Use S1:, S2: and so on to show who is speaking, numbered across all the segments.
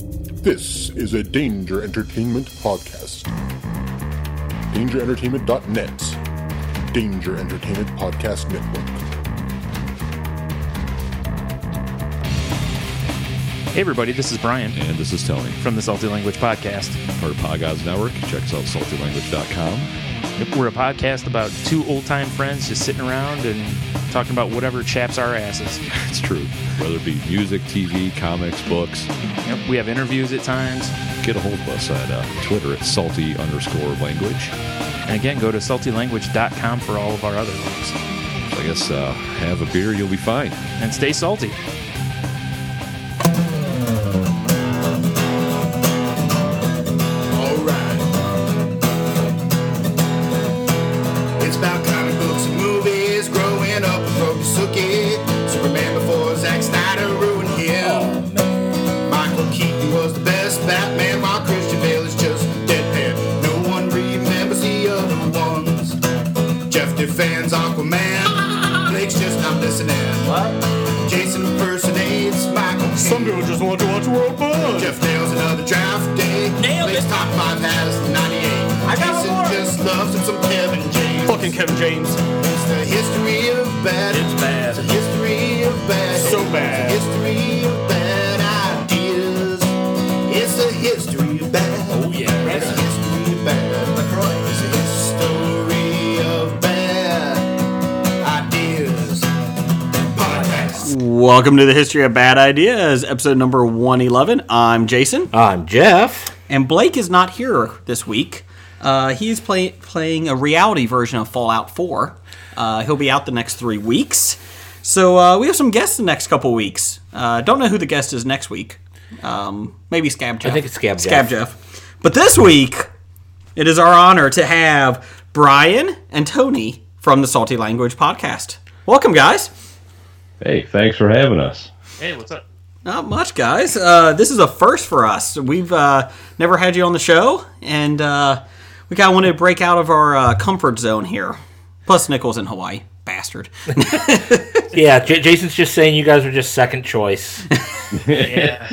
S1: This is a Danger Entertainment podcast. DangerEntertainment.net. Danger Entertainment Podcast Network.
S2: Hey, everybody, this is Brian
S3: And this is Tony
S2: from the Salty Language Podcast.
S3: for Pogods Network. Check us out saltylanguage.com.
S2: We're a podcast about two old time friends just sitting around and talking about whatever chaps our asses.
S3: It's true. Whether it be music, TV, comics, books,
S2: Yep, we have interviews at times.
S3: get a hold of us at uh, Twitter at salty underscore language.
S2: And again, go to saltylanguage.com for all of our other links.
S3: I guess uh, have a beer, you'll be fine.
S2: And stay salty.
S4: Alright. It's about comic books and movies. Growing up with Rokusuki. Superman before Zack Snyder ruined him. Michael Keaton was the best Batman, while Christian Bale is just deadpan. No one remembers the other ones. Jeff defends Aquaman. Blake's just not listening. What? Jason impersonates Michael. Keaton.
S1: just want to watch World Buzz.
S4: Jeff nails another draft day.
S5: Nailed
S4: Makes
S5: it.
S4: top five has 98.
S5: I got one
S4: Jason
S5: more.
S4: just loves him some Kevin James.
S5: Fucking Kevin James.
S4: It's the history of bad.
S5: It's bad.
S4: It's the history of bad.
S5: So bad.
S4: It's the history of bad ideas. It's the history of bad.
S5: Oh, yeah.
S4: It's the history of bad. It's the history of bad ideas. Podcast.
S6: Welcome to the History of Bad Ideas, episode number 111. I'm Jason.
S7: I'm Jeff.
S6: And Blake is not here this week. Uh, he's play- playing a reality version of Fallout 4. Uh, he'll be out the next three weeks. So uh, we have some guests the next couple weeks. Uh, don't know who the guest is next week. Um, maybe Scab Jeff.
S7: think it's Scab
S6: Scab Jeff. But this week, it is our honor to have Brian and Tony from the Salty Language Podcast. Welcome, guys.
S8: Hey, thanks for having us.
S2: Hey, what's up?
S6: Not much, guys. Uh, this is a first for us. We've uh, never had you on the show, and uh, we kind of wanted to break out of our uh, comfort zone here. Plus, Nichols in Hawaii, bastard.
S7: Yeah, J- Jason's just saying you guys were just second choice.
S2: Yeah,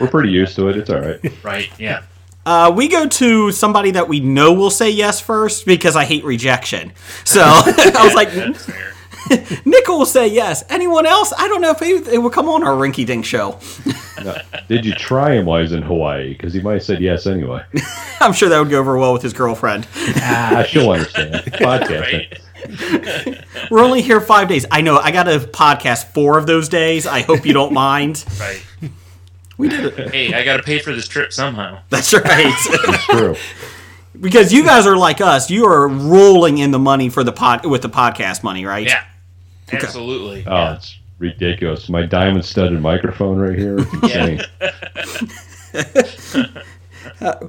S8: We're pretty used to it. It's all right.
S2: right, yeah.
S6: Uh, we go to somebody that we know will say yes first because I hate rejection. So I was like,
S2: fair.
S6: Nickel will say yes. Anyone else? I don't know if they, they will come on our Rinky Dink show.
S8: Did you try him while he's in Hawaii? Because he might have said yes anyway.
S6: I'm sure that would go over well with his girlfriend.
S8: Ah, she'll understand. It's Podcasting.
S6: We're only here five days. I know. I got to podcast four of those days. I hope you don't mind.
S2: Right.
S6: We did it.
S2: Hey, I got to pay for this trip somehow.
S6: That's right.
S8: True.
S6: because you guys are like us. You are rolling in the money for the pod with the podcast money, right?
S2: Yeah, absolutely.
S8: Oh, it's ridiculous. My diamond studded microphone right here. It's insane.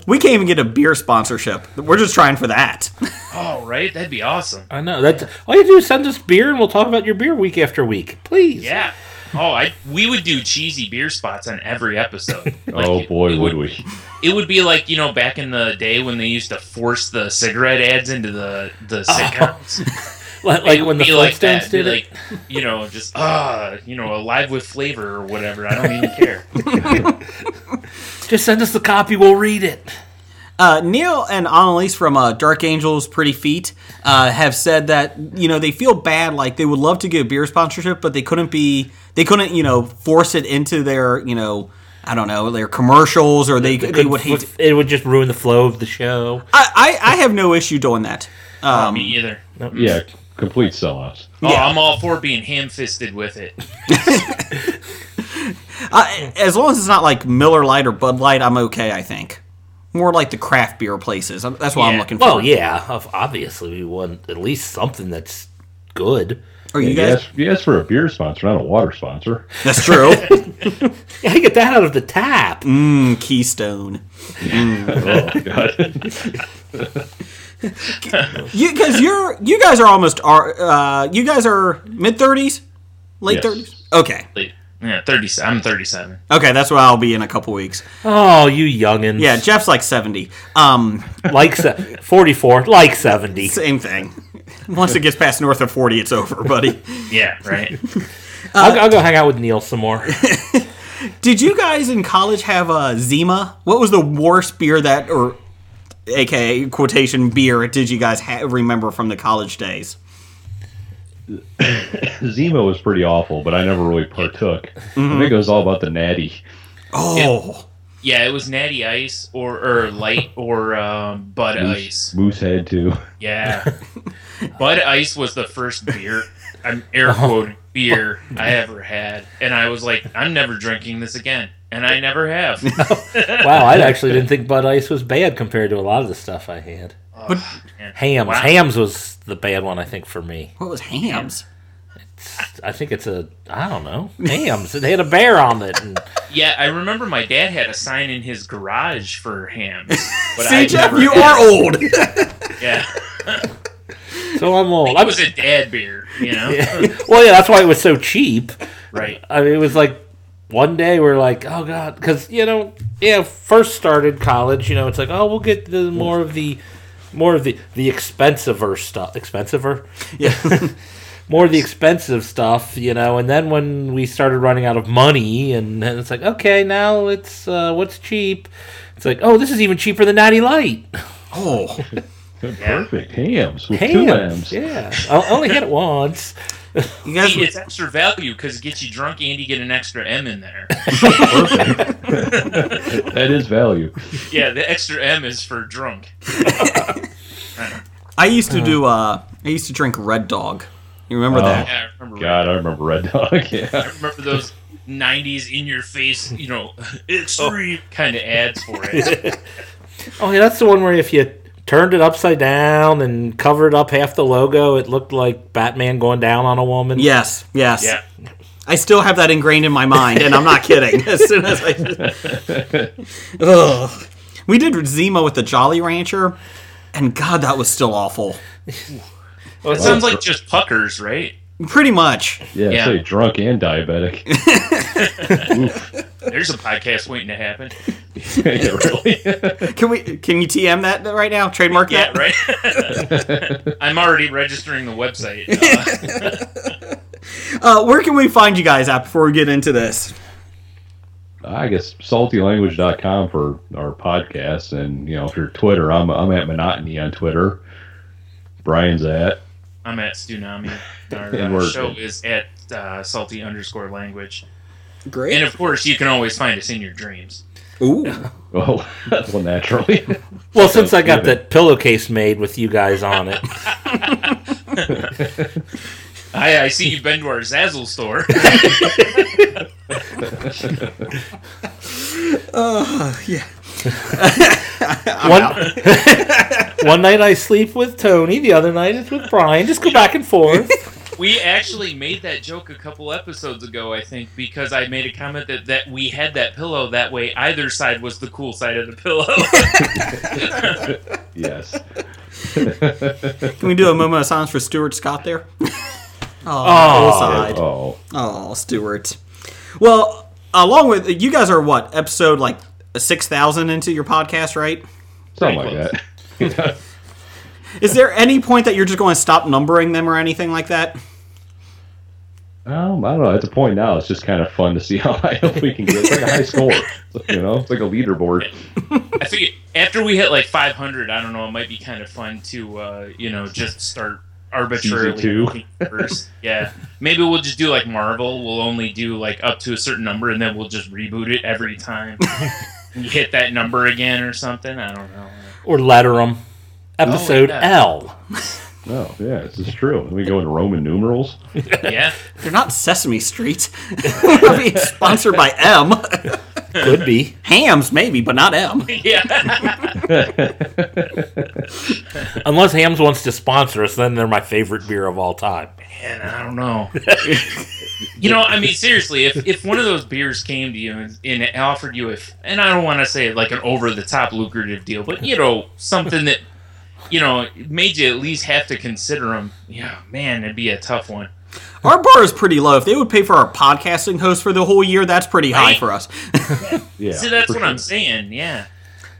S6: We can't even get a beer sponsorship. We're just trying for that.
S2: All Oh, right, that'd be awesome.
S7: I know. That's all you do is send us beer, and we'll talk about your beer week after week, please.
S2: Yeah. Oh, I we would do cheesy beer spots on every episode. Like,
S8: Oh,
S2: it-
S8: boy,
S2: it
S8: would we.
S2: It would be like you know back in the day when they used to force the cigarette ads into the the sitcoms.
S7: Oh. Like,
S2: It
S7: like
S2: would
S7: when the
S2: be
S7: Flintstones
S2: like that.
S7: did
S2: Be
S7: it.
S2: like you know just ah you know alive with flavor or whatever. I don't even care.
S7: Just send us the copy. We'll read it.
S6: Uh, Neil and Annalise from uh, Dark Angels Pretty Feet uh, have said that you know they feel bad, like they would love to get a beer sponsorship, but they couldn't be, they couldn't you know force it into their you know I don't know their commercials or they they would hate.
S7: It It would just ruin the flow of the show.
S6: I, I I have no issue doing that. Um,
S2: Me either.
S8: Yeah, complete sellouts.
S2: Oh, I'm all for being ham fisted with it.
S6: I, as long as it's not like Miller Lite or Bud Light, I'm okay. I think more like the craft beer places. I'm- That's what I'm
S2: Yeah.
S6: looking for.
S7: Well, yeah. of- Obviously, we want at least something that's good.
S6: Are you
S8: You
S6: guys?
S8: asked, you asked for a beer sponsor, not a water sponsor.
S6: That's true.
S7: Yeah, get that out of the tap.
S6: Keystone.
S8: Oh, God.
S6: You because you're you guys are almost are uh, you guys are mid thirties, late
S8: Yes.
S6: thirties. Okay,
S2: Like, yeah, thirty. I'm thirty-seven.
S6: okay, that's what I'll be in a couple weeks.
S7: Oh, you youngins.
S6: Yeah, Jeff's like seventy. Um,
S7: like se- forty-four, like seventy.
S6: same thing. Once it gets past north of forty, it's over, buddy.
S2: Yeah, right.
S7: I'll, I'll go hang out with Neil some more.
S6: Did you guys in college have uh, Zima? What was the worst beer that, or AKA quotation beer, did you guys ha- remember from the college days?
S8: Zima was pretty awful, but I never really partook. I think it was all about the natty.
S6: Oh,
S2: Yeah, it was Natty Ice or or Light or um, Bud Ice.
S8: Moosehead too.
S2: Yeah, Bud Ice was the first beer. I'm
S6: Oh.
S2: air quoting beer I ever had, and I was like, I'm never drinking this again, and I never have.
S7: Wow, I actually didn't think Bud Ice was bad compared to a lot of the stuff I had.
S2: Man.
S7: Hams.
S2: Wow.
S7: Hams was the bad one, I think, for me.
S6: what was hams?
S7: I think it's a, I don't know, Hams. They had a bear on it. And
S2: Yeah, I remember my dad had a sign in his garage for hams. But
S6: See,
S2: I
S6: Jeff,
S2: never
S6: you
S2: had
S6: are old.
S2: it. Yeah,
S7: so I'm old.
S2: that was a dad beer, you know?
S7: well, yeah, that's why it was so cheap.
S2: Right.
S7: I mean, it was like one day we're like, oh god, because you know, yeah, first started college, you know, it's like, oh, we'll get the more of the more of the the expensiver stuff, expensiver,
S6: yeah.
S7: more of the expensive stuff, you know. And then when we started running out of money, and, then it's like, okay, now it's uh, what's cheap. It's like, oh, this is even cheaper than Natty Light.
S6: Oh,
S8: Perfect hams with two
S7: Hams,
S8: hams.
S7: yeah. I only had it once.
S6: you guys.
S2: It's extra value because it gets you drunk and you get an extra M in there.
S8: That is value.
S2: yeah, the extra M is for drunk.
S6: I used to do. Uh, I used to drink Red Dog. You remember
S2: Oh.
S6: that?
S2: Yeah, I remember.
S8: Oh, God, I remember Red Dog. Yeah.
S2: I remember those '90s in-your-face, you know, extreme kind of ads for it.
S7: Oh, yeah, that's the one where if you turned it upside down and covered up half the logo, it looked like Batman going down on a woman.
S6: Yes, yes.
S2: Yeah,
S6: I still have that ingrained in my mind, and I'm not kidding. As soon as I, Ugh. we did Zima with the Jolly Rancher, and God, that was still awful.
S2: well, it sounds like just puckers, right?
S6: Pretty much.
S8: Yeah,
S2: Yeah.
S8: so you're drunk and diabetic. Oof.
S2: There's a podcast waiting to happen.
S8: Yeah, really?
S6: Can we? Can you TM that right now? Trademark
S2: Yeah,
S6: that.
S2: right. I'm already registering the website. Uh,
S6: Uh, where can we find you guys at before we get into this?
S8: I guess saltylanguage.com for our podcast. And, you know, if you're Twitter, I'm, I'm at Monotony on Twitter. Brian's at.
S2: I'm at Stunami. Our
S8: And
S2: uh,
S8: we're-
S2: show is at uh, salty underscore language. And
S6: Great.
S2: of course, you can always find us in your dreams.
S6: Ooh.
S8: Well, well naturally.
S7: Well, since I
S8: yeah.
S7: got that pillowcase made with you guys on it,
S2: I, I see you've been to our Zazzle store.
S7: one, one night I sleep with Tony, the other night it's with Brian. Just go back and forth.
S2: we actually made that joke a couple episodes ago, I think, because I made a comment that, that we had that pillow. That way, either side was the cool side of the pillow.
S8: yes.
S6: Can we do a moment of silence for Stuart Scott there?
S7: Oh,
S6: side.
S8: Oh,
S6: Oh, Stuart. Well, along with you guys are what episode like six thousand into your podcast, right?
S8: something like that.
S6: Is there any point that you're just going to stop numbering them or anything like that?
S8: Um, I don't know. At the point now, it's just kind of fun to see how high up we can get. It's like a high score. You know, it's like a leaderboard.
S2: I think after we hit like 500, I don't know, it might be kind of fun to, uh, you know, just start arbitrarily.
S8: Easy to.
S2: looking First. Yeah. Maybe we'll just do like Marvel. We'll only do like up to a certain number and then we'll just reboot it every time. You hit that number again or something. I don't know.
S7: or Letterum,
S6: Oh,
S7: episode
S2: yeah.
S7: L.
S8: No, yeah, this is true. We go into Roman numerals.
S2: Yeah.
S6: They're not Sesame Street. We're being sponsored by M.
S7: Could be.
S6: Hams, maybe, but not M.
S2: Yeah.
S7: Unless Hams wants to sponsor us, then they're my favorite beer of all time.
S2: Man, I don't know. you know, I mean, seriously, if, if one of those beers came to you and, and it offered you, if and I don't want to say like an over the top lucrative deal, but you know, something that you know made you at least have to consider them. Yeah, man, it'd be a tough one.
S6: Our bar is pretty low. If they would pay for our podcasting host for the whole year, that's pretty high
S2: Right.
S6: for us.
S8: Yeah,
S2: See, that's
S8: for
S2: what
S8: sure.
S2: I'm saying. Yeah,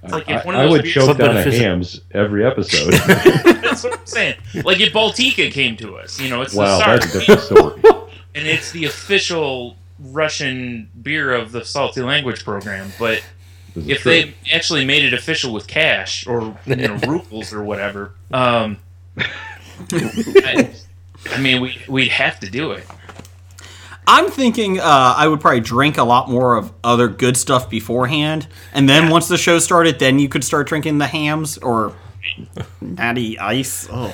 S2: it's like
S8: I,
S2: if one of
S8: I
S2: those
S8: would
S2: beers,
S8: choke down a
S7: Something-
S8: hams every episode.
S2: That's what I'm saying. Like if Baltica came to us, you know, it's
S8: wow,
S2: the
S8: that's a
S2: Sark,
S8: different story.
S2: and it's the official Russian beer of the salty language program, but
S8: This is
S2: if
S8: true.
S2: they actually made it official with cash or you know, rubles or whatever, um, I, I mean, we we'd have to do it.
S6: I'm thinking uh, I would probably drink a lot more of other good stuff beforehand, and then once the show started, then you could start drinking the hams or natty ice. Oh,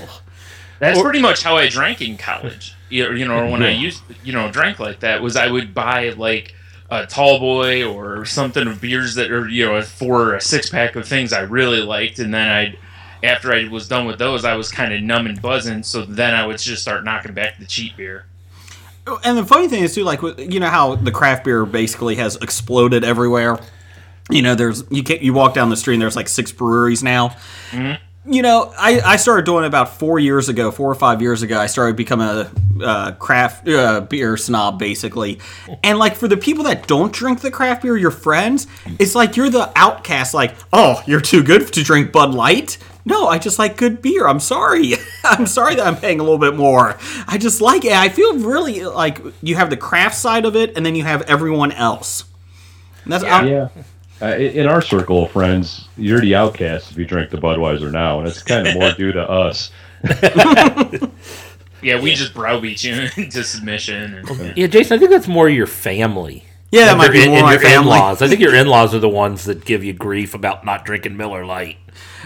S2: That's pretty much how I drank in college. You you know, when I used you know drank like that was I would buy like a tall boy or something of beers that are you know four or a six pack of things I really liked, and then I'd after I was done with those I was kind of numb and buzzing, so then I would just start knocking back the cheap beer.
S6: and the funny thing is too, like with- you know how the craft beer basically has exploded everywhere. You know, there's you can you walk down the street, and there's like six breweries now. You know, I, I started doing it about four years ago, four or five years ago. I started becoming a uh, craft uh, beer snob, basically. And like for the people that don't drink the craft beer, your friends, it's like you're the outcast. Like, oh, you're too good to drink Bud Light. No, I just like good beer. I'm sorry. I'm sorry that I'm paying a little bit more. I just like it. I feel really like you have the craft side of it, and then you have everyone else. And that's I-
S8: yeah. Uh, i- in our circle of friends, you're the outcast if you drink the Budweiser now, and it's kind of more due to us.
S2: Yeah, we just browbeat you into submission. And,
S7: Yeah, Jason, I think that's more your family.
S6: Yeah, that
S7: Like
S6: might
S7: your
S6: be
S7: in-
S6: more
S7: and
S6: my
S7: your
S6: family.
S7: in-laws. I think your in-laws are the ones that give you grief about not drinking Miller Lite.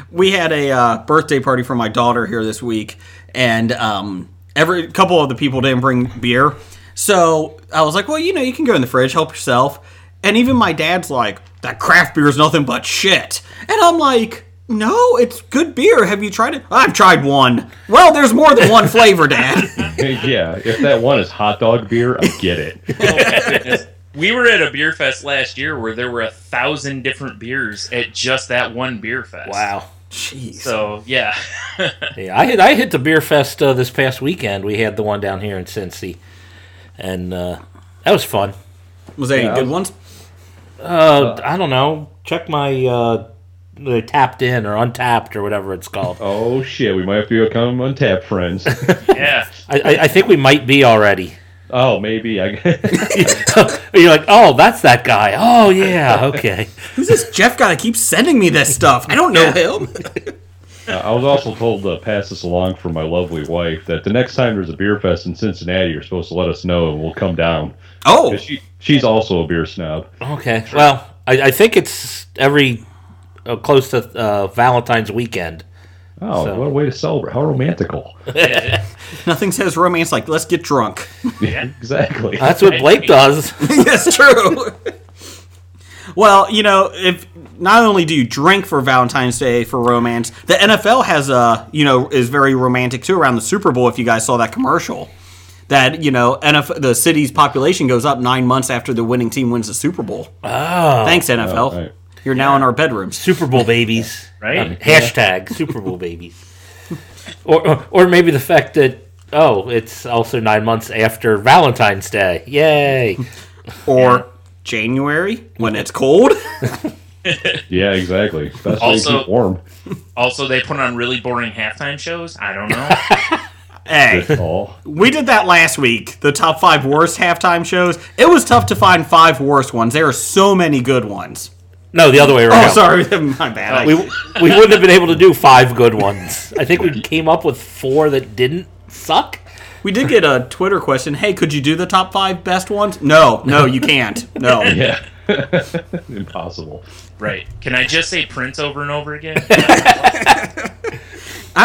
S6: we had a uh, birthday party for my daughter here this week, and um, every couple of the people didn't bring beer, so I was like, well, you know, you can go in the fridge, help yourself, and even my dad's like, that craft beer is nothing but shit, and I'm like. No, it's good beer. Have you tried it? I've tried one. Well, there's more than one flavor, Dad.
S8: yeah, if that one is hot dog beer, I get it.
S2: we were at a beer fest last year where there were a thousand different beers at just that one beer fest.
S7: Wow.
S6: Jeez.
S2: So yeah,
S7: Yeah, I hit I hit the beer fest uh, this past weekend. We had the one down here in Cincy, and uh, that was fun.
S6: Was that any good ones?
S7: Uh, I don't know. Check my uh, the tapped in or untapped or whatever it's called.
S8: Oh shit, we might have to become untapped friends.
S2: yeah.
S7: I, I, I think we might be already.
S8: Oh, maybe I.
S7: You're like, oh, that's that guy. Oh yeah, okay.
S6: Who's this Jeff guy that keeps sending me this stuff? I don't know him.
S8: I was also told to pass this along for my lovely wife that the next time there's a beer fest in Cincinnati, you're supposed to let us know and we'll come down.
S6: Oh,
S8: 'Cause She, she's also a beer snob.
S7: Okay. Well, I, I think it's every uh, close to uh, Valentine's weekend.
S8: Oh,
S7: So-
S8: what a way to celebrate! How romantical!
S6: nothing says romance like let's get drunk.
S8: exactly.
S7: That's what Blake does.
S6: That's true. well, you know, if not only do you drink for Valentine's Day for romance, the NFL has a you know is very romantic too around the Super Bowl. If you guys saw that commercial, that you know, NFL, the city's population goes up nine months after the winning team wins the Super Bowl.
S7: Oh,
S6: Thanks, NFL.
S8: Oh, right.
S6: You're now in our bedrooms.
S7: Super Bowl babies,
S2: Right.
S7: Um, hashtag Super Bowl babies, or, or or maybe the fact that oh, it's also nine months after Valentine's Day. Yay!
S6: Or January when it's cold.
S8: Yeah, exactly. Best way
S2: Also-
S8: to keep warm.
S2: Also, they put on really boring halftime shows. I don't know.
S6: hey.
S8: Oh,
S6: We did that last week. The top five worst halftime shows. It was tough to find five worst ones. There are so many good ones.
S7: No, the other way
S6: Oh,
S7: around.
S6: sorry, my bad.
S7: We we wouldn't have been able to do five good ones. I think we came up with four that didn't suck.
S6: we did get a Twitter question. Hey, could you do the top five best ones? No, no, you can't. No.
S8: yeah. Impossible.
S2: right. Can I just say Prince over and over again?
S6: I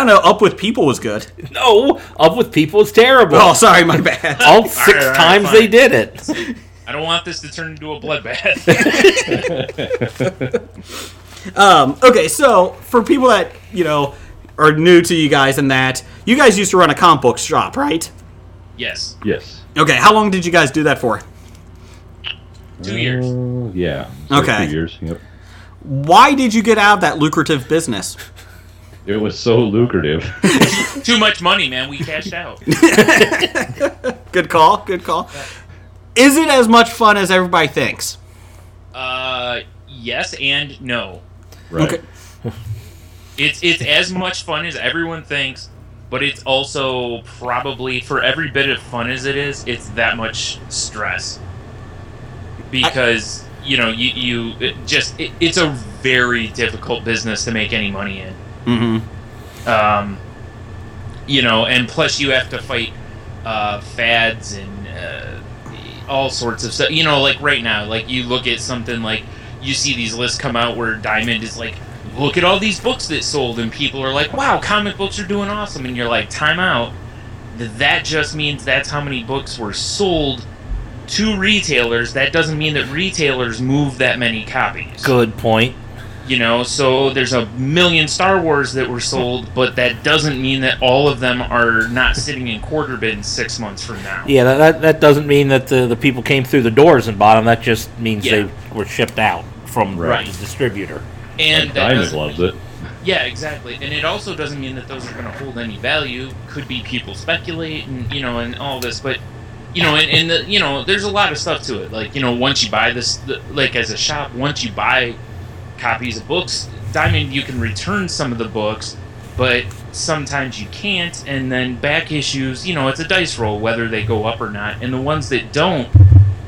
S6: don't know. Up with people was good.
S7: No, up with people is terrible.
S6: Oh, sorry, my bad.
S7: All six
S2: all right,
S7: times
S2: fine.
S7: they did it.
S2: I don't want this to turn into a bloodbath.
S6: Um, okay, so for people that you know are new to you guys and that you guys used to run a comic book shop, right?
S2: yes.
S8: Yes.
S6: Okay, how long did you guys do that for?
S2: Two years.
S8: Uh, yeah. So
S6: Okay.
S8: Two years. Yep.
S6: Why did you get out of that lucrative business?
S8: It was so lucrative.
S2: Too much money, man. We cashed out.
S6: Good call. Good call. Is it as much fun as everybody thinks?
S2: Uh, yes and no.
S8: Right.
S6: Okay.
S2: It's it's as much fun as everyone thinks, but it's also probably for every bit of fun as it is, it's that much stress. because you know you you it just it, it's a very difficult business to make any money in.
S6: Mm-hmm.
S2: Um, you know, and plus you have to fight uh, fads and uh, all sorts of stuff. You know, like right now, like you look at something like you see these lists come out where Diamond is like, look at all these books that sold, and people are like, wow, comic books are doing awesome, and you're like, time out. Th- That just means that's how many books were sold to retailers. That doesn't mean that retailers move that many copies
S7: Good point.
S2: you know so there's a million star wars that were sold but that doesn't mean that all of them are not sitting in quarter bins six months from now
S7: Yeah, that, that, that doesn't mean that the, the people came through the doors and bought them. That just means
S2: Yeah.
S7: they were shipped out from
S2: Right.
S7: the distributor.
S2: and that
S8: Diamond
S2: doesn't,
S8: loves it.
S2: yeah exactly and it also doesn't mean that those are going to hold any value could be people speculate and you know and all this but you know and, and the, you know there's a lot of stuff to it like you know once you buy this the- like as a shop once you buy copies of books diamond you can return some of the books but sometimes you can't and then back issues you know it's a dice roll whether they go up or not and the ones that don't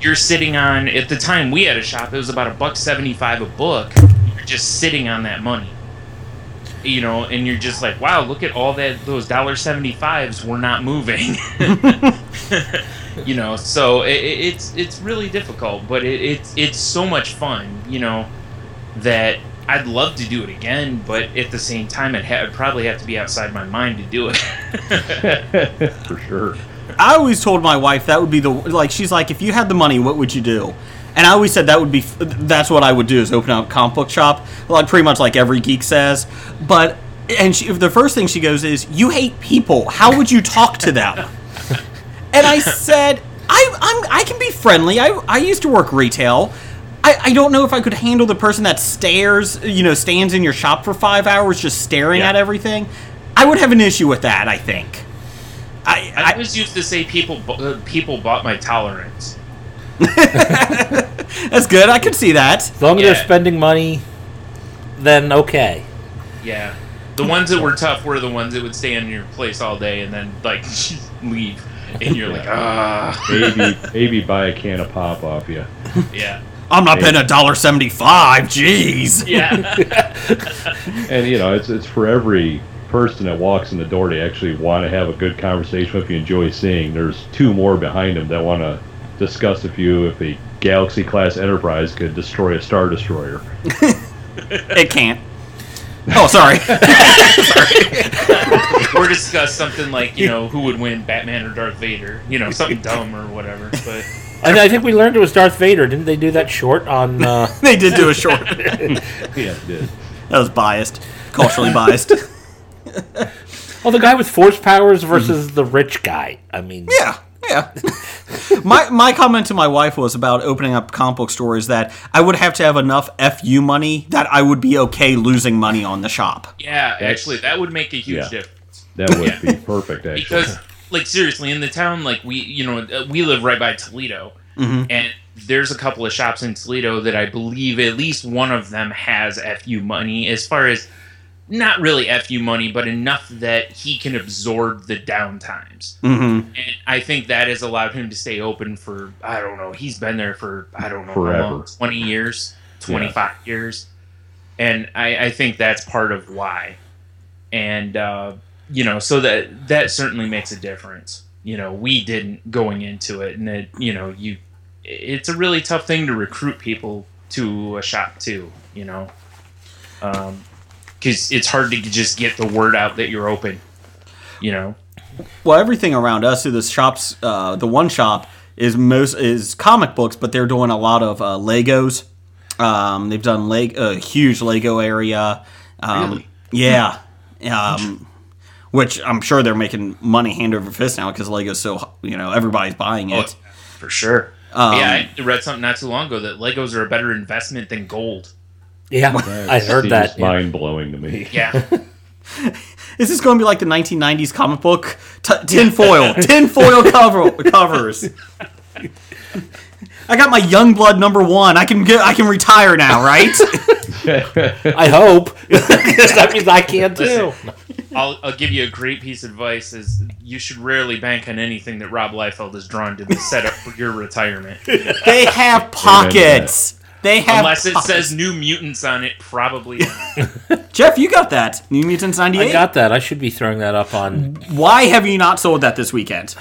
S2: you're sitting on at the time we had a shop it was about a buck 75 a book you're just sitting on that money you know and you're just like wow look at all that those dollar 75s were not moving you know so it, it- it's it's really difficult but it, it's it's so much fun you know that I'd love to do it again, but at the same time, it ha- would probably have to be outside my mind to do it.
S8: For sure.
S6: I always told my wife that would be the like. She's like, if you had the money, what would you do? And I always said that would be that's what I would do is open up a comic book shop, like pretty much like every geek says. But and she, the first thing she goes is, "You hate people. How would you talk to them?" and I said, I, I'm, I can be friendly. I, I used to work retail. I, I don't know if I could handle the person that stares, you know, stands in your shop for five hours just staring
S7: Yeah.
S6: at everything. I would have an issue with that. I think. I,
S2: I always used to say people bu- uh, people bought my tolerance.
S6: That's good. I could see that.
S7: As long as
S2: Yeah.
S7: they're spending money, then okay.
S2: Yeah, the ones that were tough were the ones that would stay in your place all day and then like leave, and you're like, ah,
S8: Maybe maybe buy a can of pop off you.
S2: yeah,
S6: I'm not paying a dollar seventy-five. Jeez.
S2: yeah,
S8: And you know, it's it's for every person that walks in the door to actually want to have a good conversation with you, enjoy seeing. There's two more behind them that want to discuss with you if a Galaxy class Enterprise could destroy a Star Destroyer.
S6: It can't. Oh, sorry.
S2: or discuss something like you know who would win, Batman or Darth Vader, you know something dumb or whatever. But
S7: And I think we learned it was Darth Vader. Didn't they do that short on? Uh,
S6: they did do a short. That
S8: yeah, it did.
S6: was biased, culturally biased.
S7: oh, the guy with force powers versus the rich guy. I mean,
S6: Yeah, yeah. my my comment to my wife was about opening up comic book stores that I would have to have enough fu money that I would be okay losing money on the shop.
S2: yeah, actually, that would make a huge
S8: Yeah.
S2: difference.
S8: That would be perfect, actually.
S2: because like seriously in the town like we you know uh, we live right by toledo and there's a couple of shops in toledo that i believe at least one of them has fu money as far as not really fu money but enough that he can absorb the downtimes
S6: Mm-hmm.
S2: and i think that has allowed him to stay open for i don't know he's been there for i don't know how long
S8: Forever.
S2: 20 years 25 years and I, I think that's part of why and uh, you know so that that certainly makes a difference you know we didn't going into it and it you know you it's a really tough thing to recruit people to a shop too you know um because it's hard to just get the word out that you're open you know
S6: Well, everything around us through the shops, uh, the one shop is most is comic books, but they're doing a lot of uh, Legos. Um, they've done leg a huge Lego area. Um,
S8: Really?
S6: Yeah. Um, which I'm sure they're making money hand over fist now because Lego's so you know everybody's buying it.
S2: Oh, for sure
S6: Um,
S2: yeah i read something not too long ago that legos are a better investment than gold
S7: yeah, I heard that. yeah.
S8: mind blowing to me.
S2: yeah
S6: Is this going to be like the 1990s comic book t- tinfoil, tinfoil cover covers? I got my Youngblood number one. I can get, I can retire now, right?
S7: I hope. 'Cause that means I can too.
S2: I'll, I'll give you a great piece of advice: is you should rarely bank on anything that Rob Liefeld has drawn to be set up for your retirement,
S6: They have pockets. They have
S2: unless it
S6: pockets.
S2: says New Mutants on it. Probably not.
S6: Jeff, you got that. New Mutants 98.
S7: I got that. I should be throwing that up on.
S6: Why have you not sold that this weekend?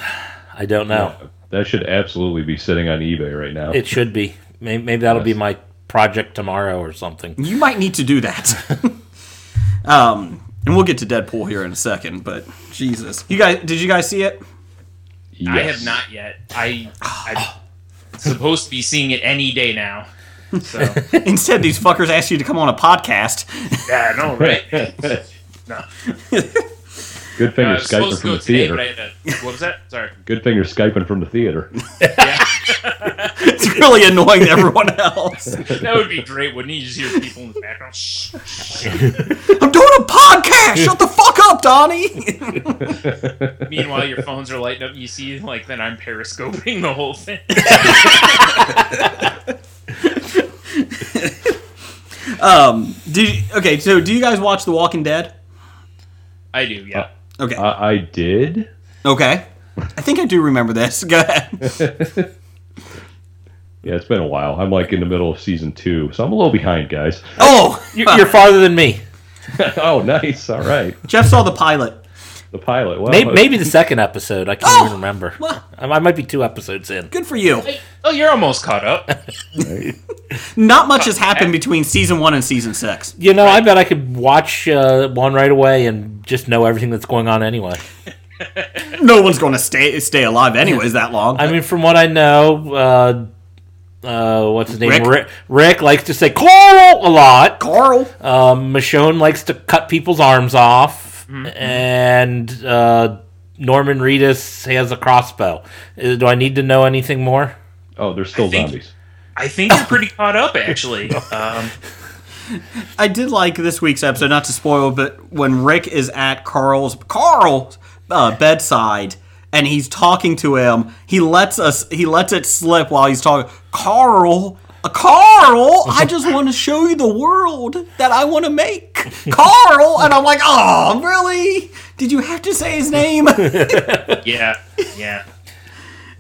S7: I don't know.
S8: That should absolutely be sitting on eBay right now.
S7: It should be. Maybe, maybe that'll be my project tomorrow or something.
S6: You might need to do that. um, and we'll get to Deadpool here in a second, but Jesus. You guys did you guys see it?
S2: I
S8: Yes.
S2: have not yet. I I'm supposed to be seeing it any day now. So
S6: Instead these fuckers asked you to come on a podcast.
S2: yeah, I know, right?
S8: Good thing
S2: Uh, I
S8: you're
S2: was
S8: skyping
S2: supposed to
S8: from
S2: go
S8: the
S2: today,
S8: theater.
S2: but I had to, what was that? Sorry.
S8: Good thing you're skyping from the theater.
S6: It's really annoying to everyone else.
S2: That would be great, wouldn't it? You just hear people in the background. Shh.
S6: I'm doing a podcast. Shut the fuck up, Donnie.
S2: Meanwhile, your phones are lighting up. You see, like, then I'm periscoping the whole thing.
S6: Did you, okay, so do you guys watch The Walking Dead?
S2: I do, yeah.
S6: Okay.
S8: I, I did.
S6: okay. I think I do remember this. Go ahead.
S8: Yeah, it's been a while. I'm like in the middle of season two, so I'm a little behind, guys.
S6: Oh,
S7: You- You're farther than me.
S8: oh, nice. All right.
S6: Jeff saw the pilot.
S8: The pilot. Well,
S7: Maybe, maybe the second episode. I can't
S6: Oh!
S7: even remember.
S6: Well,
S7: I I might be two episodes in.
S6: good for you.
S2: Oh, you're almost caught up.
S6: Not much has happened between season one and season six.
S7: You know, I bet I could watch uh, one right away and just know everything that's going on anyway.
S6: No one's going to stay stay alive anyways that long.
S7: I mean, from what I know, uh, uh, what's his name?
S6: Rick?
S7: Rick. Rick, likes to say Carl a lot.
S6: Carl.
S7: Um, Michonne likes to cut people's arms off, and uh, Norman Reedus has a crossbow. Uh, Do I need to know anything more?
S8: Oh, there's still
S2: I think-
S8: zombies.
S2: I think you're pretty caught up, actually. Um,
S6: I did like this week's episode, not to spoil, but when Rick is at Carl's Carl's uh, bedside and he's talking to him, he lets us he lets it slip while he's talking. Carl, uh, Carl, I just want to show you the world that I want to make. Carl, and I'm like, oh, really? Did you have to say his name?
S2: yeah, yeah.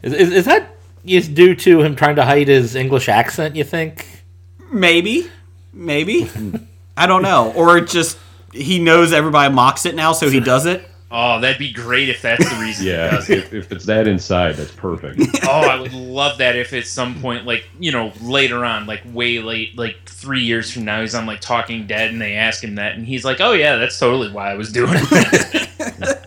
S7: Is, is, is that is due to him trying to hide his English accent? You think?
S6: maybe, maybe. I don't know, or it just he knows everybody mocks it now, so he does it.
S2: Oh, that'd be great if that's the reason. It
S8: Yeah,
S2: does.
S8: if, if it's that inside, that's perfect.
S2: Oh, I would love that if at some point, like you know, later on, like way late, like three years from now, he's on like Talking Dead, and they ask him that, and he's like, "Oh yeah, that's totally why I was doing it."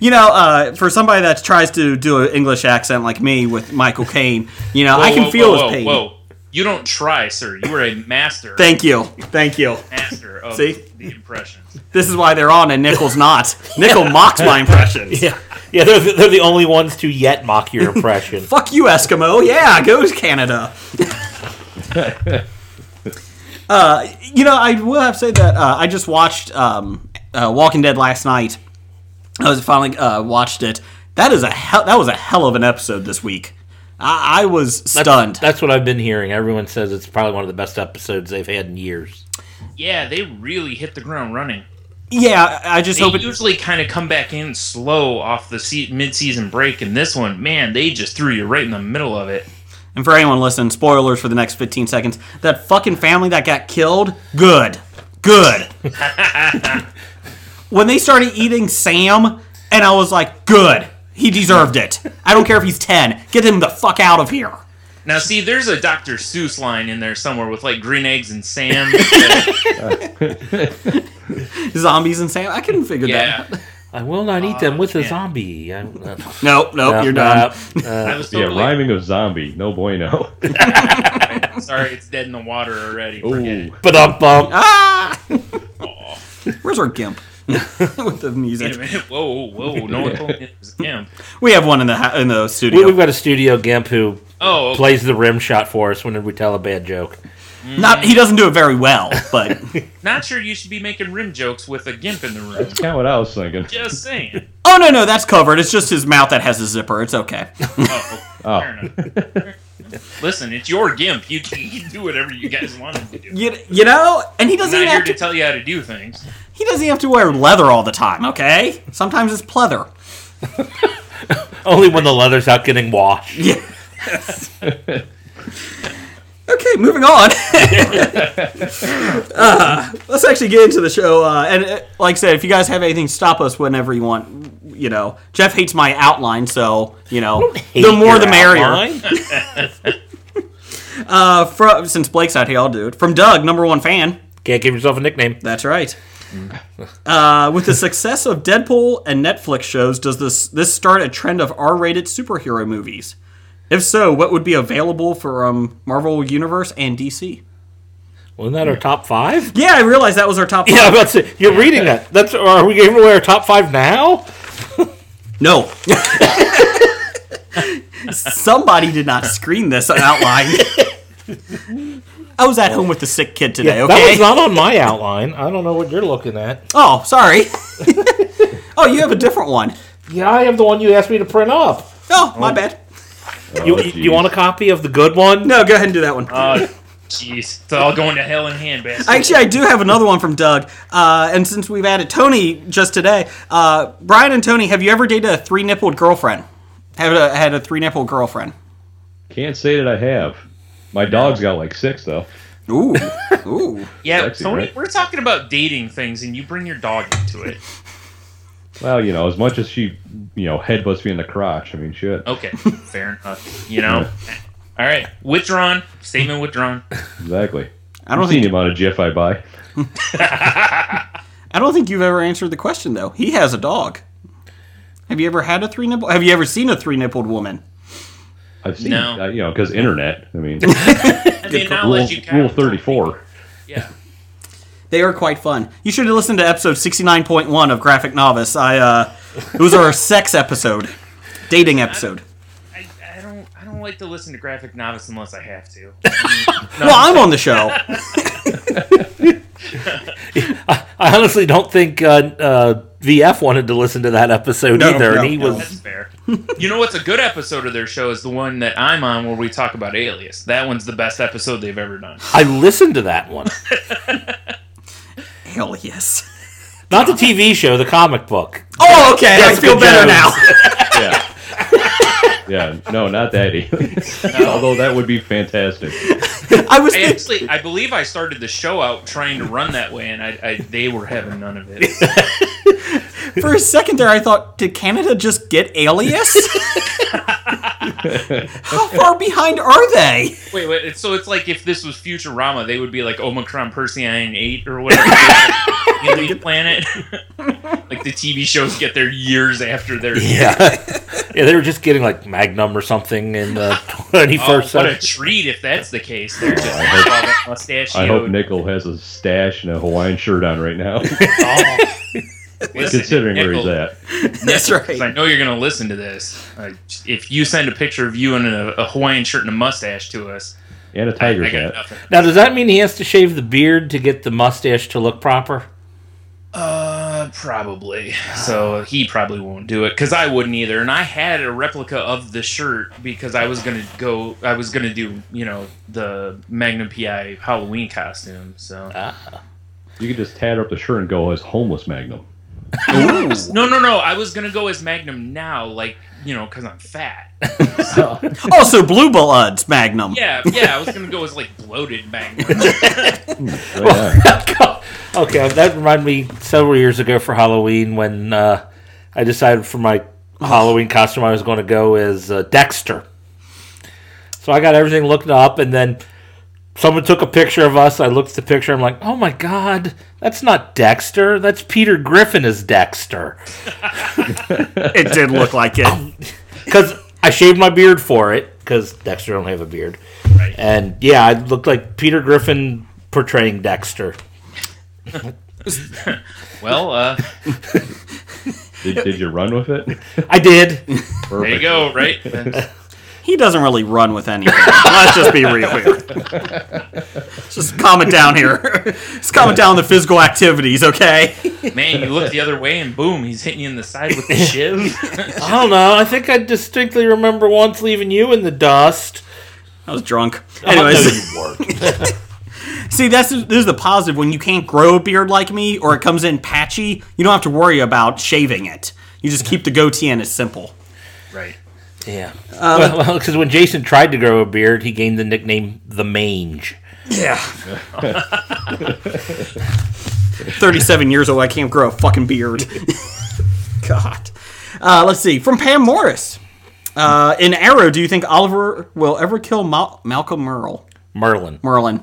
S6: You know, uh, for somebody that tries to do an English accent like me with Michael Caine, you know, I can
S2: Whoa,
S6: feel
S2: whoa,
S6: his pain.
S2: Whoa, whoa. you don't try, sir. You are a master,
S6: Thank you, thank you.
S2: master of
S6: See?
S2: the impressions.
S6: This is why they're on and Nickel's not. Nickel mocks my impressions.
S7: Yeah, yeah. They're, the- they're the only ones to yet mock your impression.
S6: Fuck you, Eskimo. Yeah, go to Canada. uh, you know, I will have to say that uh, I just watched um, uh, Walking Dead last night. I was finally uh, watched it. That is a hell. That was a hell of an episode this week. I, I was stunned.
S7: That's what I've been hearing. Everyone says it's probably one of the best episodes they've had in years.
S2: Yeah, they really hit the ground running.
S6: yeah, I I just
S2: They
S6: hope it.
S2: usually kind of come back in slow off the se- mid-season break, and this one, man, they just threw you right in the middle of it.
S6: And for anyone listening, spoilers for the next 15 seconds. That fucking family that got killed, good. Good. when they started eating Sam, and I was like, good. He deserved it. I don't care if he's 10. Get him the fuck out of here.
S2: Now, see, there's a Dr. Seuss line in there somewhere with like green eggs and Sam.
S6: Zombies and Sam. I couldn't figure
S2: yeah,
S6: that out.
S7: I will not eat them with a
S2: man.
S7: zombie. I, uh,
S6: Nope, nope,
S7: uh,
S6: you're done.
S7: uh,
S2: I was
S8: Yeah,
S2: totally
S8: rhyming of zombie. No bueno.
S2: sorry. It's dead in the water already. Forget it.
S8: Ooh,
S7: ba-dum-bum.
S6: Ah! Where's our gimp? With the
S2: Wait a
S6: music.
S2: minute. Whoa, whoa, whoa. No one told me it was him.
S6: We have one in the ha- in the
S7: We,
S6: studio.
S7: we've got a studio gimp who
S2: Oh, okay.
S7: plays the rim shot for us whenever we tell a bad joke.
S6: Not he doesn't do it very well, but
S2: not sure you should be making rim jokes with a gimp in the room.
S8: kind of what I was thinking.
S2: Just saying.
S6: Oh no no, that's covered. It's just his mouth that has a zipper. It's okay.
S2: Oh,
S8: Oh.
S2: fair enough. Listen, it's your gimp. You can, you can do whatever you guys want him to do.
S6: You, you know, and he
S2: I'm
S6: doesn't
S2: not
S6: even
S2: here
S6: have
S2: to
S6: to,
S2: tell you how to do things.
S6: He doesn't have to wear leather all the time, okay? Sometimes it's pleather.
S7: Only when the leather's out getting washed.
S6: Yeah. okay, moving on. uh, let's actually get into the show. Uh, and uh, like I said, if you guys have anything, stop us whenever you want. You know, Jeff hates my outline, so you know, the more the merrier. Uh, from, since Blake's not here, I'll do it. From Doug, number one fan.
S7: Can't give yourself a nickname.
S6: That's right. Uh, with the success of Deadpool and Netflix shows, does this this start a trend of R-rated superhero movies? If so, what would be available for um, Marvel Universe and DC?
S7: Wasn't that our top five?
S6: Yeah, I realized that was our top.
S7: Yeah,
S6: five.
S7: I'm about to say, you're reading that. That's are we giving away our top five now?
S6: No. Somebody did not screen this outline. I was at home with the sick kid today. okay.
S7: That was not on my outline. I don't know what you're looking at.
S6: oh, sorry. oh, you have a different one.
S7: Yeah, I am the one you asked me to print up.
S6: Oh, my bad.
S7: You, you, you want a copy of the good one?
S6: No, go ahead and do that one.
S2: Oh, jeez. It's all going to hell in handbaskets.
S6: Actually, I do have another one from Doug. Uh, and since we've added Tony just today, uh, Brian and Tony, have you ever dated a three nippled girlfriend? Have a, had a three nippled girlfriend?
S8: Can't say that I have. My dog's got like six though.
S6: Ooh, ooh.
S2: yeah,
S8: sexy,
S2: Tony,
S8: right?
S2: we're talking about dating things, and you bring your dog into it.
S8: Well, you know, as much as she, you know, headbutts me in the crotch. I mean, shit.
S2: Okay, fair enough. You know? All right, withdrawn. Statement withdrawn.
S8: Exactly.
S6: I
S8: I
S6: don't
S8: don't see
S6: think
S8: the amount of GIF I buy.
S6: I don't think you've ever answered the question though. He has a dog. Have you ever had a three nipple? Have you ever seen a three nippled woman?
S8: I've seen,
S2: No.
S8: uh, you know, because internet. I mean,
S2: I mean, I'll
S8: rule,
S2: let you count.
S8: rule thirty-four.
S2: Yeah.
S6: They are quite fun. You should have listened to episode sixty nine point one of Graphic Novice. I uh, it was our sex episode, dating episode.
S2: I, I don't. I don't like to listen to graphic novice unless I have to.
S6: Well, I'm on the show.
S7: I honestly don't think uh, uh, VF wanted to listen to that episode
S6: No,
S7: either,
S6: no,
S7: and he
S6: no.
S7: was
S2: That's fair. You know what's a good episode of their show is the one that I'm on where we talk about Alias. That one's the best episode they've ever done.
S7: I listened to that one.
S6: Hell yes.
S7: Not the TV show, the comic book.
S6: Oh, okay. I feel
S7: good
S6: better
S7: job.
S6: now.
S8: Yeah. yeah. No, not that either. Although that would be fantastic.
S6: I was.
S2: I actually, I believe I started the show out trying to run that way, and I, I they were having none of it.
S6: For a second there, I thought, did Canada just get Alias? How far behind are they?
S2: Wait, wait. it's- So it's like if this was Futurama, they would be like Omicron Perseion Eight or whatever. Alien planet. like the TV shows get there years after their
S7: Yeah, yeah, they were just getting like Magnum or something in the twenty
S2: Oh,
S7: first
S2: what a
S7: century.
S2: treat if that's the case. They're just
S8: I hope,
S2: mustachioed.
S8: I hope Nickel has a stash and a Hawaiian shirt on right now,
S2: Oh. Listen,
S8: considering where he's
S2: Nickel,
S8: at.
S6: That's
S2: Because I know you're going to listen to this. Uh, if you send a picture of you in a, a Hawaiian shirt and a mustache to us,
S8: And a tiger
S2: I got
S8: cat.
S2: nothing.
S7: Now, does that mean he has to shave the beard to get the mustache to look proper?
S2: Uh, probably. So he probably won't do it because I wouldn't either. And I had a replica of the shirt because I was gonna go. I was gonna do you know the Magnum PI Halloween costume. So
S8: You could just tat up the shirt and go as homeless Magnum.
S2: no, no, no. I was gonna go as Magnum now, like you know, because I'm fat.
S6: Also, Blue Bloods Magnum.
S2: Yeah, yeah. I was gonna go as like bloated Magnum.
S8: Right on.
S7: okay, that reminded me several years ago for Halloween when uh, I decided for my Halloween costume I was going to go as uh, Dexter. So I got everything looked up, and then someone took a picture of us. I looked at the picture. I'm like, oh my god, that's not Dexter. That's Peter Griffin as Dexter
S6: It did look like it.
S7: because I shaved my beard for it because Dexter don't have a beard.
S2: Right.
S7: And yeah, I looked like Peter Griffin portraying Dexter.
S2: well, uh,
S8: Did, did you run with it?
S7: I did.
S2: there you go. Right. That's-
S6: He doesn't really run with anything. Let's just be real here. just calm it down here. Just calm it down the physical activities, okay?
S2: Man, you look the other way and boom, he's hitting you in the side with the shiv.
S7: I don't know. I think I distinctly remember once leaving you in the dust.
S6: I was drunk.
S7: Oh, no,
S6: Anyways,
S7: you weren't.
S6: See, that's this is the positive. When you can't grow a beard like me, or it comes in patchy, you don't have to worry about shaving it. You just keep the goatee and it's simple.
S2: Right.
S7: Yeah. well, because when Jason tried to grow a beard, he gained the nickname the Mange.
S6: Yeah. Thirty-seven years old, I can't grow a fucking beard. God. Uh, let's see. From Pam Morris. Uh, in Arrow, do you think Oliver will ever kill Mal- Malcolm Merle?
S7: Merlin.
S6: Merlin.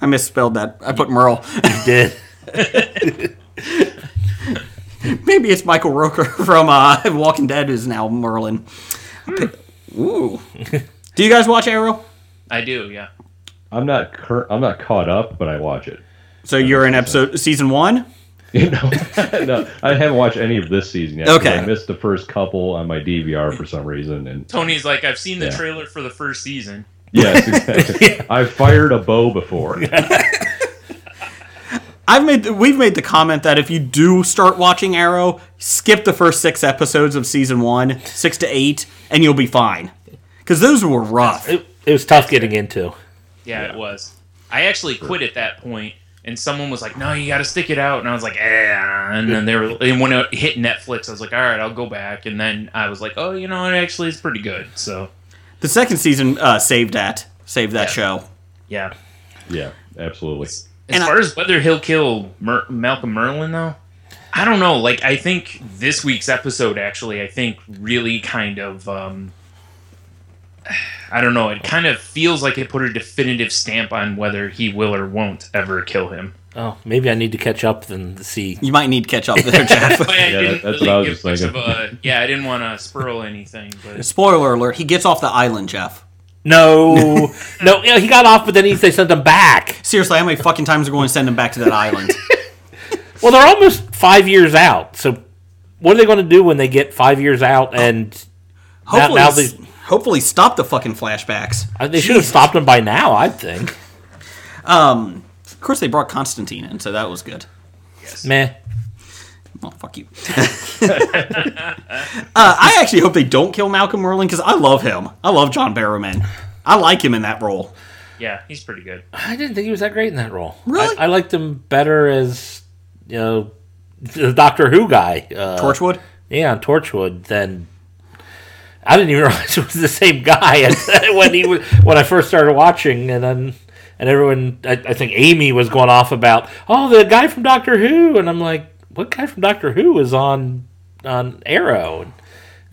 S6: I misspelled that. I put Merle.
S7: He did.
S6: Maybe it's Michael Roker from uh, Walking Dead who's now Merlin. Ooh. Do you guys watch Arrow?
S2: I do, yeah.
S8: I'm not cur- I'm not caught up, but I watch it.
S6: So you're in episode season one.
S8: You know, no, I haven't watched any of this season yet. 'cause
S6: Okay.
S8: I missed the first couple on my DVR for some reason, and
S2: Tony's like, I've seen the
S8: Yeah.
S2: trailer for the first season.
S8: yes, exactly. I've fired a bow before.
S6: I've made we've made the comment that if you do start watching Arrow, skip the first six episodes of season one, six to eight, and you'll be fine. Because those were rough.
S7: It, it was tough getting into.
S2: Yeah, it was. I actually quit at that point, and someone was like, "No, you got to stick it out," and I was like, "Eh." And then they were, and when it hit Netflix, I was like, "All right, I'll go back." And then I was like, "Oh, you know, it actually is pretty good." So
S6: The second season uh, saved that, saved that show.
S2: yeah.
S8: Yeah, absolutely.
S2: As
S6: And I-
S2: far as whether he'll kill Mer- Malcolm Merlin, though, I don't know. Like, I think this week's episode actually, I think, really kind of, um, I don't know. It kind of feels like it put a definitive stamp on whether he will or won't ever kill him.
S7: Oh, maybe I need to catch up and see.
S6: You might need to catch up there, Jeff.
S2: But I
S8: Yeah,
S2: didn't
S8: that's what
S2: really
S8: I was
S2: give
S8: just
S2: much
S8: thinking.
S2: of a- yeah, I didn't want to spoil anything, but
S6: Spoiler alert: He gets off the island, Jeff.
S7: No, no, yeah, he got off, but then he, they sent him back.
S6: Seriously, how many fucking times are we going to send him back to that island?
S7: Well, they're almost five years out. So, what are they going to do when they get five years out? And
S6: Hopefully,
S7: now they-
S6: hopefully, stop the fucking flashbacks.
S7: uh, they should have stopped him by now, I think.
S6: Of course, they brought Constantine in, so that was good.
S7: Meh.
S6: Oh, fuck you. uh, I actually hope they don't kill Malcolm Merlin because I love him. I love John Barrowman. I like him in that role.
S2: yeah, he's pretty good.
S7: I didn't think he was that great in that role.
S6: Really?
S7: I, I liked him better as you know the Doctor Who guy. Uh,
S6: Torchwood?
S7: yeah, on Torchwood. Than I didn't even realize it was the same guy as- when he was when I first started watching, and then and everyone. I, I think Amy was going off about oh the guy from Doctor Who, and I'm like, what guy from Doctor Who is on on Arrow? And,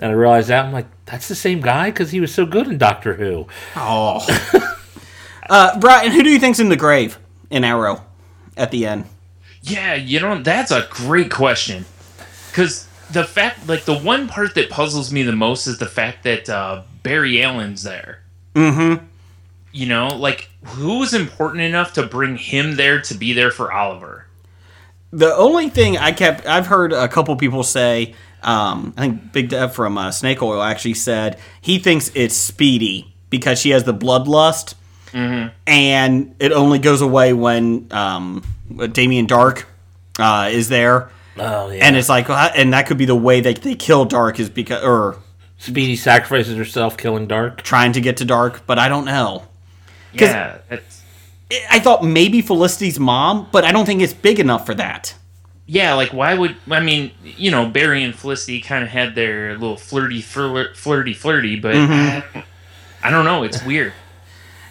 S7: I realized that I'm like, that's the same guy because he was so good in Doctor Who.
S6: Oh. uh, Brian, who do you think's in the grave in Arrow at the end?
S2: Yeah, you know, that's a great question. Because the fact, like, the one part that puzzles me the most is the fact that uh, Barry Allen's there. Mm hmm. You know, like, who was important enough to bring him there to be there for Oliver?
S6: The only thing I kept, I've heard a couple people say, um, I think Big Dev from uh, Snake Oil actually said he thinks it's Speedy because she has the bloodlust,
S7: Mm-hmm.
S6: and it only goes away when um, Damien Dark uh, is there,
S7: Oh yeah,
S6: and it's like, well, and that could be the way that they kill Dark is because or
S7: Speedy sacrifices herself, killing Dark.
S6: trying to get to Dark, but I don't know.
S2: Yeah. That's,
S6: I- I thought maybe Felicity's mom, but I don't think it's big enough for that.
S2: yeah, like, why would, I mean, you know, Barry and Felicity kind of had their little flirty, flir- flirty, flirty, but I don't know. It's weird.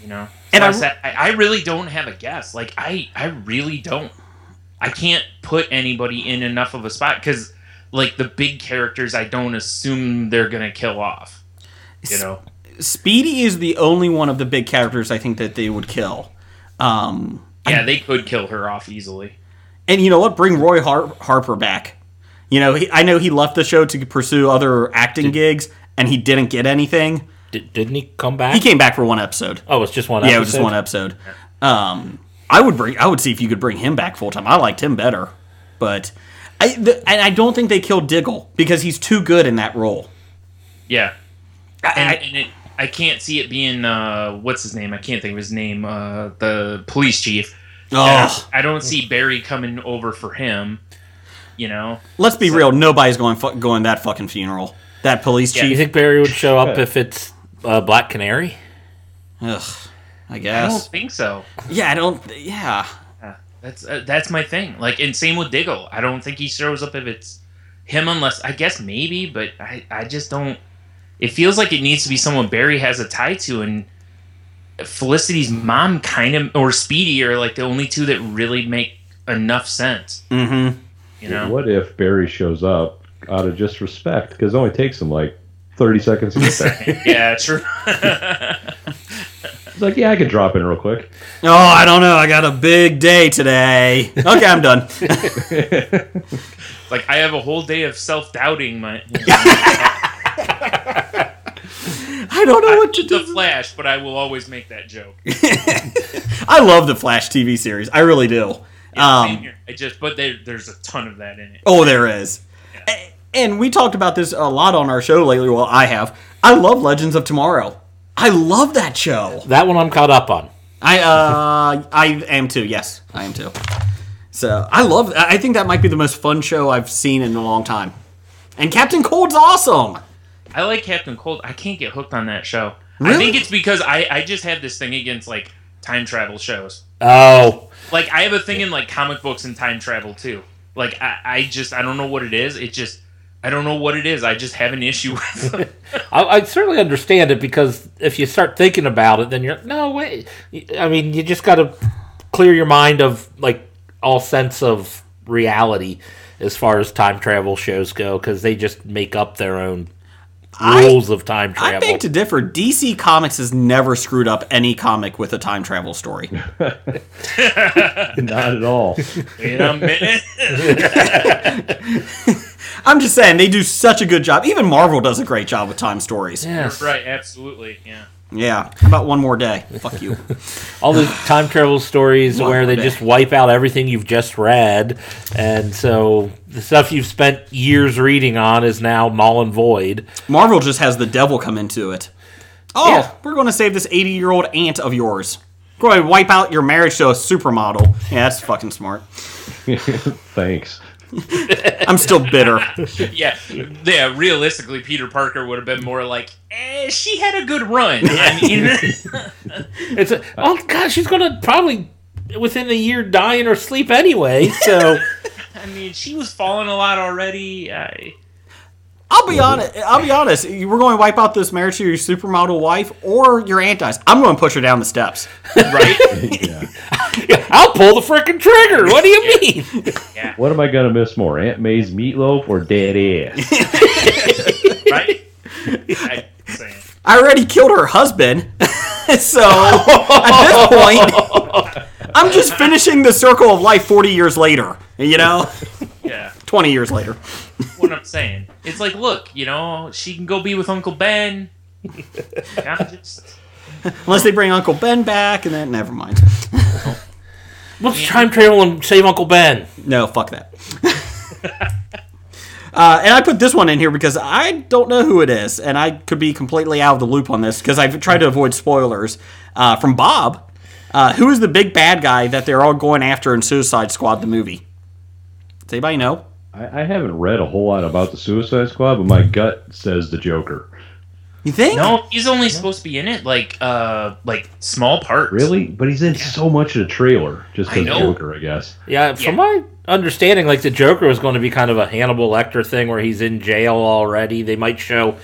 S2: You know?
S6: And
S2: Mm-hmm. And
S6: I-
S2: I, said, I, I really don't have a guess. Like, I, I really don't. I can't put anybody in enough of a spot because, like, the big characters, I don't assume they're going to kill off. You know?
S6: Speedy is the only one of the big characters I think that they would kill. Um,
S2: Yeah, they could kill her off easily.
S6: and you know what? Bring Roy Har- Harper back. You know, he, I know he left the show to pursue other acting gigs, and he didn't get anything.
S7: Did, didn't he come back?
S6: He came back for one episode.
S7: Oh, it's just one.
S6: yeah,
S7: episode?
S6: it was just one episode. Um, I would bring. I would see if you could bring him back full time. I liked him better, but I the, and I don't think they killed Diggle because he's too good in that role.
S2: Yeah. And,
S6: I-
S2: and it, I can't see it being, uh, what's his name? I can't think of his name. Uh, the police chief. And
S6: Oh,
S2: I, I don't see Barry coming over for him. You know?
S6: let's be real. Nobody's going fu- going that fucking funeral. That police
S7: Do you
S6: chief.
S7: think Barry would show up if it's uh, Black Canary?
S6: Ugh. I
S2: I don't
S6: guess.
S2: think so.
S6: yeah, I don't. Yeah,
S2: Yeah, that's uh, that's my thing. Like, and same with Diggle. I don't think he shows up if it's him, unless I guess maybe, but I I just don't. It feels like it needs to be someone Barry has a tie to, and Felicity's mom kind of or Speedy are like the only two that really make enough sense.
S6: mm-hmm.
S2: You know,
S8: What if Barry shows up out of just respect? Because it only takes him like 30 seconds to get there.
S2: yeah, true.
S8: He's like, yeah, I could drop in real quick.
S6: Oh, I don't know. I got a big day today. Okay, I'm done.
S2: like I have a whole day of self doubting my
S6: I don't know what to
S2: the
S6: do.
S2: Flash, but I will always make that joke.
S6: I love the Flash TV series. I really do. Um,
S2: Senior. I just but there, there's a ton of that in it.
S6: Oh, there is. A- And we talked about this a lot on our show lately. Well, I have. I love Legends of Tomorrow. I love that show.
S7: That one I'm caught up on.
S6: I uh I am too. Yes, I am too. So I love. I I think that might be the most fun show I've seen in a long time. And Captain Cold's awesome.
S2: I like Captain Cold. I can't get hooked on that show. I
S6: Really?
S2: think it's because I, I just have this thing against like time travel shows.
S7: Oh,
S2: Like I have a thing in like comic books and time travel too. Like I, I just I don't know what it is. It just I don't know what it is. I just have an issue with it.
S7: I, I certainly understand it because if you start thinking about it, then you're no way. I mean, you just got to clear your mind of like all sense of reality as far as time travel shows go because they just make up their own rules of time
S6: I
S7: travel.
S6: beg to differ. DC Comics has never screwed up any comic with a time travel story.
S8: Not at all.
S2: In a minute.
S6: I'm just saying they do such a good job. Even Marvel does a great job with time stories.
S7: Yes.
S2: right, absolutely. Yeah.
S6: Yeah. How about one more day? Fuck you.
S7: all the time travel stories
S6: One
S7: where they
S6: day.
S7: just wipe out everything you've just read, and so the stuff you've spent years reading on is now null and void.
S6: Marvel just has the devil come into it. Oh,
S7: Yeah.
S6: we're going to save this 80 year old aunt of yours. Go ahead, wipe out your marriage to a supermodel. Yeah, that's fucking smart.
S8: Thanks.
S6: I'm still bitter.
S2: Yeah. Yeah, realistically Peter Parker would have been more like, eh, she had a good run. I mean
S7: It's a, oh god, she's gonna probably within a year die in her sleep anyway. So
S2: I mean she was falling a lot already. I
S6: I'll be honest. I'll be honest. You We're going to wipe out this marriage to your supermodel wife or your aunt dies. I'm going to push her down the steps.
S2: right?
S7: I'll pull the freaking trigger. What do you mean?
S8: What am I going to miss more, Aunt May's meatloaf or dead ass?
S2: right? I, saying.
S6: I already killed her husband, so at this point, I'm just finishing the circle of life 40 years later. You know,
S2: Yeah,
S6: 20 years later.
S2: that's what I'm saying. It's like, look, you know, she can go be with Uncle Ben. I'm just,
S6: Unless they bring Uncle Ben back, and then never mind.
S7: Let's time travel and save Uncle Ben.
S6: No, fuck that. uh, and I put this one in here because I don't know who it is, and I could be completely out of the loop on this because I've tried to avoid spoilers uh, from Bob. Uh, who is the big bad guy that they're all going after in Suicide Squad the movie? Does anybody know?
S8: I, I haven't read a whole lot about the Suicide Squad, but my gut says the Joker.
S6: You think?
S2: no, he's only supposed to be in it like, uh, like small parts.
S8: Really? But he's in so much of the trailer just
S2: I
S8: because
S2: know.
S8: Joker, I guess.
S7: Yeah, from my understanding, like the Joker was going to be kind of a Hannibal Lecter thing where he's in jail already. They might show,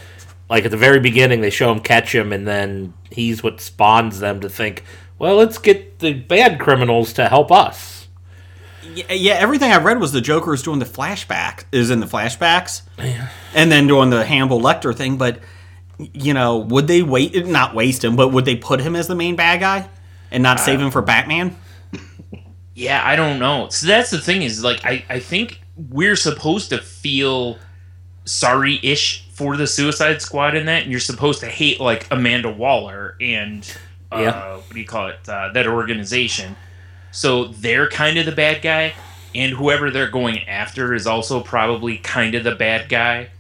S7: like at the very beginning, they show him catch him, and then he's what spawns them to think, well, let's get the bad criminals to help us.
S6: Yeah, yeah, everything I read was the Joker is doing the flashback is in the flashbacks, and then doing the Hannibal Lecter thing. But you know, would they wait? Not waste him, but would they put him as the main bad guy and not save him for Batman?
S2: Yeah, I don't know. So that's the thing is, like, I, I think we're supposed to feel sorry ish for the Suicide Squad in that, and you're supposed to hate, like, Amanda Waller and, uh,
S7: Yeah.
S2: what do you call it, uh, that organization. So they're kind of the bad guy, and whoever they're going after is also probably kind of the bad guy.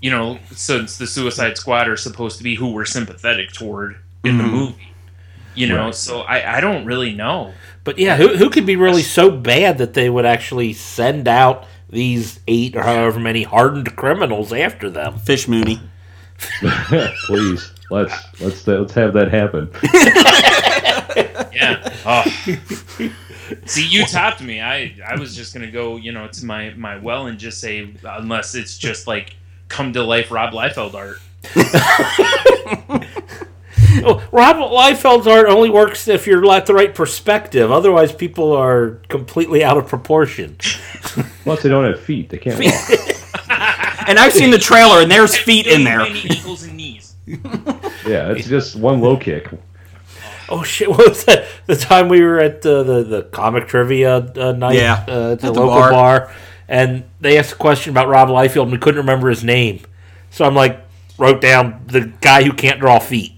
S2: You know, since the Suicide Squad are supposed to be who we're sympathetic toward in the movie. You know, so I, I don't really know.
S7: But yeah, who who could be really so bad that they would actually send out these eight or however many hardened criminals after them?
S6: Fish Mooney.
S8: Please, let's let's let's have that happen.
S2: yeah. Oh. See, you topped me. I I was just gonna go, you know, to my my well and just say unless it's just like come to life Rob Liefeld art.
S7: Oh, Rob Liefeld's art only works if you're at the right perspective. Otherwise, people are completely out of proportion.
S8: Plus, they don't have feet; they can't walk.
S6: And I've seen the trailer, and there's feet in there.
S2: Many ankles and knees.
S8: Yeah, it's just one low kick.
S7: Oh shit! What was that? The time we were at uh, the the, the comic trivia uh, night
S6: Yeah,
S7: uh, at
S6: at
S7: the,
S6: the
S7: local
S6: bar.
S7: bar. and they asked a question about Rob Liefeld, and we couldn't remember his name. So I'm like, wrote down the guy who can't draw feet.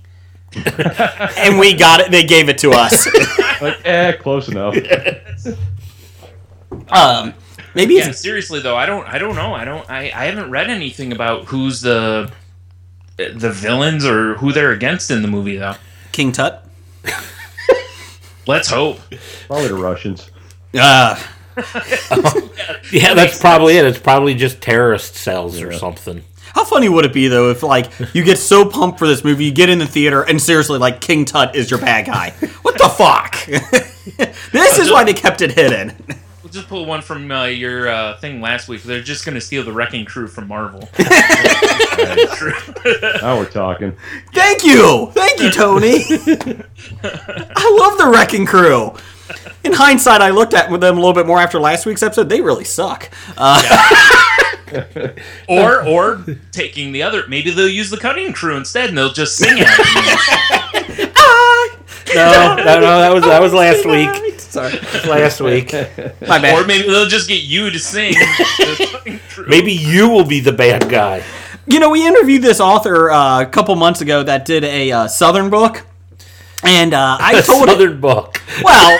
S6: And we got it. They gave it to us.
S8: Like, eh, close enough.
S6: Um, maybe
S2: Yeah,
S6: it's,
S2: seriously though, I don't I don't know. I don't I, I haven't read anything about who's the the villains or who they're against in the movie though.
S6: King Tut.
S2: Let's hope.
S8: Probably the Russians.
S6: Uh,
S7: Yeah, that's probably it. It's probably just terrorist cells or something.
S6: how funny would it be though if like you get so pumped for this movie, you get in the theater, and seriously, like King Tut is your bad guy. What the fuck? this is why they kept it hidden.
S2: We'll just pull one from uh, your uh, thing last week. They're just gonna steal the Wrecking Crew from Marvel.
S8: Now we're talking.
S6: Thank you, thank you, Tony. I love the Wrecking Crew. In hindsight, I looked at them a little bit more after last week's episode. They really suck.
S2: Or or taking the other, maybe they'll use the cutting crew instead, and they'll just sing it.
S6: Ah,
S7: No, no, no. That was that
S6: Oh,
S7: was last week.
S6: Sorry,
S7: Last week.
S6: my bad.
S2: or maybe they'll just get you to sing. The cutting crew.
S7: Maybe you will be the bad guy.
S6: You know, we interviewed this author uh, a couple months ago that did a uh, Southern book, and uh, I
S7: A
S6: told it.
S7: Southern book,
S6: Well,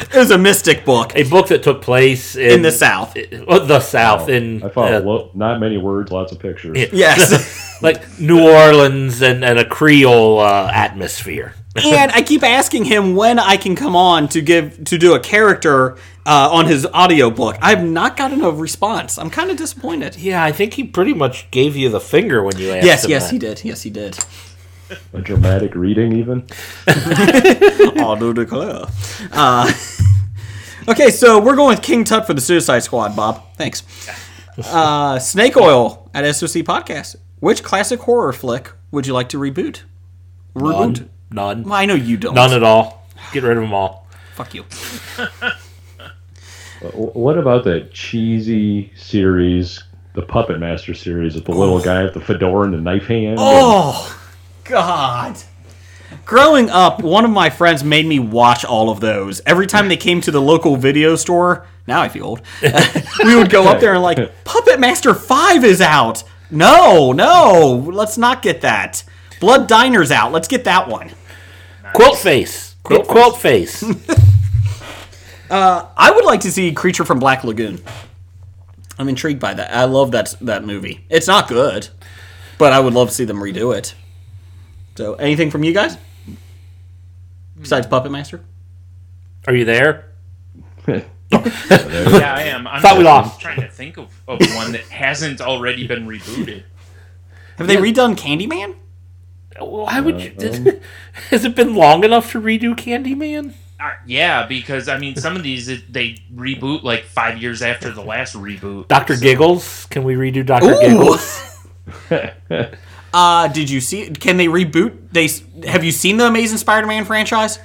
S6: it was a mystic book
S7: a book that took place in, eh,
S6: in the South.
S7: well, the South in
S8: I found
S7: uh,
S8: lo- not many words, lots of pictures.
S6: Yes,
S7: like New Orleans and, and a Creole uh, atmosphere.
S6: and I keep asking him when I can come on to give to do a character uh, on his audiobook. I've not gotten a response. I'm kind of disappointed.
S7: Yeah, I think he pretty much gave you the finger when you asked.
S6: Yes,
S7: him
S6: yes,
S7: that.
S6: he did. Yes, he did.
S8: A dramatic reading, even.
S6: Auto declare. Uh, okay, so we're going with King Tut for the Suicide Squad, Bob. Thanks. Uh, Snake Oil at SOC Podcast. Which classic horror flick would you like to reboot? Reboot?
S7: None, none,
S6: Well, I know you don't.
S7: none at all. Get rid of them all.
S6: Fuck you.
S8: Uh, wh- What about that cheesy series, the Puppet Master series,
S2: Oh.
S8: with the little guy with the fedora and the knife hand?
S6: Oh, God. Growing up, one of my friends made me watch all of those. Every time they came to the local video store, now I feel old, we would go up there and like, Puppet Master 5 is out. No, no, let's not get that. Blood Diner's out. Let's get that one.
S7: Quilt face. Quilt, quilt face.
S6: I would like to see Creature from Black Lagoon. I'm intrigued by that. I love that that movie. It's not good, but I would love to see them redo it. So, anything from you guys besides Puppet Master?
S7: Are you there?
S2: yeah, I am. I'm
S7: Thought we
S2: just
S7: lost.
S2: trying to think of, of one that hasn't already been rebooted.
S6: Have they redone Candyman?
S7: Why would you?
S6: Uh, um,
S7: Did, has it been long enough to redo Candyman?
S2: Uh, yeah, because I mean, some of these it, they reboot like five years after the last reboot.
S7: Doctor Giggles. Can we redo Doctor Giggles?
S6: Uh, did you see? Can they reboot? They s- have you seen the Amazing Spider-Man franchise?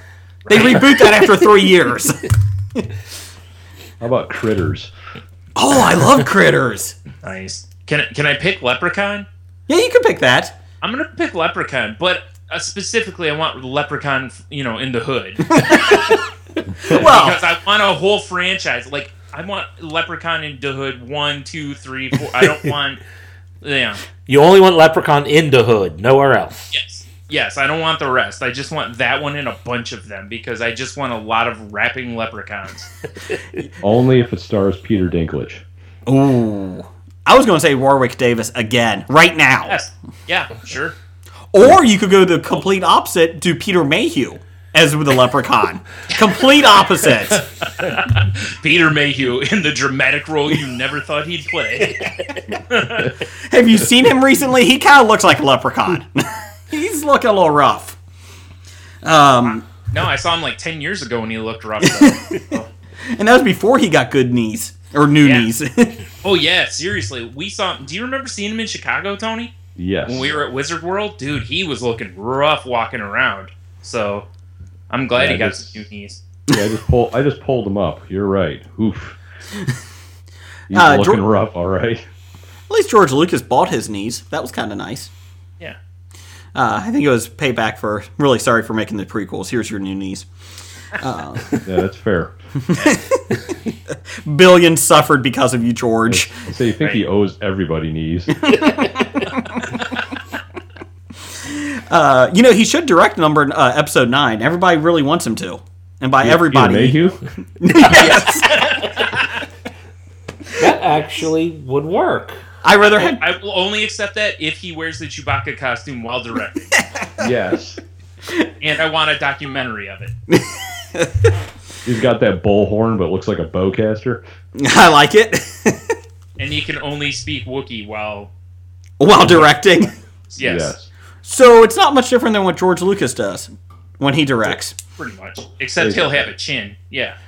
S6: They reboot that after three years.
S8: How about critters?
S6: oh, I love critters.
S2: Nice. Can I- can I pick Leprechaun?
S6: Yeah, you can pick that.
S2: I'm gonna pick Leprechaun, but uh, specifically, I want Leprechaun, you know, in the hood
S6: Well,
S2: because I want a whole franchise. Like I want Leprechaun in the hood one, two, three, four. I don't want. Yeah.
S7: You only want Leprechaun in the hood, nowhere else.
S2: Yes. Yes, I don't want the rest. I just want that one and a bunch of them because I just want a lot of rapping leprechauns.
S8: Only if it stars Peter Dinklage.
S6: ooh, I was going to say Warwick Davis again right now.
S2: Yes. Yeah, sure.
S6: Or you could go the complete opposite to Peter Mayhew as with the leprechaun. complete opposite.
S2: Peter Mayhew in the dramatic role you never thought he'd play.
S6: Have you seen him recently? He kind of looks like a leprechaun. He's looking a little rough. Um,
S2: No, I saw him like ten years ago when he looked rough. though.
S6: And that was before he got good knees or new
S2: Yeah.
S6: knees. Uh,
S2: oh yeah, seriously, we saw. Do you remember seeing him in Chicago, Tony?
S8: Yes.
S2: When we were at Wizard World, dude, he was looking rough walking around. So I'm glad
S8: Yeah,
S2: he got
S8: just-
S2: some new knees.
S8: Yeah, I just pull. I just pulled him up. You're right. Oof. He's
S6: Uh,
S8: looking
S6: Jor-
S8: rough. All right.
S6: At least George Lucas bought his knees. That was kind of nice.
S2: Yeah.
S6: Uh, I think it was payback for really sorry for making the prequels. Here's your new knees.
S8: Yeah, that's fair.
S6: Billion suffered because of you, George.
S8: So you think he owes everybody knees?
S6: Uh, you know he should direct number uh, episode nine. Everybody really wants him to, and by everybody,
S8: Mayhew.
S7: That actually would work.
S6: I rather had
S2: I will only accept that if he wears the Chewbacca costume while directing,
S8: Yes.
S2: and I want a documentary of it.
S8: He's got that bullhorn, but it looks like a bowcaster.
S6: I like it
S2: And he can only speak Wookiee while
S6: while directing.
S2: yes,
S6: So it's not much different than what George Lucas does when he directs.
S2: pretty much. Except he'll have a chin. Yeah.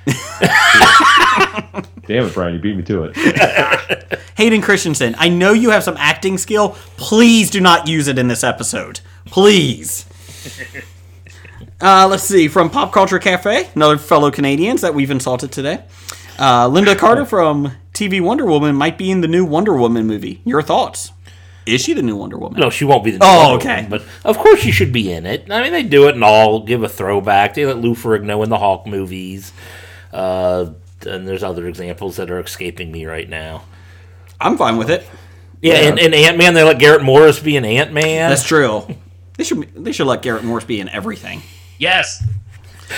S8: Damn it, Brian! You beat me to it.
S6: Hayden Christensen, I know you have some acting skill. Please do not use it in this episode. Please. Uh, let's see. From Pop Culture Cafe, another fellow Canadians that we've insulted today. Uh, Linda Carter from TV Wonder Woman might be in the new Wonder Woman movie. Your thoughts? Is she the new Wonder Woman?
S7: No, she won't be the.
S6: Oh,
S7: Wonder
S6: okay.
S7: Woman, but of course she should be in it. I mean, they do it and all give a throwback. They let Lou Ferrigno in the Hawk movies, uh, and there's other examples that are escaping me right now.
S6: I'm fine with it.
S7: Yeah, and, and Ant Man, they let Garrett Morris be an Ant Man.
S6: That's true. They should they should let Garrett Morse be in everything.
S2: Yes.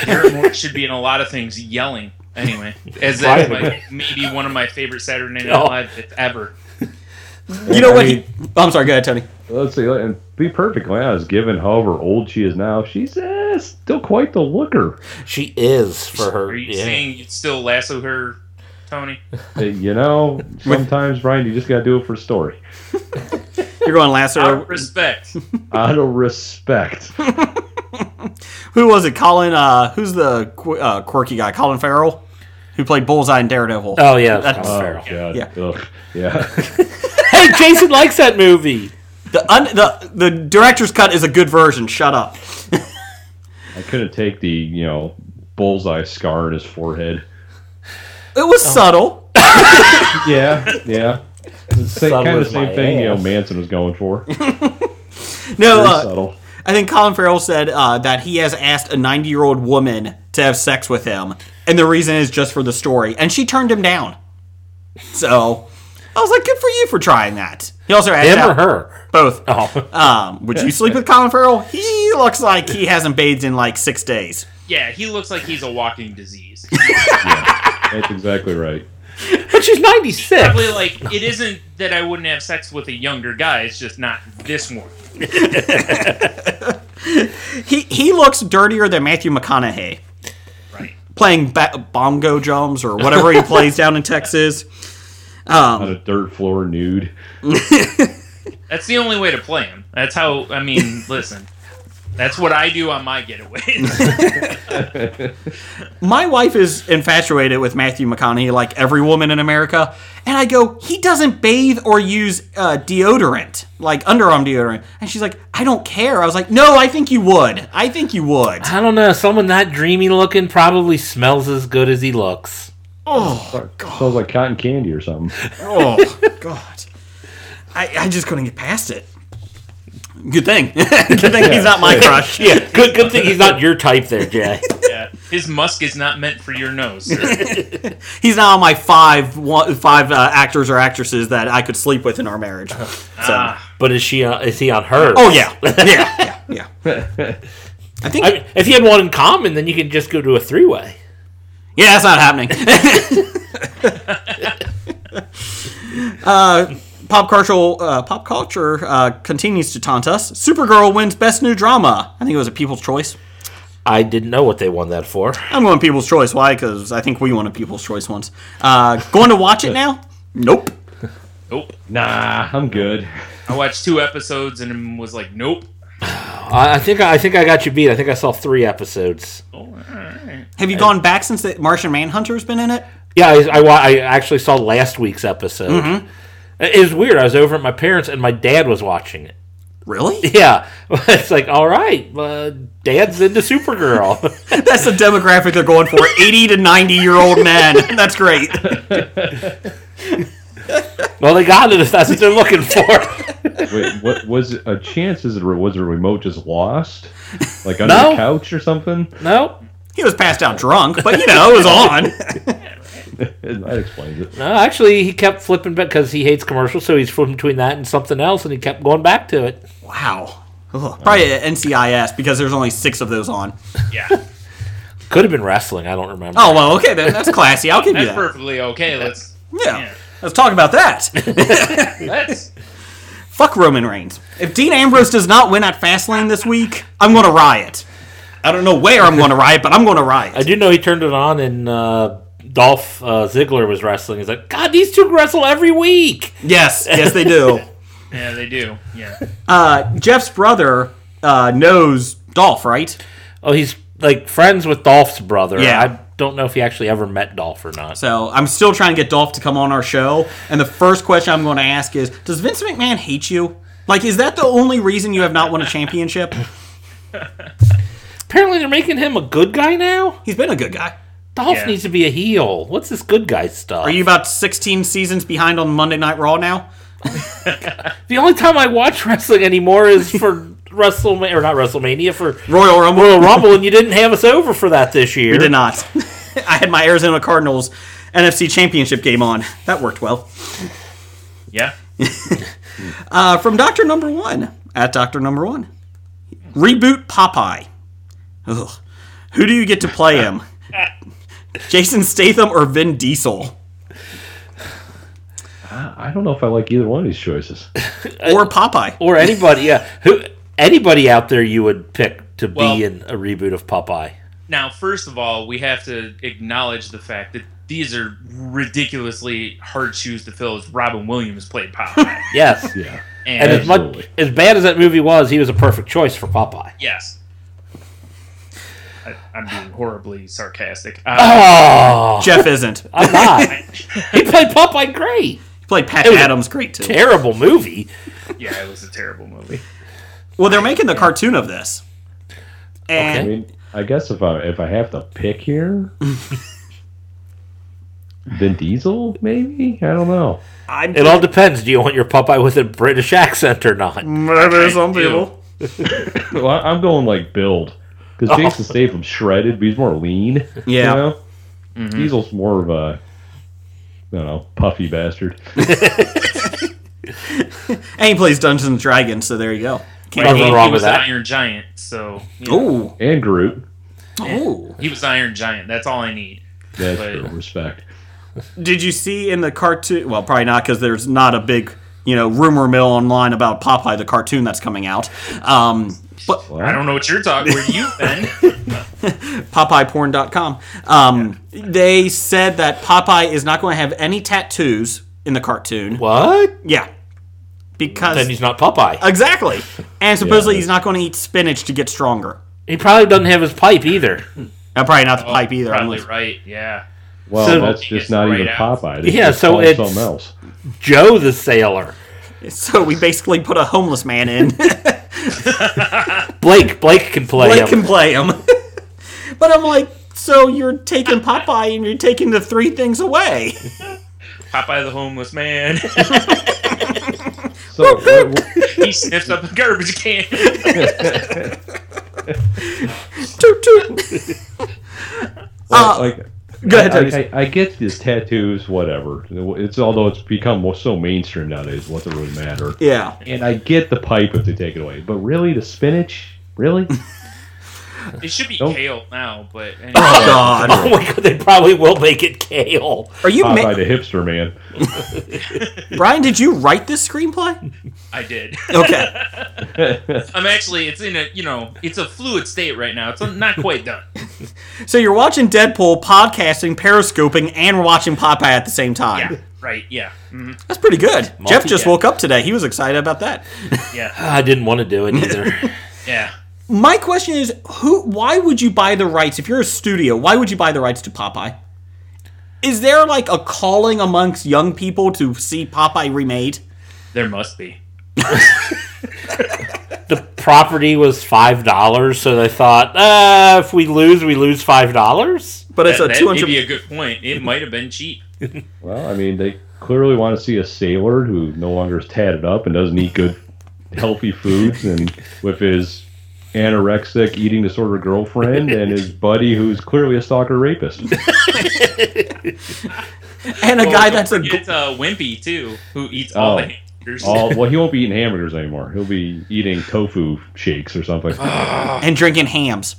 S2: Garrett Morris should be in a lot of things yelling. Anyway, as that's my, maybe one of my favorite Saturday Night
S7: Oh.
S2: Live bits ever.
S6: You know
S8: I
S6: what?
S8: mean-
S6: he- Oh, I'm sorry. Go ahead, Tony.
S8: Let's see. And be perfectly honest, given however old she is now, she's eh, still quite the looker.
S7: She is for her.
S2: Are you
S7: yeah.
S2: saying you'd still lasso her, Tony?
S8: Uh, You know, sometimes Brian, you just gotta do it for story.
S6: You're going last.
S2: Out of respect.
S8: Out of respect.
S6: Who was it? Colin. Uh, who's the qu- uh, quirky guy? Colin Farrell, who played Bullseye in Daredevil.
S7: Oh yeah, it's
S6: That's-
S7: Colin
S8: Oh,
S7: Farrell.
S8: God.
S6: Yeah.
S8: Ugh. Yeah.
S7: Hey, Jason likes that movie.
S6: The, un- the the director's cut is a good version. Shut up.
S8: I couldn't take the you know bullseye scar in his forehead.
S6: It was subtle.
S8: Yeah, yeah. It's the
S7: Subtle
S8: kind of
S7: as
S8: same
S7: my
S8: thing you know
S7: ass.
S8: Manson was going for. Very
S6: No, uh,
S8: subtle.
S6: I think Colin Farrell said uh, that he has asked a 90 year old woman to have sex with him, and the reason is just for the story, and she turned him down. So I was like, good for you for trying that. He also asked
S7: Him
S6: out-
S7: or her?
S6: both.
S7: Oh,
S6: Um, would you sleep with Colin Farrell? He looks like he hasn't bathed in like six days.
S2: Yeah, he looks like he's a walking disease.
S8: That's exactly right.
S7: but she's ninety six.
S2: Probably like it isn't that I wouldn't have sex with a younger guy. It's just not this one.
S6: He he looks dirtier than Matthew McConaughey
S2: Right.
S6: playing ba- bongo drums or whatever he plays down in Texas.
S8: On a dirt floor, nude.
S2: That's the only way to play him. That's how. I mean, listen. That's what I do on my getaways.
S6: My wife is infatuated with Matthew McConaughey, like every woman in America, and I go, he doesn't bathe or use uh, deodorant, like underarm deodorant, and she's like, I don't care. I was like, no, I think you would. I think you would.
S7: I don't know. Someone that dreamy looking probably smells as good as he looks.
S8: Sounds like cotton candy or something.
S6: Oh God, I, I just couldn't get past it. Good thing. Good thing he's not my crush.
S7: Yeah, good good thing he's not your type there, Jay.
S2: yeah. His musk is not meant for your nose. sir.
S6: He's not on my five one, five uh, actors or actresses that I could sleep with in our marriage. So,
S7: But is she? Uh, is he on her?
S6: oh yeah, yeah, yeah, yeah. I think
S7: I mean, if you had one in common, then you could just go to a three way.
S6: yeah, that's not happening. uh, pop culture, uh, pop culture uh, continues to taunt us. Supergirl wins best new drama. I think it was a People's Choice.
S7: I didn't know what they won that for.
S6: I'm going People's Choice. Why? Because I think we won a People's Choice once. Uh, going to watch it now? Nope.
S2: Nope.
S8: Nah, I'm good.
S2: I watched two episodes and was like, nope.
S7: I I think I think I got you beat. I think I saw three episodes.
S6: Have you gone back since the Martian Manhunter's been in it?
S7: Yeah, I, I, wa- I actually saw last week's episode. It it was weird. I was over at my parents, and my dad was watching it.
S6: Really?
S7: Yeah, it's like all right, uh, dad's into Supergirl.
S6: That's the demographic they're going for 80 to 90 year old men. That's great.
S7: well, they got it if that's what they're looking for.
S8: Wait, what was it, a chance? Is it was the remote just lost, like under
S7: No.
S8: the couch or something?
S7: No,
S6: He was passed out drunk, but you know, it was on.
S8: That explains it.
S7: no. Uh, Actually, he kept flipping because he hates commercials, so he's flipping between that and something else, and he kept going back to it.
S6: Wow. Ugh, probably at NCIS because there's only six of those on.
S2: Yeah,
S7: Could have been wrestling. I don't remember.
S6: Oh, well, okay, then. That's classy. I'll give you
S2: that's
S6: that.
S2: perfectly okay. Let's
S6: Yeah. Let's talk about that.
S2: that's
S6: Fuck Roman Reigns. If Dean Ambrose does not win at Fastlane this week, I'm going to riot. I don't know where I'm going to riot, but I'm going to riot.
S7: I do know he turned it on, and uh, Dolph uh, Ziggler was wrestling. He's like, God, these two wrestle every week.
S6: Yes, yes, they do.
S2: yeah they do yeah.
S6: Uh, Jeff's brother uh, knows Dolph, right?
S7: Oh, he's like friends with Dolph's brother.
S6: Yeah.
S7: I don't know if he actually ever met Dolph or not.
S6: So I'm still trying to get Dolph to come on our show. And the first question I'm going to ask is Does Vince McMahon hate you? Like, is that the only reason you have not won a championship?
S7: Apparently, they're making him a good guy now.
S6: He's been a good guy.
S7: Dolph
S2: Yeah.
S7: needs to be a heel. What's this good guy stuff?
S6: Are you about 16 seasons behind on Monday Night Raw now?
S7: the only time I watch wrestling anymore is for WrestleMania or not WrestleMania for
S6: Royal Rumble?
S7: Royal Rumble, and you didn't have us over for that this year.
S6: We did not. I had my Arizona Cardinals NFC Championship game on. That worked well.
S2: Yeah.
S6: Uh, from Doctor Number One at Doctor Number One, reboot Popeye. Ugh. Who do you get to play him? Jason Statham or Vin Diesel
S8: I don't know if I like either one of these choices.
S6: or Popeye?
S7: Uh, or anybody. Yeah, who anybody out there you would pick to
S2: Well-
S7: be in a reboot of Popeye?
S2: Now, first of all, we have to acknowledge the fact that these are ridiculously hard shoes to fill. As Robin Williams played Popeye,
S7: Yes.
S8: Yeah.
S7: And
S2: and
S7: as much
S8: Absolutely.
S7: as bad as that movie was, he was a perfect choice for Popeye.
S2: yes, I, I'm being horribly sarcastic. Uh,
S7: Oh,
S6: Jeff isn't.
S7: I'm not. he played Popeye great.
S6: He played Pat
S7: was a
S6: Adams, great too.
S7: Terrible movie.
S2: yeah, it was a terrible movie.
S6: Well, they're making the cartoon of this, and
S8: I mean, I guess if I if I have to pick here, Vin Diesel maybe. I don't know.
S6: I'm
S7: It all depends. Do you want your Popeye with a British accent or not?
S6: murder some
S2: do.
S6: people.
S8: Well, I- I'm going like build because Jason Statham's shredded, but he's more lean.
S6: Yeah.
S8: You know? Diesel's more of a I don't know puffy bastard.
S6: And he plays Dungeons and Dragons, so there you go.
S2: Like,
S7: nothing
S2: he,
S7: wrong
S2: he was
S7: with that. Oh.
S2: an Iron Giant, so you know,
S6: Ooh,
S8: And Groot.
S6: ooh.
S2: he was Iron Giant. That's all I need.
S8: That's
S2: But-
S8: true. Respect.
S6: Did you see in the cartoon? Well, probably not because there's not a big, you know, rumor mill online about Popeye the cartoon that's coming out. Um, but
S2: I don't know what you're talking. Where you been?
S6: PopeyePorn.com. Um, They said that Popeye is not going to have any tattoos in the cartoon.
S7: What?
S6: yeah, because
S7: Then he's not Popeye.
S6: exactly, and supposedly
S8: Yeah.
S6: he's not going to eat spinach to get stronger.
S7: He probably doesn't have his pipe either.
S6: Uh, probably not the
S7: Oh,
S6: pipe either.
S2: Probably
S6: unless-
S2: right. Yeah.
S8: Well,
S7: So-
S8: that's just not
S2: Right
S8: even
S2: out.
S8: Popeye. They
S7: Yeah,
S8: just
S7: so
S8: call him
S7: it's-
S8: something else.
S7: Joe the sailor.
S6: So we basically put a homeless man in.
S7: Blake. Blake can play
S6: Blake
S7: him.
S6: can play him. but I'm like, so you're taking Popeye and you're taking the three things away.
S2: Popeye the homeless man.
S8: So what- what-
S2: he sniffs up a garbage can.
S6: toot toot.
S8: Well, like,
S6: Uh, Go ahead, Tony.
S8: I, I, I get these tattoos, whatever. It's although it's become so mainstream nowadays, what does it really matter?
S6: Yeah.
S8: And I get the pipe if they take it away, but really, the spinach, really?
S2: It should be
S8: Nope.
S2: kale now, but eh, anyway.
S6: Oh God.
S7: Oh my god, they probably will make it Kale.
S6: Are you ma-
S8: Popeye the hipster man.
S6: Brian? Did you write this screenplay?
S2: I did.
S6: Okay.
S2: I'm actually, it's in a, you know, it's a fluid state right now. It's not quite done.
S6: so you're watching Deadpool, podcasting, periscoping, and we're watching Popeye at the same time.
S2: Yeah. Right. Yeah. mhm,
S6: That's pretty good. Jeff just
S7: yeah.
S6: woke up today. He was excited about that.
S2: Yeah.
S7: I didn't want to do it either.
S2: Yeah.
S6: My question is, who? Why would you buy the rights if you're a studio? Why would you buy the rights to Popeye? Is there like a calling amongst young people to see Popeye remade?
S2: There must be.
S7: Property was five dollars, so they thought, uh, if we lose, we lose five dollars.
S6: But it's
S2: That,
S6: a
S2: that
S6: two
S2: may be
S6: hundred.
S2: a good point. It might have been cheap.
S8: Well, I mean, they clearly want to see a sailor who no longer is tatted up and doesn't eat good, healthy foods, and with his anorexic eating disorder girlfriend and his buddy who's clearly a stalker rapist.
S6: and a
S2: Oh,
S6: guy
S2: don't
S6: that's a.
S2: forget,
S6: gl-
S2: uh, Wimpy too, who eats all
S8: Oh.
S2: the hamburgers.
S8: All, well, he won't be eating hamburgers anymore. He'll be eating tofu shakes or something.
S6: and drinking hams.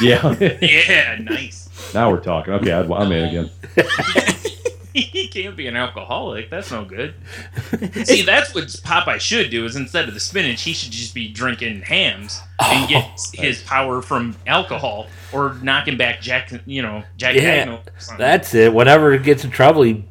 S8: yeah.
S2: yeah, nice.
S8: now we're talking. Okay, I'd, I'm in again.
S2: he can't be an alcoholic. That's no good. See, that's what Popeye should do. Is instead of the spinach, he should just be drinking hams and get his power from alcohol or knocking back Jack. You know, Jack
S7: Yeah,
S2: Daniel. or something.
S7: That's it. Whenever he gets in trouble, he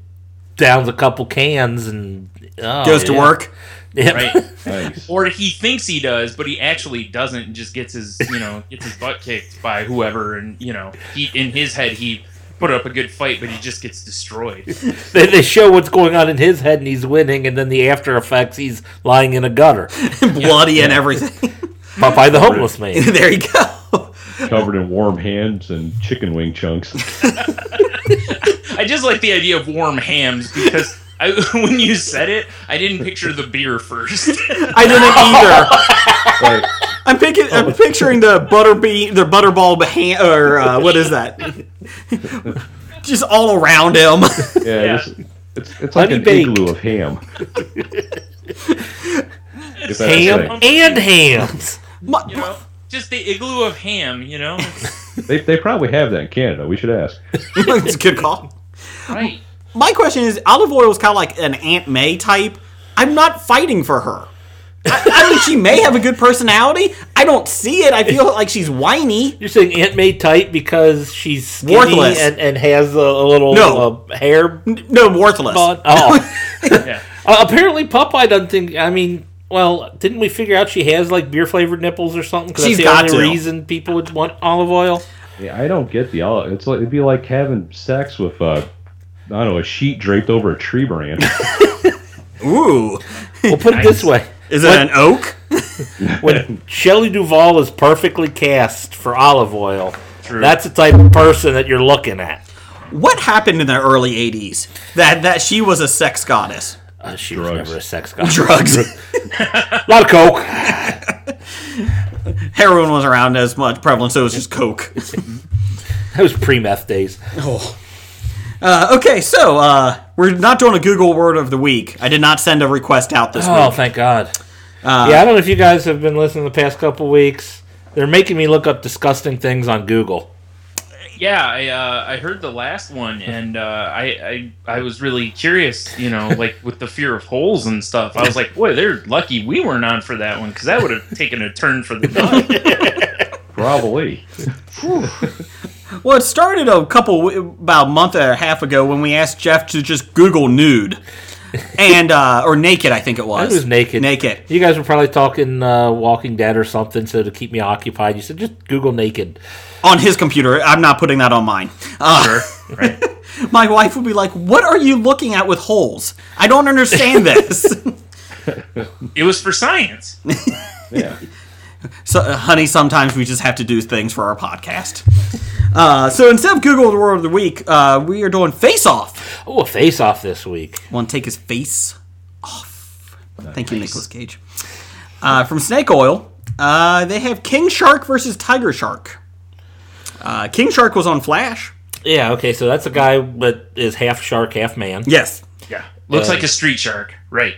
S7: downs a couple cans and oh,
S6: Goes to
S7: yeah.
S6: work.
S7: Yeah.
S2: right.
S8: Nice.
S2: Or he thinks he does, but he actually doesn't, and just gets his you know gets his butt kicked by whoever, and you know he in his head he put up a good fight, but he just gets destroyed.
S7: They, they show what's going on in his head and he's winning, and then the after effects, he's lying in a gutter.
S6: bloody and everything.
S7: Popeye the homeless man.
S6: there you go.
S8: Covered in warm hams and chicken wing chunks.
S2: I just like the idea of warm hams because I, when you said it, I didn't picture the beer first.
S6: I didn't either.
S8: Right.
S6: I'm picking. I'm picturing the butter bean, the butterball ham, or uh, what is that? Just all around him.
S8: Yeah,
S2: Yeah.
S8: It's, it's, it's like
S7: Honey
S8: an
S7: baked.
S8: igloo of ham. If that's a
S7: Ham
S8: thing.
S7: and hams.
S6: My-
S2: you know, just the igloo of ham. You know,
S8: They, they probably have that in Canada. We should ask.
S6: it's a good call.
S2: right?
S6: My question is, olive oil is kind of like an Aunt May type. I'm not fighting for her. I, I mean, she may have a good personality. I don't see it. I feel like she's whiny.
S7: You're saying Aunt May tight because she's skinny
S6: Worthless.
S7: and, and has a, a little
S6: No.
S7: uh, hair
S6: N- No, worthless.
S7: bun. Oh.
S2: Yeah.
S7: Uh, apparently, Popeye doesn't think. I mean, well, didn't we figure out she has like beer flavored nipples or something? Because
S6: She's
S7: that's the
S6: got
S7: only
S6: to.
S7: reason people would want olive oil.
S8: Yeah, I don't get the all. It's like it'd be like having sex with uh, I don't know, a sheet draped over a tree branch.
S6: Ooh,
S7: We'll put it this way:
S6: is it an oak?
S7: when Shelley Duvall is perfectly cast for olive oil,
S2: True.
S7: that's the type of person that you're looking at.
S6: What happened in the early '80s that that she was a sex goddess?
S7: Uh, she was
S8: Drugs.
S7: never a sex god.
S6: Drugs,
S7: a lot of coke.
S6: heroin was around as much prevalent, so it was just coke.
S7: That was pre meth days.
S6: Uh, okay, so uh, we're not doing a Google word of the week. I did not send a request out this
S7: Oh,
S6: week.
S7: thank God. yeah, I don't know if you guys have been listening the past couple weeks. They're making me look up disgusting things on Google.
S2: Yeah, I uh, I heard the last one, and uh, I, I I was really curious. You know, like with the fear of holes and stuff. I was like, boy, they're lucky we weren't on for that one because that would have taken a turn for the dog.
S8: probably.
S6: Well, it started a couple about a month and a half ago when we asked Jeff to just Google nude and uh, or naked. I think it was.
S7: I was naked.
S6: Naked.
S7: You guys were probably talking uh, Walking Dead or something, so to keep me occupied, you said just Google naked.
S6: on his computer. I'm not putting that on mine. Uh,
S2: Sure, right.
S6: My wife would be like, "What are you looking at with holes? I don't understand this."
S2: It was for science.
S8: Yeah.
S6: so, uh, honey, sometimes we just have to do things for our podcast. Uh, so instead of Google the word of the week, uh, we are doing face off.
S7: Oh, a face off this week.
S6: Want to take his face off? Thank you, Nicholas Cage. Uh, from Snake Oil, uh, they have King Shark versus Tiger Shark. Uh, King Shark was on Flash.
S7: Yeah, okay, so that's a guy that is half shark, half man.
S6: Yes,
S2: Yeah, looks like a street shark. Right.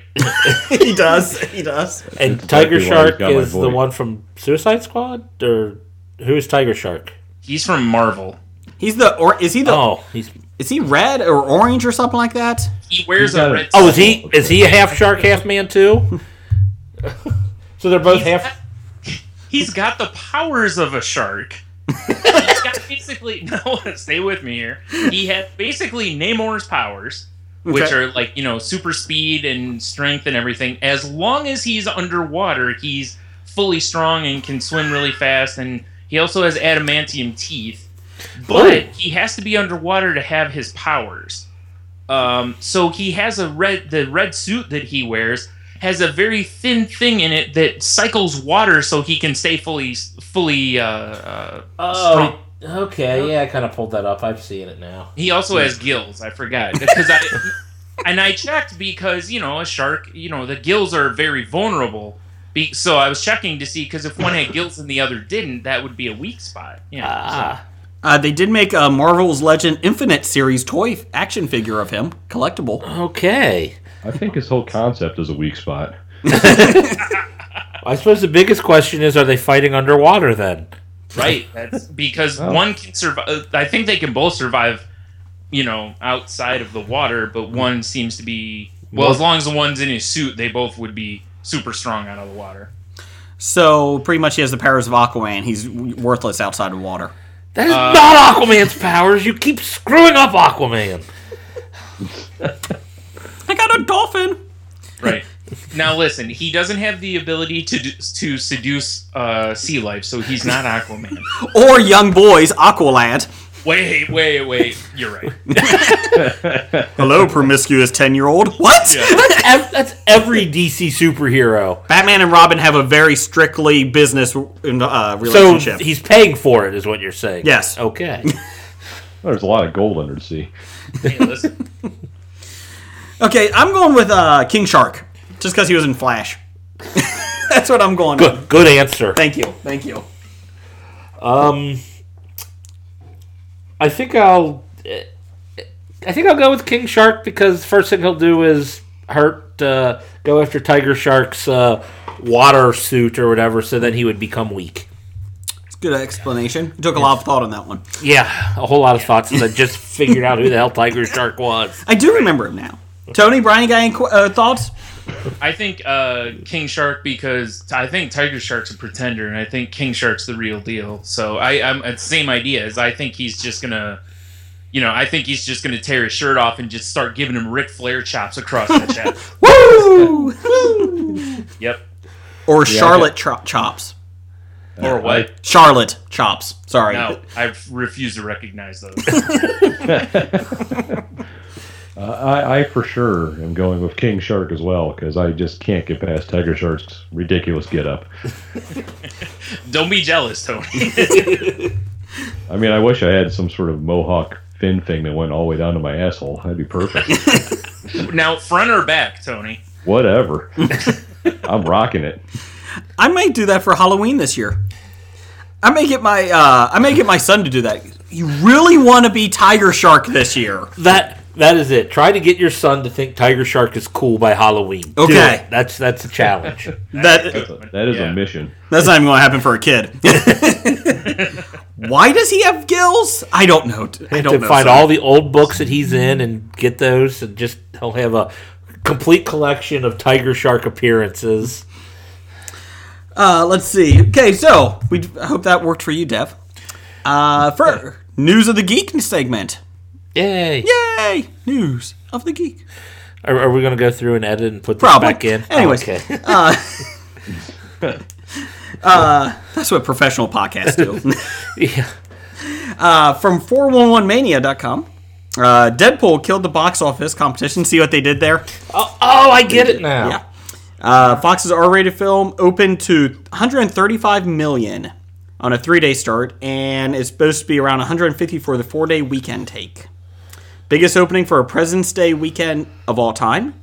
S6: he does. He does.
S7: And
S8: exactly
S7: Tiger
S8: why he's
S7: Shark
S8: got my
S7: is the
S8: voice.
S7: one from Suicide Squad? Or who is Tiger Shark?
S2: He's from Marvel.
S6: He's the or is he the
S7: Oh, he's
S6: Is he red or orange or something like that?
S2: He wears
S8: He's got
S2: a
S8: a-
S2: red.
S7: Oh, is he is he a half shark, half man too? so they're both half
S2: He's got the powers of a shark. He's got basically no. Stay with me here. He had basically Namor's powers, which
S6: Okay.
S2: are like you know super speed and strength and everything. As long as he's underwater, he's fully strong and can swim really fast, and he also has adamantium teeth.
S7: Ooh.
S2: But he has to be underwater to have his powers. Um, so he has a red the red suit that he wears has a very thin thing in it that cycles water so he can stay fully fully uh, uh, strong.
S7: Oh, okay. Yeah, I kind of pulled that up. I'm seeing it now.
S2: He also has gills. I forgot because I and I checked because you know a shark, you know the gills are very vulnerable. Be, so I was checking to see because if one had gills and the other didn't, that would be a weak spot. Yeah.
S7: Ah,
S6: Uh, they did make a Marvel's Legend Infinite series toy f- action figure of him, collectible.
S7: okay.
S8: I think his whole concept is a weak spot.
S7: I suppose the biggest question is: Are they fighting underwater then?
S2: Right. That's because one can survive. I think they can both survive, you know, outside of the water, but one seems to be well. As long as the one's in his suit, they both would be super strong out of the water.
S6: So pretty much he has the powers of Aquaman. He's w- worthless outside of water.
S7: That is not Aquaman's powers. You keep screwing up Aquaman.
S6: I got a dolphin.
S2: Right. Now listen, he doesn't have the ability to do, to seduce uh, sea life, so he's not Aquaman.
S6: Or young boys, Aqualad.
S2: Wait, wait, wait. You're right.
S6: Hello, promiscuous ten-year-old. What?
S7: Ev- That's every DC superhero.
S6: Batman and Robin have a very strictly business uh,
S7: So
S6: relationship.
S7: he's paying for it, is what you're saying.
S6: Yes.
S7: Okay.
S8: There's a lot of gold under the sea.
S2: Hey, listen.
S6: okay, I'm going with uh, King Shark, just because he was in Flash. That's what I'm going. with.
S7: Good, good answer. Um,
S6: Thank you. Thank you.
S7: I think I'll. I think I'll go with King Shark because the first thing he'll do is hurt, uh, go after Tiger Shark's uh, water suit or whatever, so then he would become weak.
S6: It's a good explanation. Took a lot of thought on that one.
S7: Yeah, a whole lot of thoughts, and I just figured out who the hell Tiger Shark was.
S6: I do remember him now. Tony, Brian, guy, any qu- uh, thoughts?
S2: I think uh, King Shark because I think Tiger Shark's a pretender, and I think King Shark's the real deal. So I, I'm it's the same idea as I think he's just gonna, you know, I think he's just gonna tear his shirt off and just start giving him Ric Flair chops across the chest.
S6: Woo!
S2: Yep.
S6: or Charlotte cho- chops.
S2: Or what?
S6: Charlotte chops. Sorry.
S2: No, I refuse to recognize those.
S8: I, I for sure am going with King Shark as well because I just can't get past Tiger Shark's ridiculous getup.
S2: Don't be jealous, Tony.
S8: I mean, I wish I had some sort of mohawk fin thing that went all the way down to my asshole. That'd be perfect.
S2: now, front or back, Tony?
S8: Whatever. I'm rocking it.
S6: I might do that for Halloween this year. I may get my uh, I may get my son to do that. You really want to be Tiger Shark this year?
S7: That that is it. Try to get your son to think Tiger Shark is cool by Halloween. Do
S6: Okay.
S7: it. that's that's a challenge.
S6: That
S8: That is
S2: Yeah.
S8: a mission.
S6: that's not even going to happen for a kid. Why does he have gills? I don't know. I
S7: to
S6: don't know.
S7: find
S6: son.
S7: all the old books that he's in and get those, and just he'll have a complete collection of Tiger Shark appearances.
S6: Uh, let's see. Okay, so we I hope that worked for you, Dev. Uh, for news of the geek segment.
S7: Yay!
S6: Yay! News of the geek.
S7: Are, are we going to go through and edit and put this
S6: Probably.
S7: back in?
S6: Anyways.
S7: Okay.
S6: That's what professional podcasts do.
S7: yeah.
S6: from 411mania.com. Uh, Deadpool killed the box office competition. See what they did there?
S7: Oh, oh, I get it now.
S6: Yeah. Uh, Fox's R-rated film opened to 135 million on a three-day start, and it's supposed to be around 150 for the four-day weekend take. Biggest opening for a President's Day weekend of all time.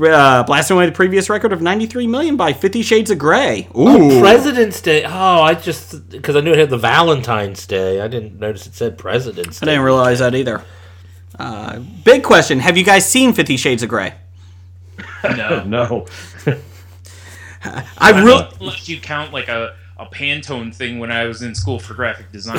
S6: Uh, blasting away the previous record of 93 million by Fifty Shades of Grey. Ooh,
S7: President's Day. Oh, I just because I knew it had the Valentine's Day. I didn't notice it said President's
S6: I
S7: Day.
S6: didn't realize that either. Uh, big question: Have you guys seen Fifty Shades of Grey?
S2: No.
S8: No.
S6: I really,
S2: Unless you count like a, a Pantone thing when I was in school for graphic design.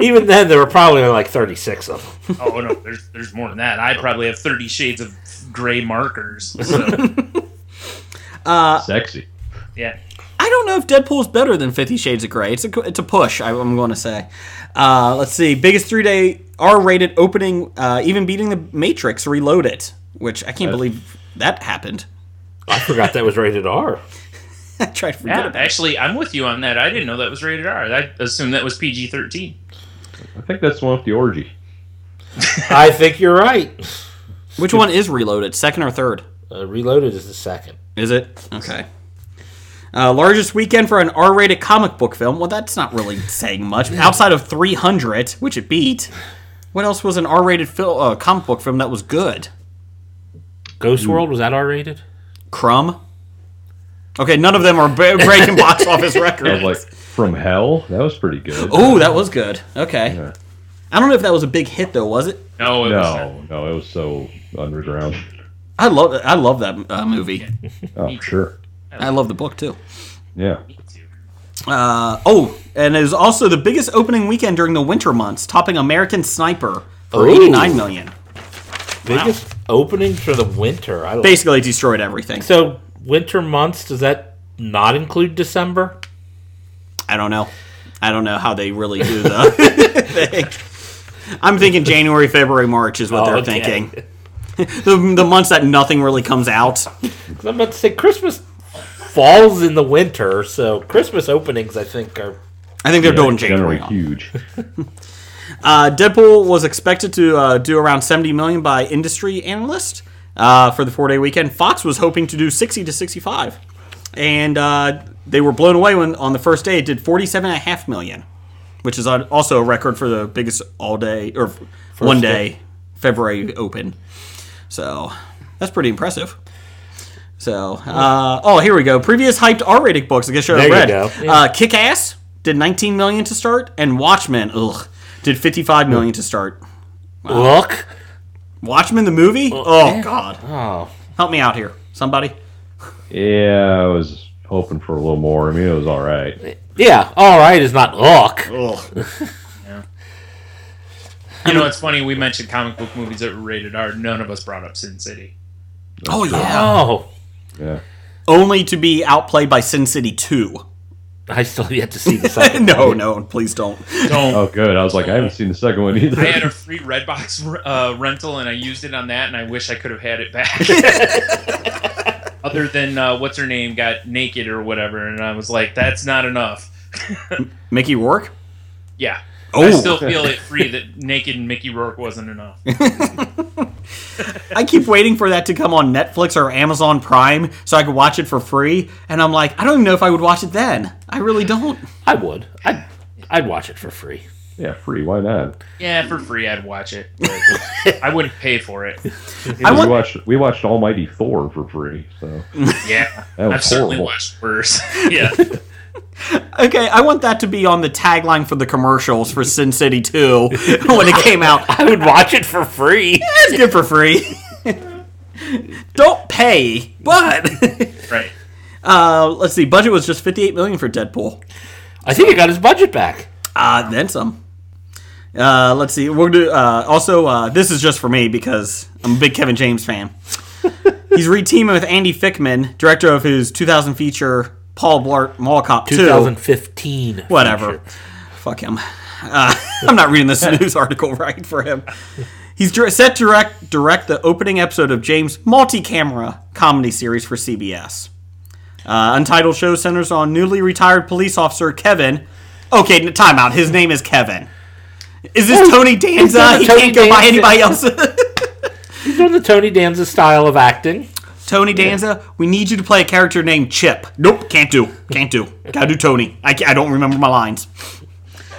S7: Even then, there were probably like thirty six of them.
S2: oh no, there's there's more than that. I probably have thirty shades of gray markers. So,
S8: Sexy.
S2: yeah.
S6: I don't know if Deadpool's better than Fifty Shades of Grey. It's a it's a push. I, am going to say. Uh, let's see. Biggest three day R rated opening, uh, even beating the Matrix Reloaded, which I can't believe that happened.
S7: I forgot that was rated R.
S6: I tried to forget
S2: Yeah,
S6: about it.
S2: actually, I'm with you on that. I didn't know that was rated R. I assumed that was PG 13.
S8: I think that's the one with the orgy.
S7: I think you're right.
S6: Which one is Reloaded? Second or third?
S7: Uh, Reloaded is the second.
S6: Is it? Okay. Uh, largest weekend for an R rated comic book film. Well, that's not really saying much. Outside of 300, which it beat, what else was an R rated fil- uh, comic book film that was good?
S7: Ghost World was that R rated?
S6: Crumb? Okay, none of them are ba- breaking box office
S8: I was
S6: records.
S8: like, from hell? That was pretty good.
S6: oh, that was good. Okay.
S8: Yeah.
S6: I don't know if that was a big hit, though, was it?
S2: No, it was
S8: No, no, it was so underground.
S6: I love I love that uh, movie.
S8: Oh, sure.
S6: I love the book, too.
S8: Yeah.
S6: Uh, oh, and it was also the biggest opening weekend during the winter months, topping American Sniper for
S7: Ooh.
S6: 89 million.
S7: Biggest opening for the winter. I like.
S6: Basically destroyed everything.
S7: So winter months does that not include December?
S6: I don't know. I don't know how they really do the thing. I'm thinking January, February, March is what
S7: Oh,
S6: they're
S7: okay.
S6: thinking. the, the months that nothing really comes out.
S7: 'Cause I'm about to say Christmas falls in the winter, so Christmas openings I think are
S6: I think they're
S8: Yeah,
S6: doing
S8: generally
S6: January. on.
S8: huge.
S6: Uh, Deadpool was expected to uh, do around 70 million by industry analyst uh, for the four-day weekend. Fox was hoping to do 60 to 65, and uh, they were blown away when on the first day it did 47.5 million, which is on- also a record for the biggest all-day or one-day February open. So that's pretty impressive. So, uh, oh, here we go. Previous hyped R-rated books. I guess you're
S7: There you
S6: read.
S7: go.
S6: Uh, Kick Ass did 19 million to start, and Watchmen, ugh, did 55 million to start.
S7: look.
S6: Watchmen the movie? Oh God,
S7: Oh,
S6: help me out here, somebody.
S8: yeah, I was hoping for a little more. I mean, it was all right.
S7: yeah. All right, is not look.
S6: Ugh.
S2: that. You know, it's funny. We mentioned comic book movies that were rated R. None of us brought up Sin City.
S6: Oh yeah.
S7: Oh,
S8: Yeah.
S6: Only to be outplayed by Sin City 2.
S7: I still have yet to see the second.
S6: No, no, please don't.
S2: Don't.
S8: Oh, good. I was like, I haven't seen the second one either.
S2: I had a free Redbox uh, rental and I used it on that, and I wish I could have had it back. Other than uh, what's her name got naked or whatever, and I was like, that's not enough.
S6: Mickey Rourke?
S2: Yeah.
S6: Oh.
S2: I still feel it free that naked Mickey Rourke wasn't enough.
S6: I keep waiting for that to come on Netflix or Amazon Prime so I could watch it for free, and I'm like, I don't even know if I would watch it then. I really don't.
S7: I would. I'd, I'd watch it for free.
S8: yeah, free. Why not?
S2: Yeah, for free, I'd watch it. but I wouldn't pay for it.
S6: I
S8: we
S6: want
S8: watched we watched Almighty Thor for free. So oh,
S2: Yeah,
S8: That was
S2: I've certainly
S8: horrible.
S2: watched worse. yeah,
S6: Okay, I want that to be on the tagline for the commercials for Sin City 2 when it came out.
S7: I would watch it for free.
S6: It's good for free. Don't pay, but
S2: right.
S6: uh, let's see. Budget was just 58 million for Deadpool.
S7: I think he got his budget back.
S6: Uh, then some. Uh, let's see. We'll do. Uh, also, uh, this is just for me because I'm a big Kevin James fan. He's reteaming with Andy Fickman, director of his 2000 feature Paul Blart Mall Cop 2.
S7: 2015.
S6: whatever.
S7: feature.
S6: Fuck him. Uh, I'm not reading this news article right for him. He's dir- set to direct, direct the opening episode of James' multi-camera comedy series for CBS. Uh, Untitled show centers on newly retired police officer Kevin. Okay, n- time out. His name is Kevin. Is this Tony Danza?
S7: not
S6: He
S7: Tony
S6: can't go by
S7: Danza.
S6: anybody else.
S7: He's doing the Tony Danza style of acting.
S6: Tony Danza, we need you to play a character named Chip. Nope, can't do. Can't do. Gotta do Tony. I, ca- I don't remember my lines.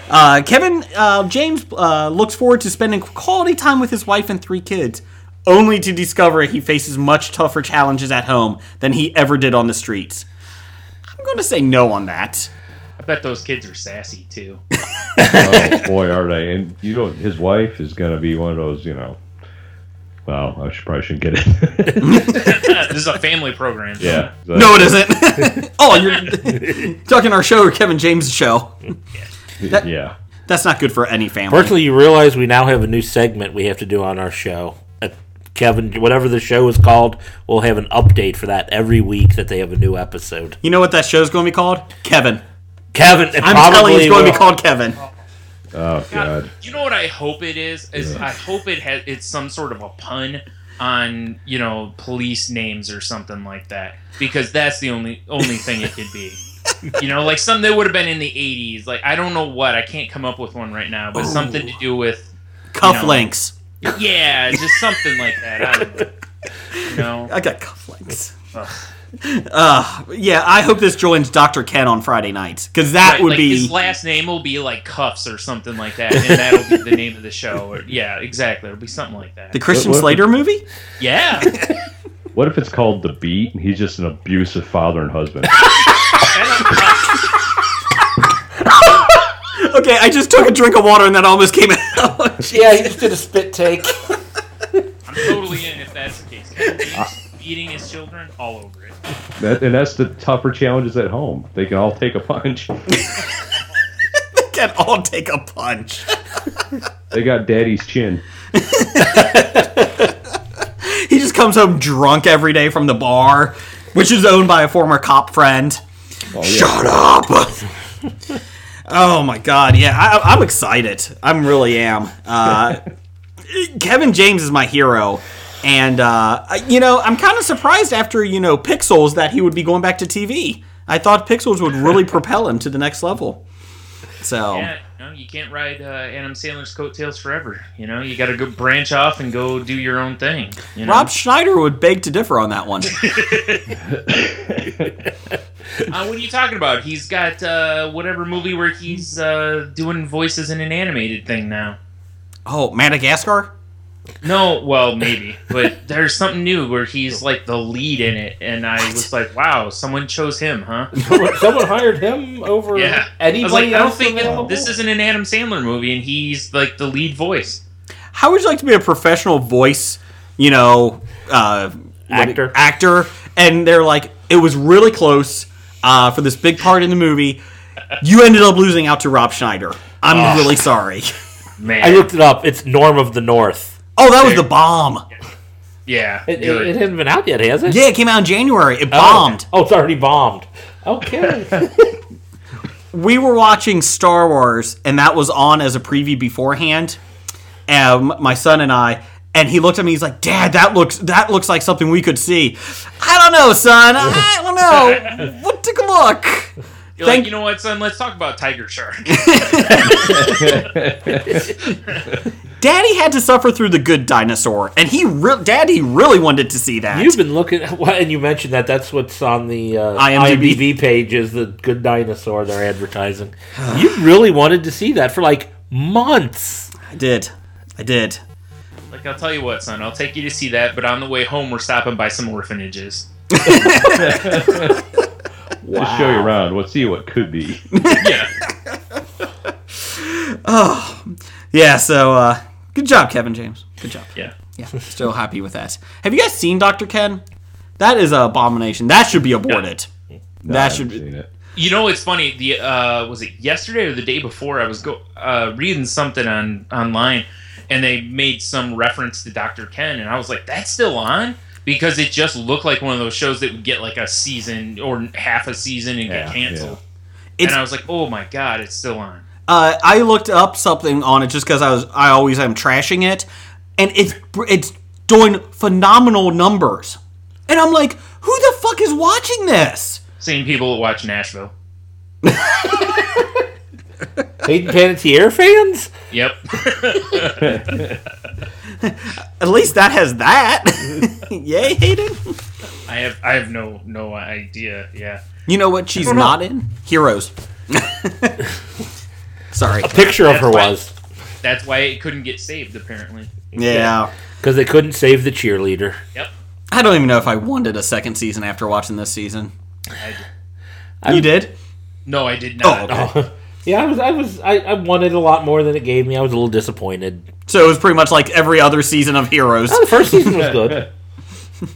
S6: Uh, Kevin uh, James uh, looks forward to spending quality time with his wife and three kids, only to discover he faces much tougher challenges at home than he ever did on the streets. I'm going to say no on that.
S2: I bet those kids are sassy too.
S8: oh, boy, are they? And you know, his wife is gonna be one of those. You know, well, I should, probably shouldn't get it.
S2: this is a family program.
S8: yeah. So-
S6: No, it isn't. oh, you're talking our show or Kevin James' show. that-
S8: Yeah.
S6: That's not good for any family.
S7: Personally, you realize we now have a new segment we have to do on our show. Uh, Kevin, whatever the show is called, we'll have an update for that every week that they have a new episode.
S6: You know what that show's going to be called? Kevin.
S7: Kevin, it
S6: I'm
S7: probably
S6: telling you, it's going to
S7: will-
S6: be called Kevin.
S8: Oh God.
S2: You know what I hope it is? Is I hope it has it's some sort of a pun. on you know police names or something like that because that's the only only thing it could be. You know, like something that would have been in the '80s. Like I don't know what I can't come up with one right now, but something to do with
S6: Cufflinks.
S2: yeah, just something like that. I don't know. You know?
S6: I got cufflinks. Uh, yeah, I hope this joins Dr. Ken on Friday night because that
S2: Right,
S6: would
S2: like
S6: be
S2: his last name will be like Cuffs or something like that, and that'll be the name of the show. Or, yeah, exactly. It'll be something like that.
S6: the Christian
S8: What- what-
S6: Slater movie.
S2: Yeah,
S8: What if it's called The Beat and he's just an abusive father and husband?
S6: Okay, I just took a drink of water and that almost came out.
S7: Yeah, he just did a spit take.
S2: I'm totally in if that's the case. He's Eating his children all over it.
S8: that, and that's the tougher challenges at home. They can all take a punch.
S6: Can all take a punch.
S8: They got daddy's chin.
S6: He just comes home drunk every day from the bar, which is owned by a former cop friend. Shut up! oh my god, yeah, I, I'm excited. I'm really am. Uh, Kevin James is my hero, and uh, I- you know, I'm kind of surprised after you know Pixels that he would be going back to TV. I thought Pixels would really propel him to the next level. So
S2: Yeah, you, know, you can't ride uh, Adam Sandler's coattails forever. You know, you got to go branch off and go do your own thing. You know?
S6: Rob Schneider would beg to differ on that one.
S2: Uh, what are you talking about? He's got uh, whatever movie where he's uh, doing voices in an animated thing now.
S6: oh, Madagascar.
S2: No, well, maybe, but there's something new where he's like the lead in it, and I was like, "Wow, someone chose him, huh?"
S7: Someone hired him over
S2: Yeah, I was
S7: anybody
S2: like, "I don't
S7: else
S2: think
S7: available?
S2: that, this isn't an Adam Sandler movie, and he's like the lead voice."
S6: How would you like to be a professional voice, you know, uh, what-
S7: Actor.
S6: Actor, and they're like, it was really close uh, for this big part in the movie. You ended up losing out to Rob Schneider. I'm
S7: Oh.
S6: really sorry.
S2: Man,
S7: I looked it up. It's Norm of the North.
S6: Oh, that was the bomb.
S2: yeah,
S7: It,
S2: good.
S7: it, it hasn't been out yet, has it?
S6: Yeah, it came out in January. It
S7: Oh.
S6: bombed.
S7: Oh, it's already bombed. Okay.
S6: We were watching Star Wars, and that was on as a preview beforehand. Um, my son and I, and he looked at me. He's like, "Dad, that looks that looks like something we could see." I don't know, son. I don't know. We'll take a look.
S2: You're like,
S6: thank-
S2: you know what, son? Let's talk about Tiger Shark.
S6: Daddy had to suffer through the good dinosaur, and he re- Daddy really wanted to see that.
S7: You've been looking, well, and you mentioned that that's what's on the uh,
S6: IMDb.
S7: IMDb. page is the Good Dinosaur they're advertising. you really wanted to see that for like months.
S6: I did, I did.
S2: like, I'll tell you what, son. I'll take you to see that, but on the way home, we're stopping by some orphanages.
S8: Just show you around. Let's see what could be.
S2: yeah,
S6: Yeah. So, uh, good job, Kevin James. Good job.
S2: yeah.
S6: Yeah, still happy with that. Have you guys seen Doctor Ken? That is an abomination. That should be aborted.
S8: No, I
S6: that
S8: haven't
S6: should be.
S8: seen it.
S2: You know, it's funny. The uh, was it yesterday or the day before? I was go uh, reading something on online, and they made some reference to Doctor Ken, and I was like, "That's still on." Because it just looked like one of those shows that would get like a season or half a season and get
S7: Yeah,
S2: canceled.
S6: It's-
S2: And I was like, "Oh my god, it's still on."
S6: Uh, I looked up something on it just because I was I always am trashing it, and it's it's doing phenomenal numbers, and I'm like, who the fuck is watching this?
S2: Same people that watch Nashville.
S7: Hayden Panettiere fans?
S2: Yep.
S6: At least that has that. Yay, Hayden.
S2: I have I have no no idea. Yeah.
S6: You know what she's
S2: don't know.
S6: not in? Heroes. Sorry.
S7: Picture of her
S2: That's fine.
S7: was
S2: That's why it couldn't get saved apparently.
S6: Yeah.
S7: because they couldn't save the cheerleader.
S2: Yep.
S6: I don't even know if I wanted a second season after watching this season.
S2: I did.
S6: you did? Oh,
S2: No, I did
S7: Oh,
S2: not.
S6: okay.
S7: Yeah, I was, I was, I, I wanted a lot more than it gave me. I was a little disappointed.
S6: So it was pretty much like every other season of Heroes.
S7: Oh, the first season was good. Oh,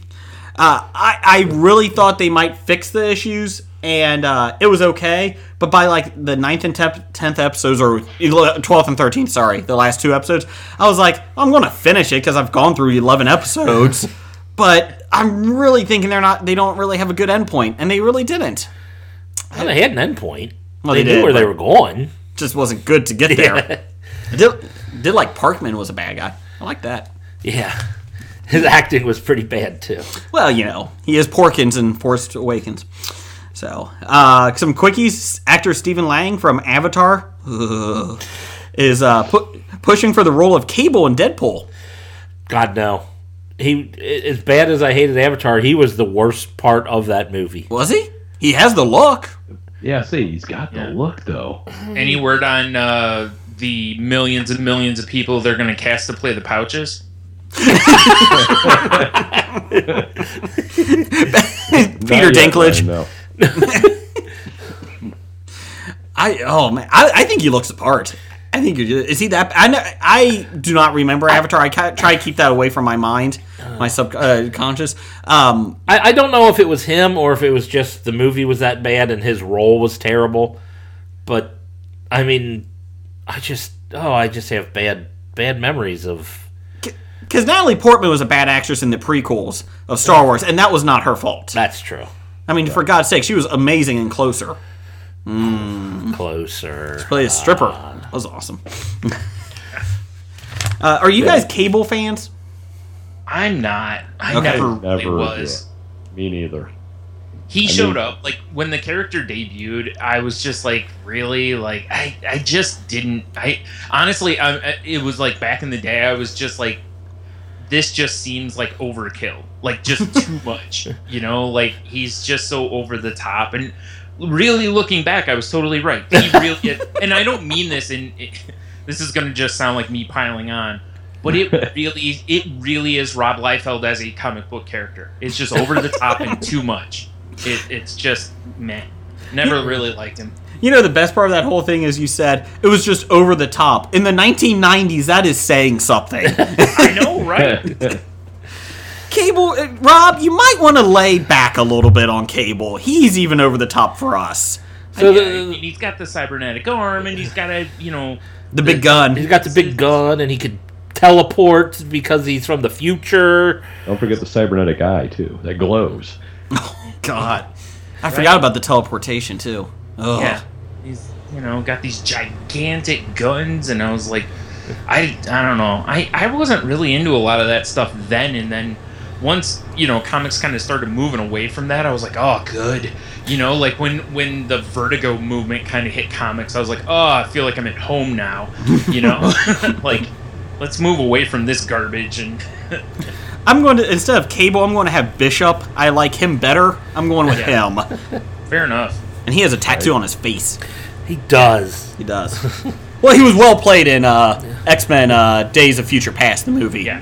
S6: I, I really thought they might fix the issues, and uh, it was okay. But by like the 9th and 10th, 10th episodes, or ele- 12th and 13th, sorry, the last two episodes, I was like, I'm going to finish it because I've gone through 11 episodes. but I'm really thinking they're not, they don't really have a good endpoint, and they really didn't.
S7: Well, they had an end point.
S6: Well,
S7: they,
S6: they
S7: knew
S6: did,
S7: where they
S6: but-
S7: were going.
S6: Just wasn't good to get there. did, did like Parkman was a bad guy. I like that.
S7: Yeah. His acting was pretty bad too.
S6: Well, you know, he is Porkins in Force Awakens. So, uh, some quickies. Actor Stephen Lang from Avatar ugh, is uh, pu- pushing for the role of Cable in Deadpool.
S7: God no. He as bad as I hated Avatar, he was the worst part of that movie.
S6: Was he? He has the look.
S8: Yeah, see, he's got the look though.
S2: Any word on uh, the millions and millions of people they're going to cast to play the pouches?
S6: Peter
S8: Not yet, Ryan,
S6: Dinklage.
S8: No.
S6: I oh man, I, I think he looks the part. I think you're. Is he that? I know, I do not remember Avatar. I ca- try to keep that away from my mind, my subconscious. Um,
S7: I, I don't know if it was him or if it was just the movie was that bad and his role was terrible. But I mean I just oh, I just have bad bad memories of
S6: because Natalie Portman was a bad actress in the prequels of Star Wars, and that was not her fault.
S7: that's true.
S6: I mean, for God's sake, she was amazing in Closer.
S7: Closer.
S6: Play a stripper. That was awesome. uh, are you guys cable fans?
S2: I'm not. I
S6: Okay.
S2: never, really
S8: Never,
S2: was.
S8: Me neither.
S2: He showed up like when the character debuted. I was just like, really, like I, I just didn't. I honestly, I, I- it was like back in the day. I was just like, this just seems like overkill, like just too much. You know, like he's just so over the top. And really, looking back, I was totally right. He really, and I don't mean this. And this is gonna just sound like me piling on. But it really, it really is Rob Liefeld as a comic book character. It's just over the top and too much. It, it's just meh. Never really liked him.
S6: You know, the best part of that whole thing is you said it was just over the top. In the 1990s, that is saying something.
S2: I know, right?
S6: cable, uh, Rob, you might want to lay back a little bit on cable. He's even over the top for us.
S7: So
S2: Yeah,
S7: the-
S2: and he's got the cybernetic arm, and he's got a you know,
S6: The big
S7: He's
S6: gun.
S7: got the big gun, and he could teleport because he's from the future.
S8: Don't forget the cybernetic eye too. That glows.
S6: God. I forgot about the teleportation, too. Ugh.
S2: yeah, he's you know got these gigantic guns, and I was like, I I don't know, I I wasn't really into a lot of that stuff then, and then once you know comics kind of started moving away from that, I was like, oh good, you know, like when when the Vertigo movement kind of hit comics, I was like, oh, I feel like I'm at home now, you know, like let's move away from this garbage and.
S6: I'm going to, instead of cable, I'm going to have Bishop. I like him better. I'm going with
S2: Yeah.
S6: him.
S2: Fair enough.
S6: And he has a tattoo on his face.
S7: He does.
S6: He does. well, he was well played in uh, X Men uh, Days of Future Past, the movie.
S2: Yeah.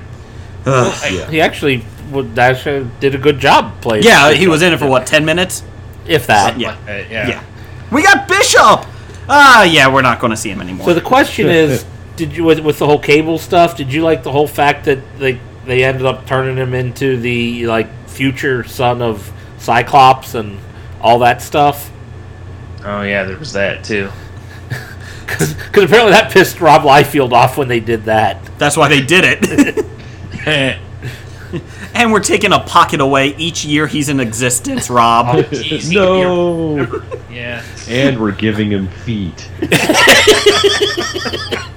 S6: Ugh.
S2: I-
S7: He actually would- actually did a good job playing.
S6: Yeah, he was in it for what, 10 minutes?
S7: if that.
S6: Yeah.
S2: like that,
S6: Yeah.
S2: yeah.
S6: We got Bishop! Ah, yeah, we're not going to see him anymore.
S7: So the question is, did you with, with the whole cable stuff? Did you like the whole fact that they they ended up turning him into the like future son of Cyclops and all that stuff?
S2: Oh yeah, there was that too.
S7: Because apparently that pissed Rob Liefeld off when they did that.
S6: That's why they did it.
S2: Jeez,
S6: and we're taking a pocket away each year he's in existence,
S2: Oh.
S6: Rob.
S2: he
S8: no.
S2: could be- Yeah.
S8: And we're giving him feet.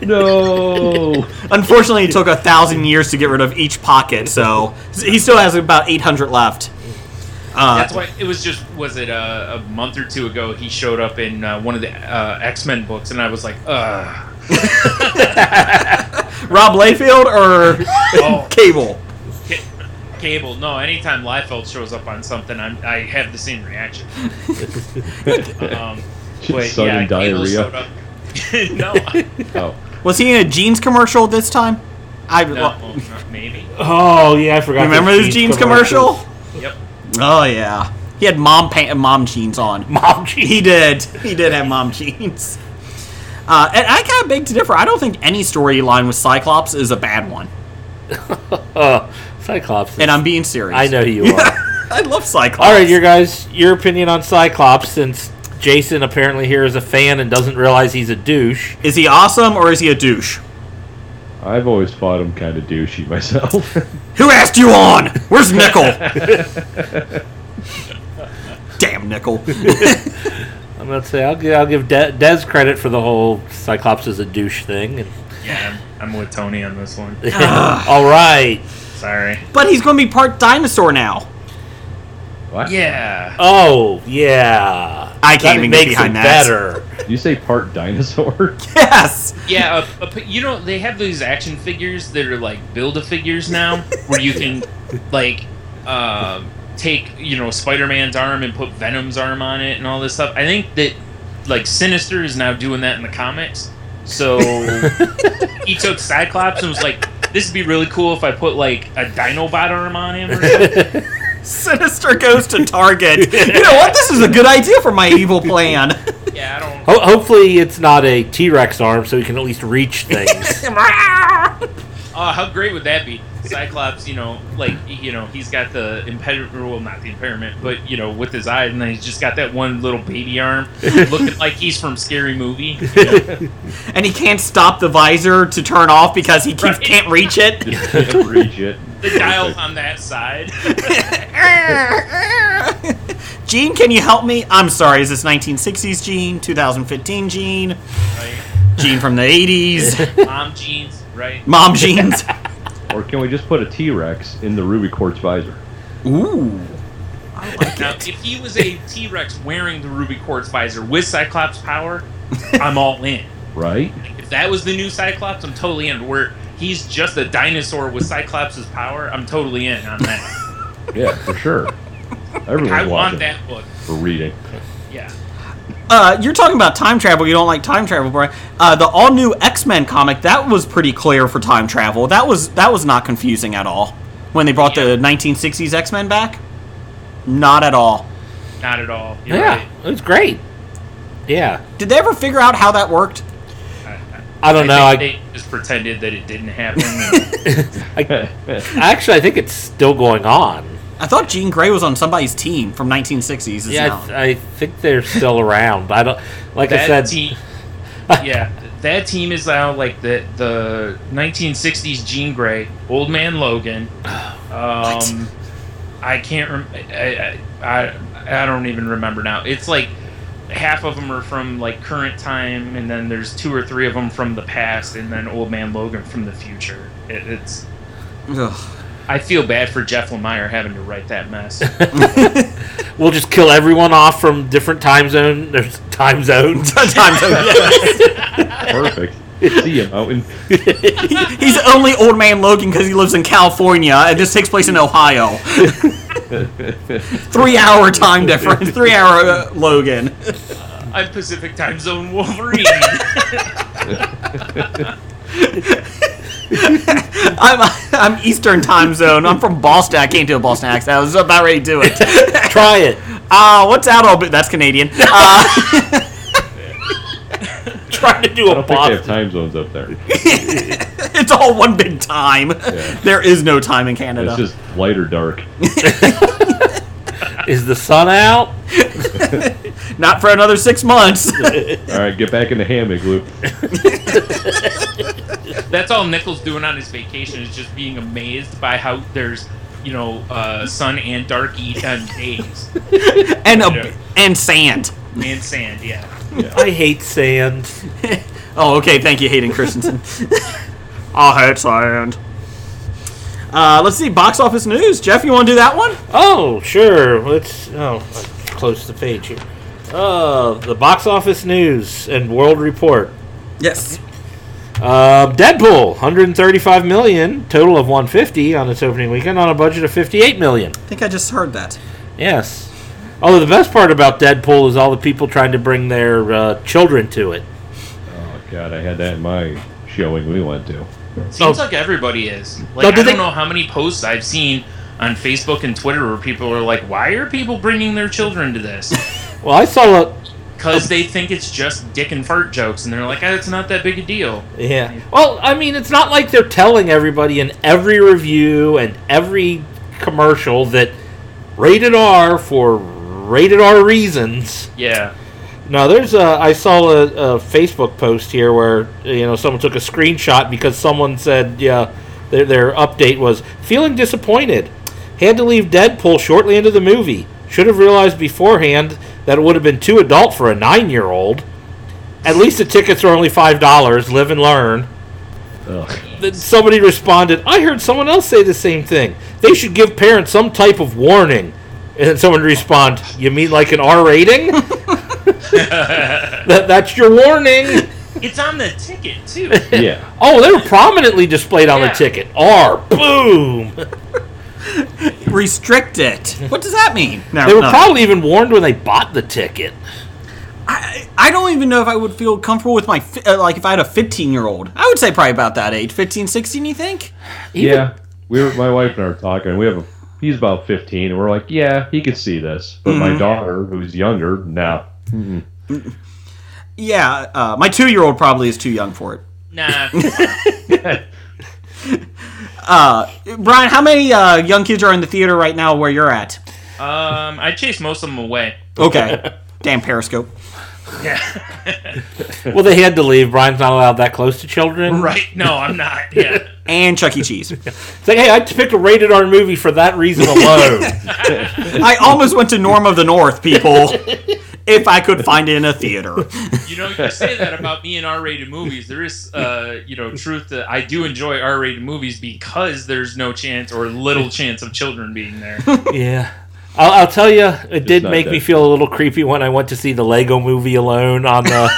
S8: no.
S6: Unfortunately, it took a thousand years to get rid of each pocket, so he still has about 800 left. Uh,
S2: That's why it was just was it uh, a month or two ago he showed up in uh, one of the uh, X Men books and I was like, ugh.
S6: Rob Layfield or
S2: Oh.
S6: Cable?
S2: Ca- Cable. No, anytime Liefeld shows up on something, I'm, I have the same reaction. um, but
S8: sudden
S2: yeah, Cable
S8: diarrhea.
S2: showed up. no, I-
S8: Oh.
S6: Was he in a jeans commercial this time? I
S2: no, maybe.
S7: Oh yeah, I forgot.
S6: remember
S7: those
S6: this jeans commercial?
S2: Yep.
S6: Oh yeah, he had mom pa- mom jeans on.
S7: Mom jeans.
S6: He did. He did have mom jeans. Uh, and I kind of beg to differ. I don't think any storyline with Cyclops is a bad one,
S7: Uh, Cyclops. is-
S6: and I'm being serious.
S7: I know you are.
S6: I love Cyclops.
S7: All right, your guys, your opinion on Cyclops, since Jason apparently here is a fan and doesn't realize he's a douche.
S6: is he awesome or is he a douche?
S8: I've always thought him kind of douchey myself.
S6: Who asked you on? Where's Nickel? Damn Nickel.
S7: I'm gonna say I'll give, I'll give De- Dez credit for the whole Cyclops is a douche thing. And,
S2: Yeah, I'm, I'm with Tony on this one.
S7: all right,
S2: Sorry.
S6: But he's going to be part dinosaur now.
S8: What?
S2: Yeah.
S7: Oh yeah,
S6: I can't even get
S7: makes it
S6: behind that.
S7: better.
S8: You say part dinosaur?
S6: Yes.
S2: Yeah, a, a, you know they have these action figures that are like build a figures now, where you can like uh, take you know Spider Man's arm and put Venom's arm on it and all this stuff. I think that like Sinister is now doing that in the comics. So he took Cyclops and was like, "This would be really cool if I put like a Dinobot arm on him." Or something.
S6: Sinister goes to Target. You know what? This is a good idea for my evil plan.
S2: yeah, I don't.
S7: Ho- hopefully, it's not a T Rex arm, so he can at least reach things.
S2: Oh, how great would that be? Cyclops, you know, like you know, he's got the impediment, well, not the impairment, but you know, with his eye, and then he's just got that one little baby arm, looking like he's from Scary Movie. you know?
S6: and he can't stop the visor to turn off because he keeps,
S2: Right.
S6: can't reach it.
S8: Can't reach it.
S2: the dial's on that side.
S6: Gene, can you help me? I'm sorry, is this 1960s Gene, 2015 Gene,
S2: Right?
S6: Gene from the 80s,
S2: Mom jeans, right?
S6: Mom Jeans?
S8: Or can we just put a T Rex in the ruby quartz visor?
S6: Ooh.
S2: Now, if he was a T Rex wearing the ruby quartz visor with Cyclops power, I'm all in.
S8: Right?
S2: If that was the new Cyclops, I'm totally in. Where he's just a dinosaur with Cyclops' power, I'm totally in on that.
S8: Yeah, for sure. Everyone's
S2: I want
S8: watching
S2: that book.
S8: for reading.
S2: Yeah.
S6: Uh, you're talking about time travel. You don't like time travel, Brian. Uh, the all new X Men comic that was pretty clear for time travel. That was that was not confusing at all when they brought the 1960s X Men back. Not at all.
S2: Not at all. You're
S7: yeah,
S2: right.
S7: it was great. Yeah,
S6: Did they ever figure out how that worked?
S7: I don't know.
S2: I
S7: Oh, I,
S2: think they just pretended that it didn't happen.
S7: I actually I think it's still going on.
S6: I thought Jean Grey was on somebody's team from 1960s. Is
S7: Yeah, I,
S6: now.
S7: th- I think they're still around. I don't like I
S2: that
S7: said.
S2: team, yeah, that team is now like the the 1960s Jean Grey, Old Man Logan. Um, I can't. Rem- I, I I I don't even remember now. It's like half of them are from like current time, and then there's two or three of them from the past, and then Old Man Logan from the future. It, it's.
S6: Ugh.
S2: I feel bad for Jeff Lemire having to write that mess.
S7: We'll just kill everyone off from different time zone. There's time zones.
S6: Time to- yeah.
S8: Perfect. See Oh, you, mountain.
S6: He- He's only old man Logan because he lives in California, and this takes place in Ohio. three hour time difference. Three hour uh, Logan.
S2: I'm Pacific Time Zone Wolverine.
S6: I'm I'm Eastern time zone. I'm from Boston. I can't do a Boston accent. I was about ready to do it.
S7: Try it.
S6: Uh, what's out all? But that's Canadian. Uh,
S7: Try to do
S8: I
S7: a
S8: don't think they
S7: Boston.
S8: have time zones up there.
S6: it's all one big time. There is no time in Canada.
S8: It's just light or dark.
S7: Is the sun out?
S6: Not for another six months.
S8: All right, get back in the hammock, Luke.
S2: That's all Nichols doing on his vacation is just being amazed by how there's, you know, uh, sun and dark eat on days
S6: and a, and sand.
S2: and sand. Yeah,
S7: I hate sand.
S6: Oh, okay. Thank you, Hayden Christensen. I hate sand. Uh, let's see box office news. Jeff, you want to do that one?
S7: Oh, sure. Let's oh, I close the page here. Uh, the box office news and world report.
S6: Yes.
S7: Uh, Deadpool, 135 million, total of 150 on its opening weekend on a budget of 58 million.
S6: I think I just heard that.
S7: Yes. Although the best part about Deadpool is all the people trying to bring their uh, children to it.
S8: Oh, God, I had that in my showing we went to.
S2: seems
S7: Oh.
S2: like everybody is. Like
S7: No,
S2: I
S7: do
S2: don't
S7: they-
S2: know how many posts I've seen on Facebook and Twitter where people are like, "Why are people bringing their children to this?"
S7: Well, I saw a
S2: Because they think it's just dick and fart jokes, and they're like, "Ah, it's not that big a deal."
S7: Yeah. Well, I mean, it's not like they're telling everybody in every review and every commercial that rated R for rated R reasons.
S2: Yeah,
S7: No, there's a. I saw a, a Facebook post here where you know someone took a screenshot because someone said yeah, their their update was feeling disappointed. Had to leave Deadpool shortly into the movie. Should have realized beforehand that it would have been too adult for a nine year old. At least the tickets are only five dollars. Live and learn.
S8: Ugh.
S7: then somebody responded, I heard someone else say the same thing. They should give parents some type of warning. And then someone respond, You mean like an R rating? that, that's your warning.
S2: It's on the ticket too.
S8: Yeah.
S7: Oh, they were prominently displayed on
S2: Yeah.
S7: the ticket. R, boom.
S6: Restrict it. What does that mean? No,
S7: They were
S6: no.
S7: probably even warned when they bought the ticket.
S6: I, I don't even know if I would feel comfortable with my fi- uh, like if I had a 15 year old. I would say probably about that age, 15, 16. You think?
S8: yeah. We were, my wife and I were talking. We have a, he's about 15, and we're like, yeah, he could see this. But my daughter, who's younger, no.
S6: Yeah, uh, my two year old probably is too young for it.
S2: Nah,
S6: Brian, how many uh, young kids are in the theater right now where you're at?
S2: um, I chased most of them away.
S6: Okay. Damn Periscope.
S7: Well, they had to leave. Brian's not allowed that close to children.
S2: Right? No, I'm not. Yeah.
S6: And Chuck E. Cheese.
S7: It's like, hey, I picked a rated R movie for that reason alone.
S6: I almost went to Norm of the North, people, if I could find it in a theater.
S2: You know, you say that about me and R-rated movies. There is, uh, you know, truth that I do enjoy R-rated movies because there's no chance or little chance of children being there.
S7: yeah. I'll, I'll tell you, it did
S8: not
S7: make me
S8: that-
S7: feel a little creepy when I went to see the Lego movie alone on the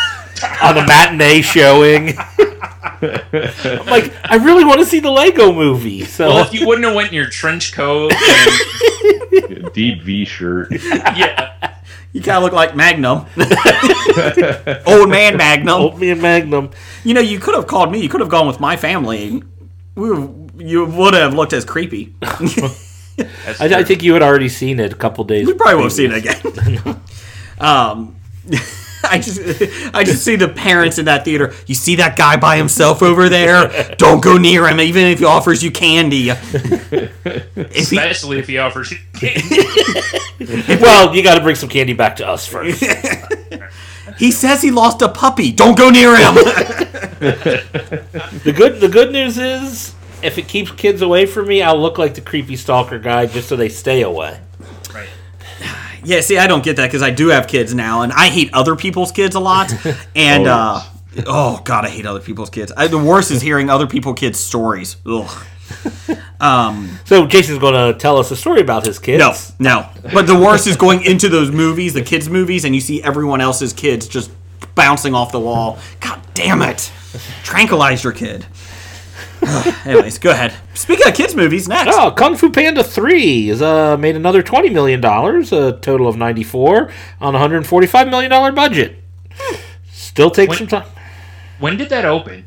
S7: on the matinee showing. I'm like, I really want to see the Lego movie. So
S2: Well, if you wouldn't have went in your trench coat, and,
S8: Deep V shirt.
S2: yeah,
S6: You kind of look like Magnum. Old man Magnum.
S7: Old Man Magnum.
S6: You know, you could have called me. You could have gone with my family. We would- you would have looked as creepy.
S7: I, I think you had already seen it a couple days.
S6: We probably won't see it again. um, I just, I just see the parents in that theater. You see that guy by himself over there. Don't go near him, even if he offers you candy. if he,
S2: especially if he offers.
S7: Well, you got to bring some candy back to us first.
S6: he says he lost a puppy. Don't go near him.
S7: The good the good news is if it keeps kids away from me, I'll look like the creepy stalker guy just so they stay away.
S2: Right.
S6: yeah, see, I don't get that because I do have kids now, and I hate other people's kids a lot. And
S8: Oh.
S6: uh, oh god, I hate other people's kids. I, the worst is hearing other people's kids' stories. Ugh.
S7: So Jason's going to tell us a story about his kids.
S6: No, no. But the worst is going into those movies, the kids' movies, and you see everyone else's kids just bouncing off the wall. God damn it. Tranquilize your kid. Anyways, go ahead. Speaking of kids' movies, next.
S7: Oh, Kung Fu Panda 3 is uh, made another $20 million, a total of 94 on a $145 million budget. Still takes
S2: Wait.
S7: some time.
S2: When did that open?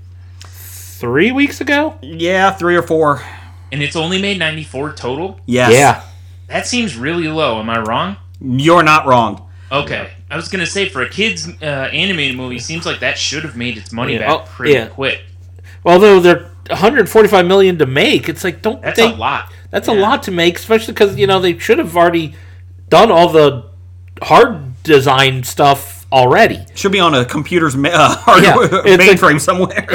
S7: Three weeks ago?
S6: Yeah, three or four.
S2: And it's only made 94 total.
S6: Yes.
S7: Yeah.
S2: That seems really low. Am I wrong?
S6: You're not wrong.
S2: Okay, I was gonna say for a kids uh, animated movie, seems like that should have made its money
S7: Yeah.
S2: back
S7: Oh,
S2: pretty
S7: yeah.
S2: quick.
S7: Although they're 145 million to make, it's like don't
S2: That's
S7: think
S2: a lot.
S7: That's a lot to make, especially because you know they should have already done all the hard design stuff already.
S6: Should be on a computer's ma- uh,
S7: it's
S6: hardware
S7: like-
S6: mainframe somewhere.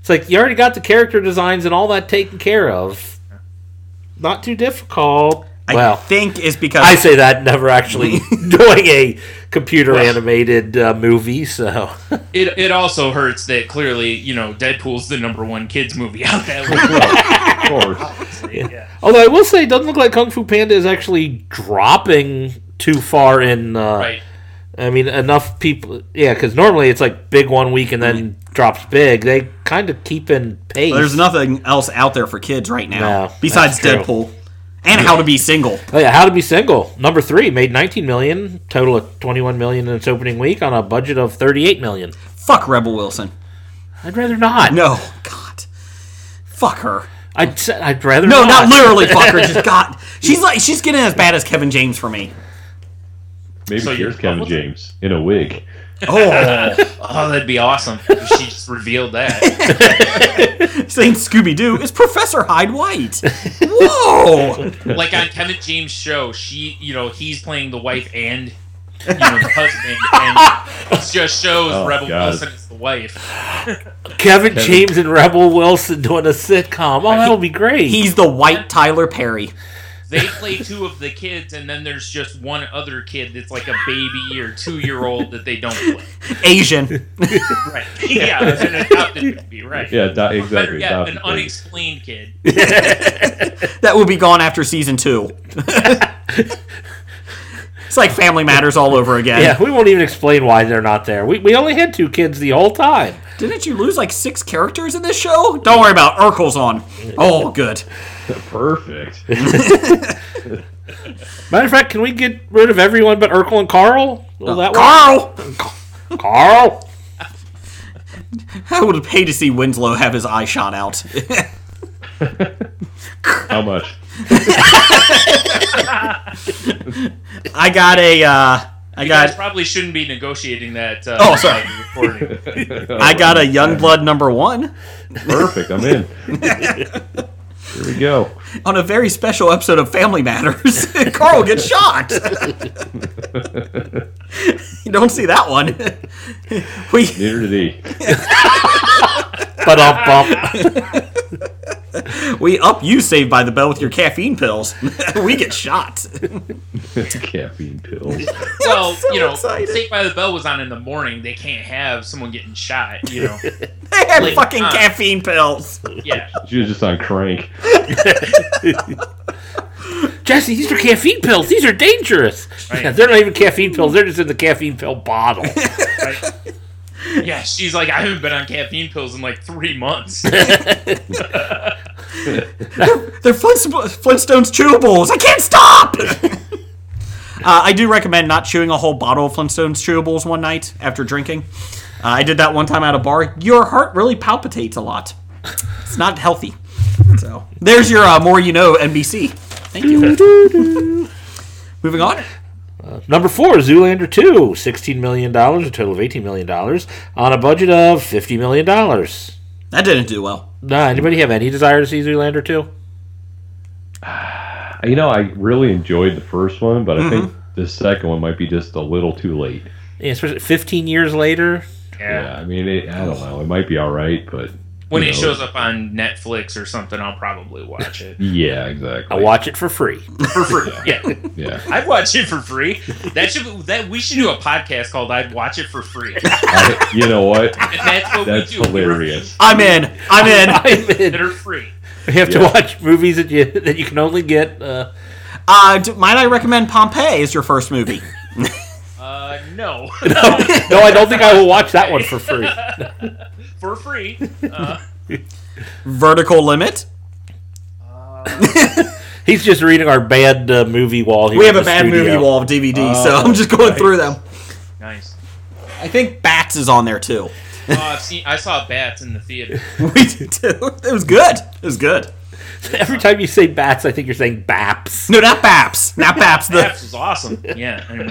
S7: It's like you already got the character designs and all that taken care of. Not too difficult.
S6: I
S7: well,
S6: think it's because
S7: I say that never actually doing a computer animated uh, movie, so
S2: It, it also hurts that clearly you know Deadpool's the number one kids movie out that
S8: Of course.
S7: although I will say it doesn't look like Kung Fu Panda is actually dropping too far in uh,
S2: right.
S7: I mean, enough people. Yeah, because normally it's like big one week and then drops big. They kind of keep in pace.
S6: Mm-hmm. there's nothing else out there for kids right now
S7: No,
S6: besides
S7: that's true.
S6: Deadpool and How to Be Single.
S7: oh, yeah, How to Be Single, number three, made 19 million, total of 21 million in its opening week on a budget of 38 million.
S6: Fuck Rebel Wilson.
S7: I'd rather not.
S6: No, God, fuck her.
S7: I'd s- I'd rather
S6: No,
S7: not.
S6: not literally fuck her. Just God, she's like she's getting as bad as Kevin James for me.
S8: Maybe
S2: So you're-
S8: here's Kevin James in a wig.
S6: Oh,
S2: Oh, that'd be awesome. if she just revealed that.
S6: saying Scooby Doo is Professor Hyde White. Whoa,
S2: Like on Kevin James' show, she you know he's playing the wife and you know the husband, and it just shows
S8: Oh,
S2: Rebel
S8: God.
S2: Wilson is the wife.
S7: Kevin, James and Rebel Wilson doing a sitcom. Oh, that'll be great.
S6: he's the white Tyler Perry.
S2: They play two of the kids, and then there's just one other kid that's like a baby or two year old that they don't play.
S6: Asian.
S2: Right. Yeah, it's an adopted baby, right.
S8: Yeah, do-
S2: Better
S8: exactly.
S2: yet,
S8: adopted
S2: an
S8: baby.
S2: unexplained kid.
S6: that will be gone after season two. it's like Family Matters all over again.
S7: Yeah, we won't even explain why they're not there. We, we only had two kids the whole time.
S6: Didn't you lose like six characters in this show? Don't worry about it, Urkel's on. Oh, good.
S8: Perfect.
S7: Matter of fact, can we get rid of everyone but Urkel and Carl? Will that
S6: Carl!
S7: work? Carl!
S6: I would pay to see Winslow have his eye shot out.
S8: How much?
S6: I got a, uh, I
S2: You guys
S6: got,
S2: probably shouldn't be negotiating that. Uh,
S6: Oh, sorry.
S2: Recording.
S6: I got a Youngblood number one
S8: Perfect. I'm in. Here we go.
S6: on a very special episode of Family Matters. Carl gets shot. you don't see that one. we
S8: Neither did he.
S7: But up bump.
S6: we up you Saved by the Bell with your caffeine pills. we get shot.
S8: Caffeine pills.
S2: well, you know,
S6: excited.
S2: Saved by the Bell was on in the morning. They can't have someone getting shot. You know.
S6: They had
S2: Like,
S6: fucking
S2: uh,
S6: caffeine pills.
S2: Yeah.
S8: She was just on crank.
S7: Jesse, these are caffeine pills. These are dangerous.
S2: Right.
S7: Yeah, they're not even caffeine pills. They're just in the caffeine pill bottle.
S2: Right? yeah. She's like, I haven't been on caffeine pills in like three months.
S6: They're Flintst- Flintstones chewables. I can't stop. uh, I do recommend not chewing a whole bottle of Flintstones chewables one night after drinking. Uh, I did that one time at a bar. Your heart really palpitates a lot. It's not healthy. So there's your uh, more you know NBC. Thank you. Moving on.
S7: Number four, Zoolander 2, $16 million, a total of $18 million, on a budget of $50 million. Nah,
S6: That didn't do well.
S7: anybody have any desire to see Zoolander 2?
S8: You know, I really enjoyed the first one, but I think the second one might be just a little too late.
S7: Yeah, especially 15 years later.
S8: Yeah, I mean, it, I don't know. It might be all right, but
S2: When
S8: who
S2: it
S8: knows?
S2: shows up on Netflix or something, I'll probably watch it
S8: yeah, exactly.
S7: I'll watch it for free.
S2: for free. Yeah,
S8: Yeah,
S2: I'd watch it for free. That should be- that we should do a podcast called "I'd Watch It for Free," and
S8: I- you know what?
S2: that's what
S8: That's
S2: we do. We review
S8: hilarious.
S6: I'm in. I'm in.
S7: I'm in.
S2: That are free.
S7: You have to
S8: Yeah.
S7: watch movies that you that you can only get. Uh,
S6: Uh, d might I recommend Pompeii as your first movie?
S2: Uh, no,
S7: no, I don't think I will watch that one for free.
S2: for free.
S6: Vertical Limit.
S7: He's just reading our bad uh, movie wall here.
S6: We
S7: in
S6: have
S7: the
S6: a bad
S7: studio.
S6: movie wall of DVD, so I'm just going through them.
S2: Nice.
S6: I think Bats is on there too.
S2: Oh, I've seen. I saw bats in the theater.
S6: We did too. It was good. It was good.
S7: Every time you say bats, I think you're saying baps.
S6: No, not Baps. Not Baps. The,
S2: Bats was awesome. Yeah. anyway.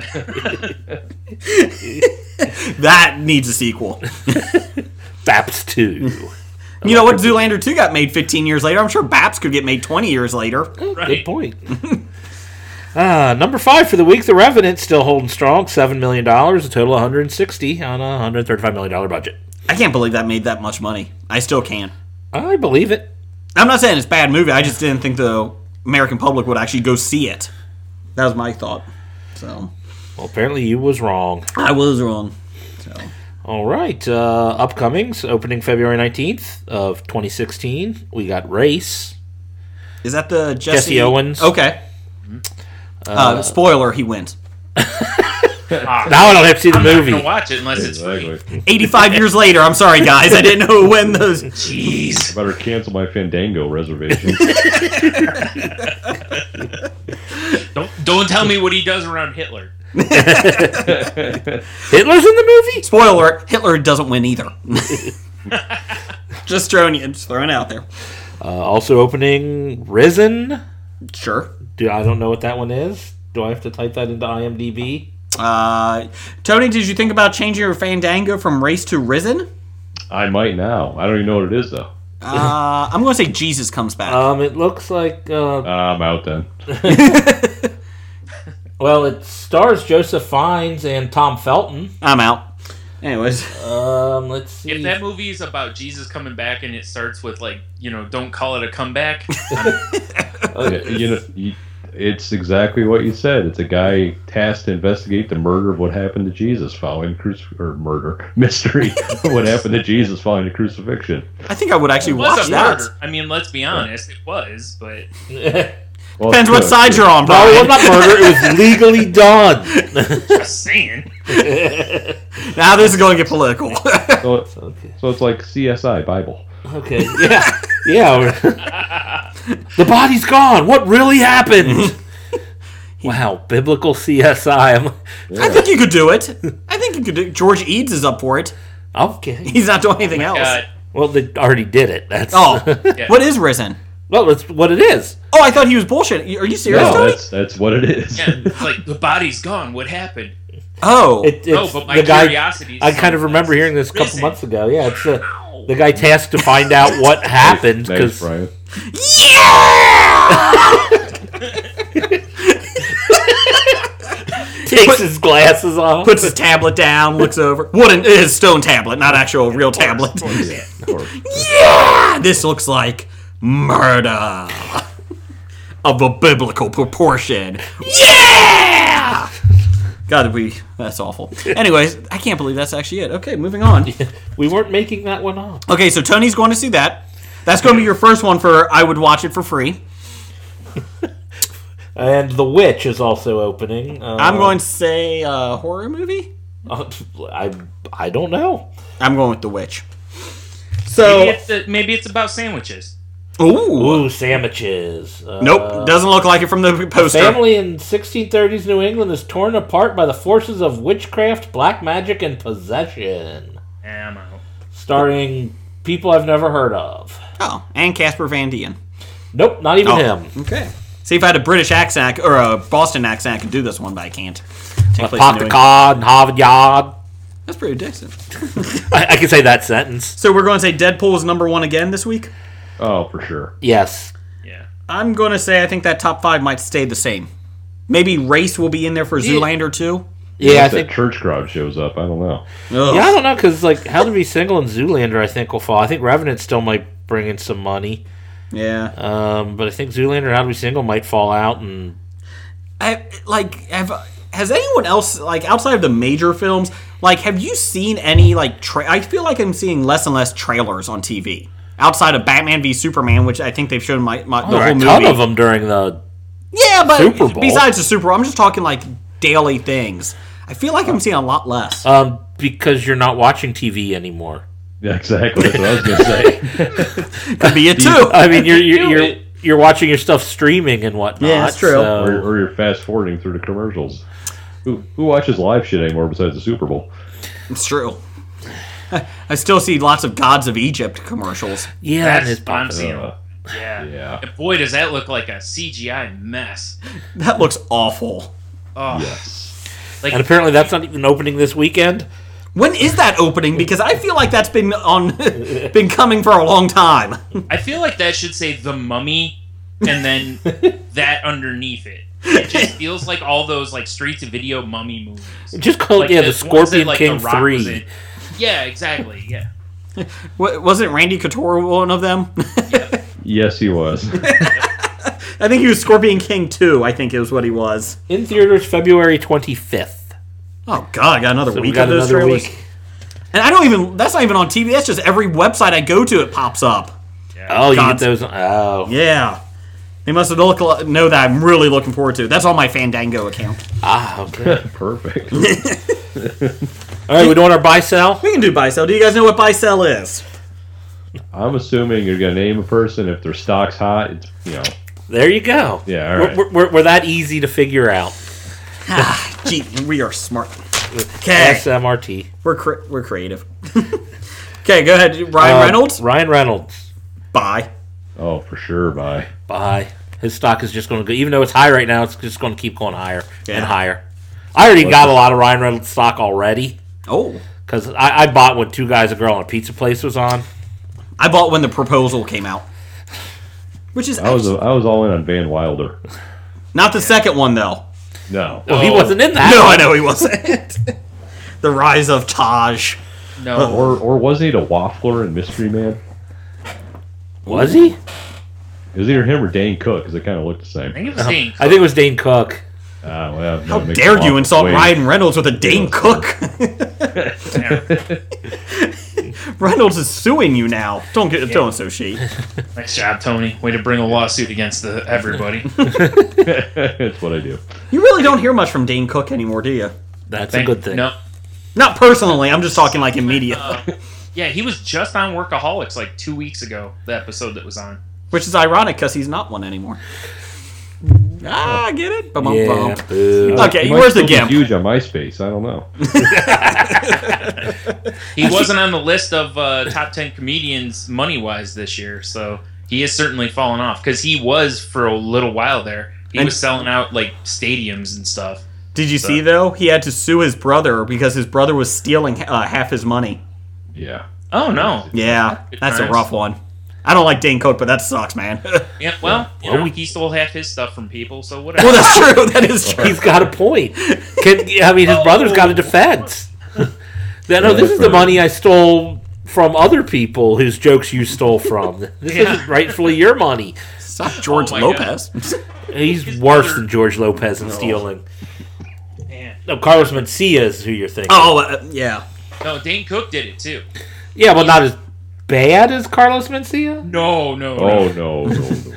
S6: that needs a sequel.
S7: Baps two.
S6: You know what? Zoolander 2 got made 15 years later. I'm sure Baps could get made 20 years later.
S7: Good
S2: Right.
S7: point. Uh, number five for the week, The Revenant still holding strong, seven million dollars, a total of 160 on a 135 million dollar budget.
S6: I can't believe that made that much money. I still can.
S7: I believe it.
S6: I'm not saying it's a bad movie. I just didn't think the American public would actually go see it. That was my thought. So
S7: Well, apparently you was wrong.
S6: I was wrong.
S7: All right, uh, upcomings opening February 19th of 2016. We got Race.
S6: Is that the Jesse,
S7: Jesse Owens.
S6: Okay. uh, spoiler: He wins.
S7: Now I don't have to see the
S2: I'm not
S7: movie.
S2: gonna watch it unless it's free.
S8: Exactly.
S6: 85 years later. I'm sorry, guys. I didn't know when those.
S2: Jeez.
S8: Better cancel my Fandango reservation.
S2: Don't don't tell me what he does around Hitler.
S7: Hitler's in the movie?
S6: Spoiler alert, Hitler doesn't win either. just throwing you, just throwing it out there.
S7: Uh, also opening Risen.
S6: Sure.
S7: Do I don't know what that one is. Do I have to type that into IMDb?
S6: Uh, Tony, did you think about changing your Fandango from race to risen?
S8: I might now. I don't even know what it is though.
S6: Uh, I'm going to say Jesus comes back.
S7: Um, it looks like uh,
S8: Uh, I'm out then.
S7: well, it stars Joseph Fiennes and Tom Felton.
S6: I'm out. Anyways,
S7: Um, let's see.
S2: If that movie is about Jesus coming back and it starts with like you know don't call it a comeback, I'm
S8: Yeah, you know, you, it's exactly what you said. It's a guy tasked to investigate the murder of what happened to Jesus following the crucif or murder mystery. what happened to Jesus following the crucifixion?
S6: I think I would actually
S2: It was
S6: watch
S2: a
S6: that.
S2: murder. I mean, let's be honest, it was, but
S8: Well,
S6: Depends what
S8: good.
S6: side you're on,
S7: No, it was
S6: Brian.
S7: not Oh, murder. It was legally done.
S2: just saying.
S6: Now this is going to get political.
S8: So, so it's like CSI Bible.
S7: Okay. Yeah. Yeah. the body's gone. What really happened? wow. Biblical CSI. I'm,
S6: I think you could do it. I think you could do it. George Eads is up for it.
S7: okay.
S6: He's not doing anything else.
S2: Uh,
S7: Well, they already did it. That's
S6: Oh, what is risen?
S7: well, that's what it is.
S6: Oh, I thought he was bullshit. Are you serious,
S8: No,
S6: Tony?
S8: that's that's what it is.
S2: yeah, it's like the body's gone. What happened?
S6: Oh,
S7: It, it's
S2: No, but my
S7: the guy.
S2: curiosity. is
S7: I kind of
S2: someplace.
S7: remember hearing this a couple
S2: Risen.
S7: months ago. Yeah, it's uh, the guy tasked to find out what happened
S8: Thanks,
S7: because
S8: Brian.
S7: takes his glasses off.
S6: puts his tablet down, looks over. Wooden, it is stone tablet, not actual real tablet. yeah, this looks like murder of a biblical proportion. Yeah. God, we that's awful. Anyways, I can't believe that's actually it. Okay, moving on.
S7: we weren't making that one up.
S6: Okay, so Tony's going to see that. That's going to be your first one for I would watch it for free.
S7: And the witch is also opening. Uh,
S6: I'm going to say uh, horror movie.
S7: I I don't know.
S6: I'm going with The Witch. So,
S2: Maybe it's, the, maybe it's about sandwiches.
S6: ooh,
S7: Ooh, sandwiches. Uh,
S6: nope, doesn't look like it from the poster.
S7: Family in 1630s New England is torn apart by the forces of witchcraft, black magic, and possession.
S2: Yeah, Ah, I'm out.
S7: Starring people I've never heard of.
S6: Oh, and Casper Van Dien.
S7: Nope, not even
S6: Oh.
S7: him.
S6: Okay. See if I had a British accent I c- or a Boston accent, I could do this one, but I can't. Take place in
S7: Pop
S6: New
S7: the
S6: England.
S7: cod and Harvard Yard.
S6: That's pretty decent.
S7: I, I can say that sentence.
S6: So we're going to say Deadpool is number one again this week.
S8: Oh, for sure.
S7: Yes.
S2: Yeah.
S6: I'm going to say I think that top five might stay the same. Maybe race will be in there for Zoolander too.
S7: Yeah, I
S8: if that
S7: think.
S8: church crowd shows up, I don't know.
S6: Ugh.
S7: Yeah, I don't know because like How to Be Single and Zoolander, I think will fall. I think Revenant still might bring in some money,
S6: Yeah.
S7: um, but I think Zoolander and How to Be Single might fall out. And
S6: I, like have has anyone else like outside of the major films like have you seen any like tra- I feel like I'm seeing less and less trailers on TV outside of Batman v Superman which I think they've shown my, my the
S7: there were
S6: whole
S7: Oh, a
S6: movie
S7: ton of them during the
S6: yeah but
S7: Super Bowl.
S6: besides the Super Bowl I'm just talking like daily things I feel like I'm seeing a lot less
S7: um, because you're not watching TV anymore.
S8: Yeah, exactly. That's what I was gonna say.
S6: could be it too
S7: I mean, you're you're
S2: do
S7: you're,
S2: it.
S7: you're watching your stuff streaming and whatnot.
S6: Yeah, that's true.
S7: so-
S8: or, or you're fast forwarding through the commercials. Who, who watches live shit anymore besides the Super Bowl?
S6: it's true I still see lots of Gods of Egypt commercials
S7: yeah, and
S2: That's
S7: it's
S2: what I'm seeing.
S8: Uh,
S2: yeah.
S8: yeah.
S2: And boy, does that look like a CGI mess.
S6: that looks awful
S2: Oh,
S8: Yes.
S2: like
S7: and apparently that's not even opening this weekend.
S6: when is that opening because I feel like that's been on been coming for a long time.
S2: I feel like that should say the mummy, and then that underneath it. It just feels like all those like straight to video mummy movies.
S7: Just call
S2: Like
S7: it yeah, the
S2: ones that,
S7: Scorpion
S2: like, The
S7: King
S2: Rock was
S7: three.
S2: in. Yeah, exactly. Yeah.
S6: Wa- Wasn't Randy Couture one of them?
S8: Yes, he was.
S6: I think he was Scorpion King 2, I think is what he was.
S7: In theaters February 25th.
S6: Oh, God, I got another
S7: So we
S6: week
S7: got
S6: of those
S7: another
S6: trailers.
S7: week.
S6: And I don't even, that's not even on TV. That's just every website I go to, it pops up.
S7: Oh, you
S6: God's-
S7: get those? Oh,
S6: Yeah. They must have look, know that I'm really looking forward to it. That's on my Fandango account.
S7: ah, okay.
S8: Perfect.
S7: All right, we doing our buy sell.
S6: We can do buy sell. Do you guys know what buy sell is?
S8: I'm assuming you're gonna name a person if their stock's hot. It's you know.
S7: There you go.
S8: Yeah, all
S7: we're,
S8: right.
S7: we're, we're, we're that easy to figure out.
S6: Ah, Gee, we are smart. Okay.
S7: SMRT.
S6: We're, cre- we're creative. okay, go ahead. Ryan
S7: Uh,
S6: Reynolds?
S7: Ryan Reynolds.
S6: Bye.
S8: Oh, for sure. Bye.
S7: Bye. His stock is just going to go, even though it's high right now, it's just going to keep going higher
S6: Yeah.
S7: and higher. I already got a lot of Ryan Reynolds stock already
S6: Oh.
S7: because I, I bought when Two Guys, a Girl, and a Pizza Place was on.
S6: I bought when the proposal came out. Which is
S8: I was I was all in on Van Wilder.
S6: Not the second one though.
S8: No.
S7: Well, he
S2: Oh.
S7: wasn't in that.
S6: No, I
S7: one.
S6: know he wasn't. the rise of Taj.
S2: No.
S8: Or or wasn't he the waffler in Mystery Man?
S7: Was he?
S8: It was either him or Dane Cook because they kind of looked the same.
S2: I think it was Dane.
S7: I think it was Dane Cook.
S8: Ah, well,
S6: How
S8: that makes
S6: dare
S8: them
S6: you
S8: awful
S6: insult
S8: ways.
S6: Ryan Reynolds with a Dane Cook? Reynolds is suing you now. Don't get don't associate.
S2: Nice job, Tony. Way to bring a lawsuit against the, everybody.
S8: That's what I do.
S6: You really don't hear much from Dane Cook anymore, do you?
S7: That's
S2: Thank-
S7: a good thing.
S2: No.
S6: Not personally. I'm just talking like in media,
S2: Yeah, he was just on Workaholics like two weeks ago. The episode that was on.
S6: which is ironic because he's not one anymore. Ah, I get it. Bum,
S7: Yeah.
S6: bum.
S7: boo.
S6: Okay,
S8: He might
S6: where's the
S8: still be
S6: gimp?
S8: Huge on MySpace. I don't know.
S2: He wasn't on the list of uh, top ten comedians money wise this year, so he is certainly fallen off because he was for a little while there. He
S6: And-
S2: was selling out like stadiums and stuff.
S6: Did you see though? He had to sue his brother because his brother was stealing uh, half his money.
S8: Yeah.
S2: Oh no!
S6: Yeah, that's a
S2: times.
S6: rough one. I don't like Dane Cook, but that sucks, man. well,
S2: Yeah, well, you know, he stole half his stuff from people, so whatever.
S6: that's true. That is true.
S7: He's got a point. Can, I
S2: Oh.
S7: mean, his brother's got a defense. That, no, this is the money I stole from other people whose jokes you stole from. This isn't rightfully your money.
S6: It's not George
S2: Oh my
S6: Lopez.
S7: He's
S2: His
S7: worse
S2: brother-
S7: than George Lopez in stealing.
S2: Man.
S7: No, Carlos Mencia is who you're thinking.
S6: oh, uh, yeah.
S2: No, Dane Cook did it too.
S7: Yeah, but not as bad as Carlos Mencia.
S2: No, no, no.
S8: Oh no, no, no, no.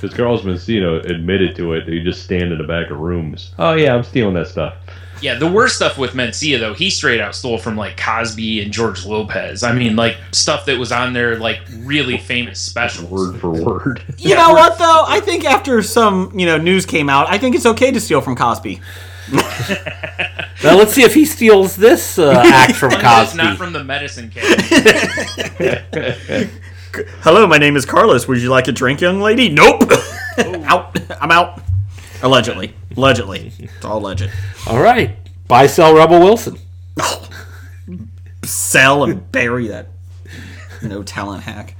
S8: Because Carlos Mencino admitted to it. He just stand in the back of rooms. Oh yeah, I'm stealing that stuff.
S2: Yeah, the worst stuff with Mencia though, he straight out stole from like Cosby and George Lopez. I mean, like stuff that was on their like really famous specials.
S8: Word for word.
S6: You know what though? I think after some you know news came out, I think it's okay to steal from Cosby.
S7: Now let's see if he steals this uh, act from
S2: It's not
S7: Cosby.
S2: from the medicine cabinet.
S6: Hello, my name is Carlos. Would you like a drink, young lady? Nope. out. I'm out. Allegedly. Allegedly. It's all alleged.
S7: All right, buy, sell, Rebel Wilson.
S6: Sell and bury that no talent hack.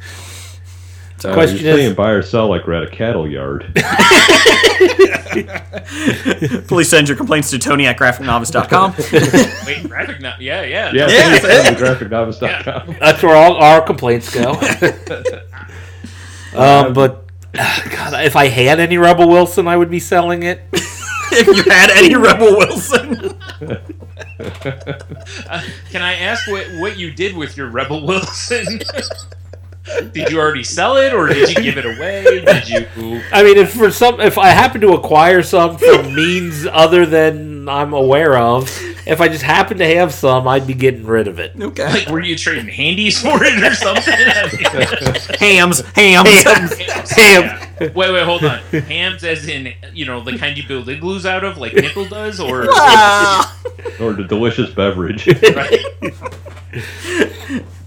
S8: Uh,
S7: Question
S8: you're
S7: is-
S8: saying buy or sell like we're at a cattle yard.
S6: Please send your complaints to Tony at graphicnovice.com.
S2: Wait, graphic no- Yeah, yeah.
S8: Yeah,
S6: Yeah.
S8: yeah. graphicnovice.com.
S7: That's where uh, all our complaints go. um, but God, if I had any Rebel Wilson, I would be selling it.
S6: if you had any Rebel Wilson.
S2: Can I ask what what you did with your Rebel Wilson? did you already sell it, or did you give it away? Did you?
S7: I mean, if for some, if I happen to acquire some from means other than I'm aware of, if I just happen to have some, I'd be getting rid of it.
S6: Okay.
S2: Like, were you trading handies for it or something? I
S6: Hams. Hams.
S2: mean,
S7: Ham.
S2: yeah. Wait, wait, hold on. Hams, as in you know the kind you build igloos out of, like Nickel does, or
S6: Ah,
S8: or the delicious beverage.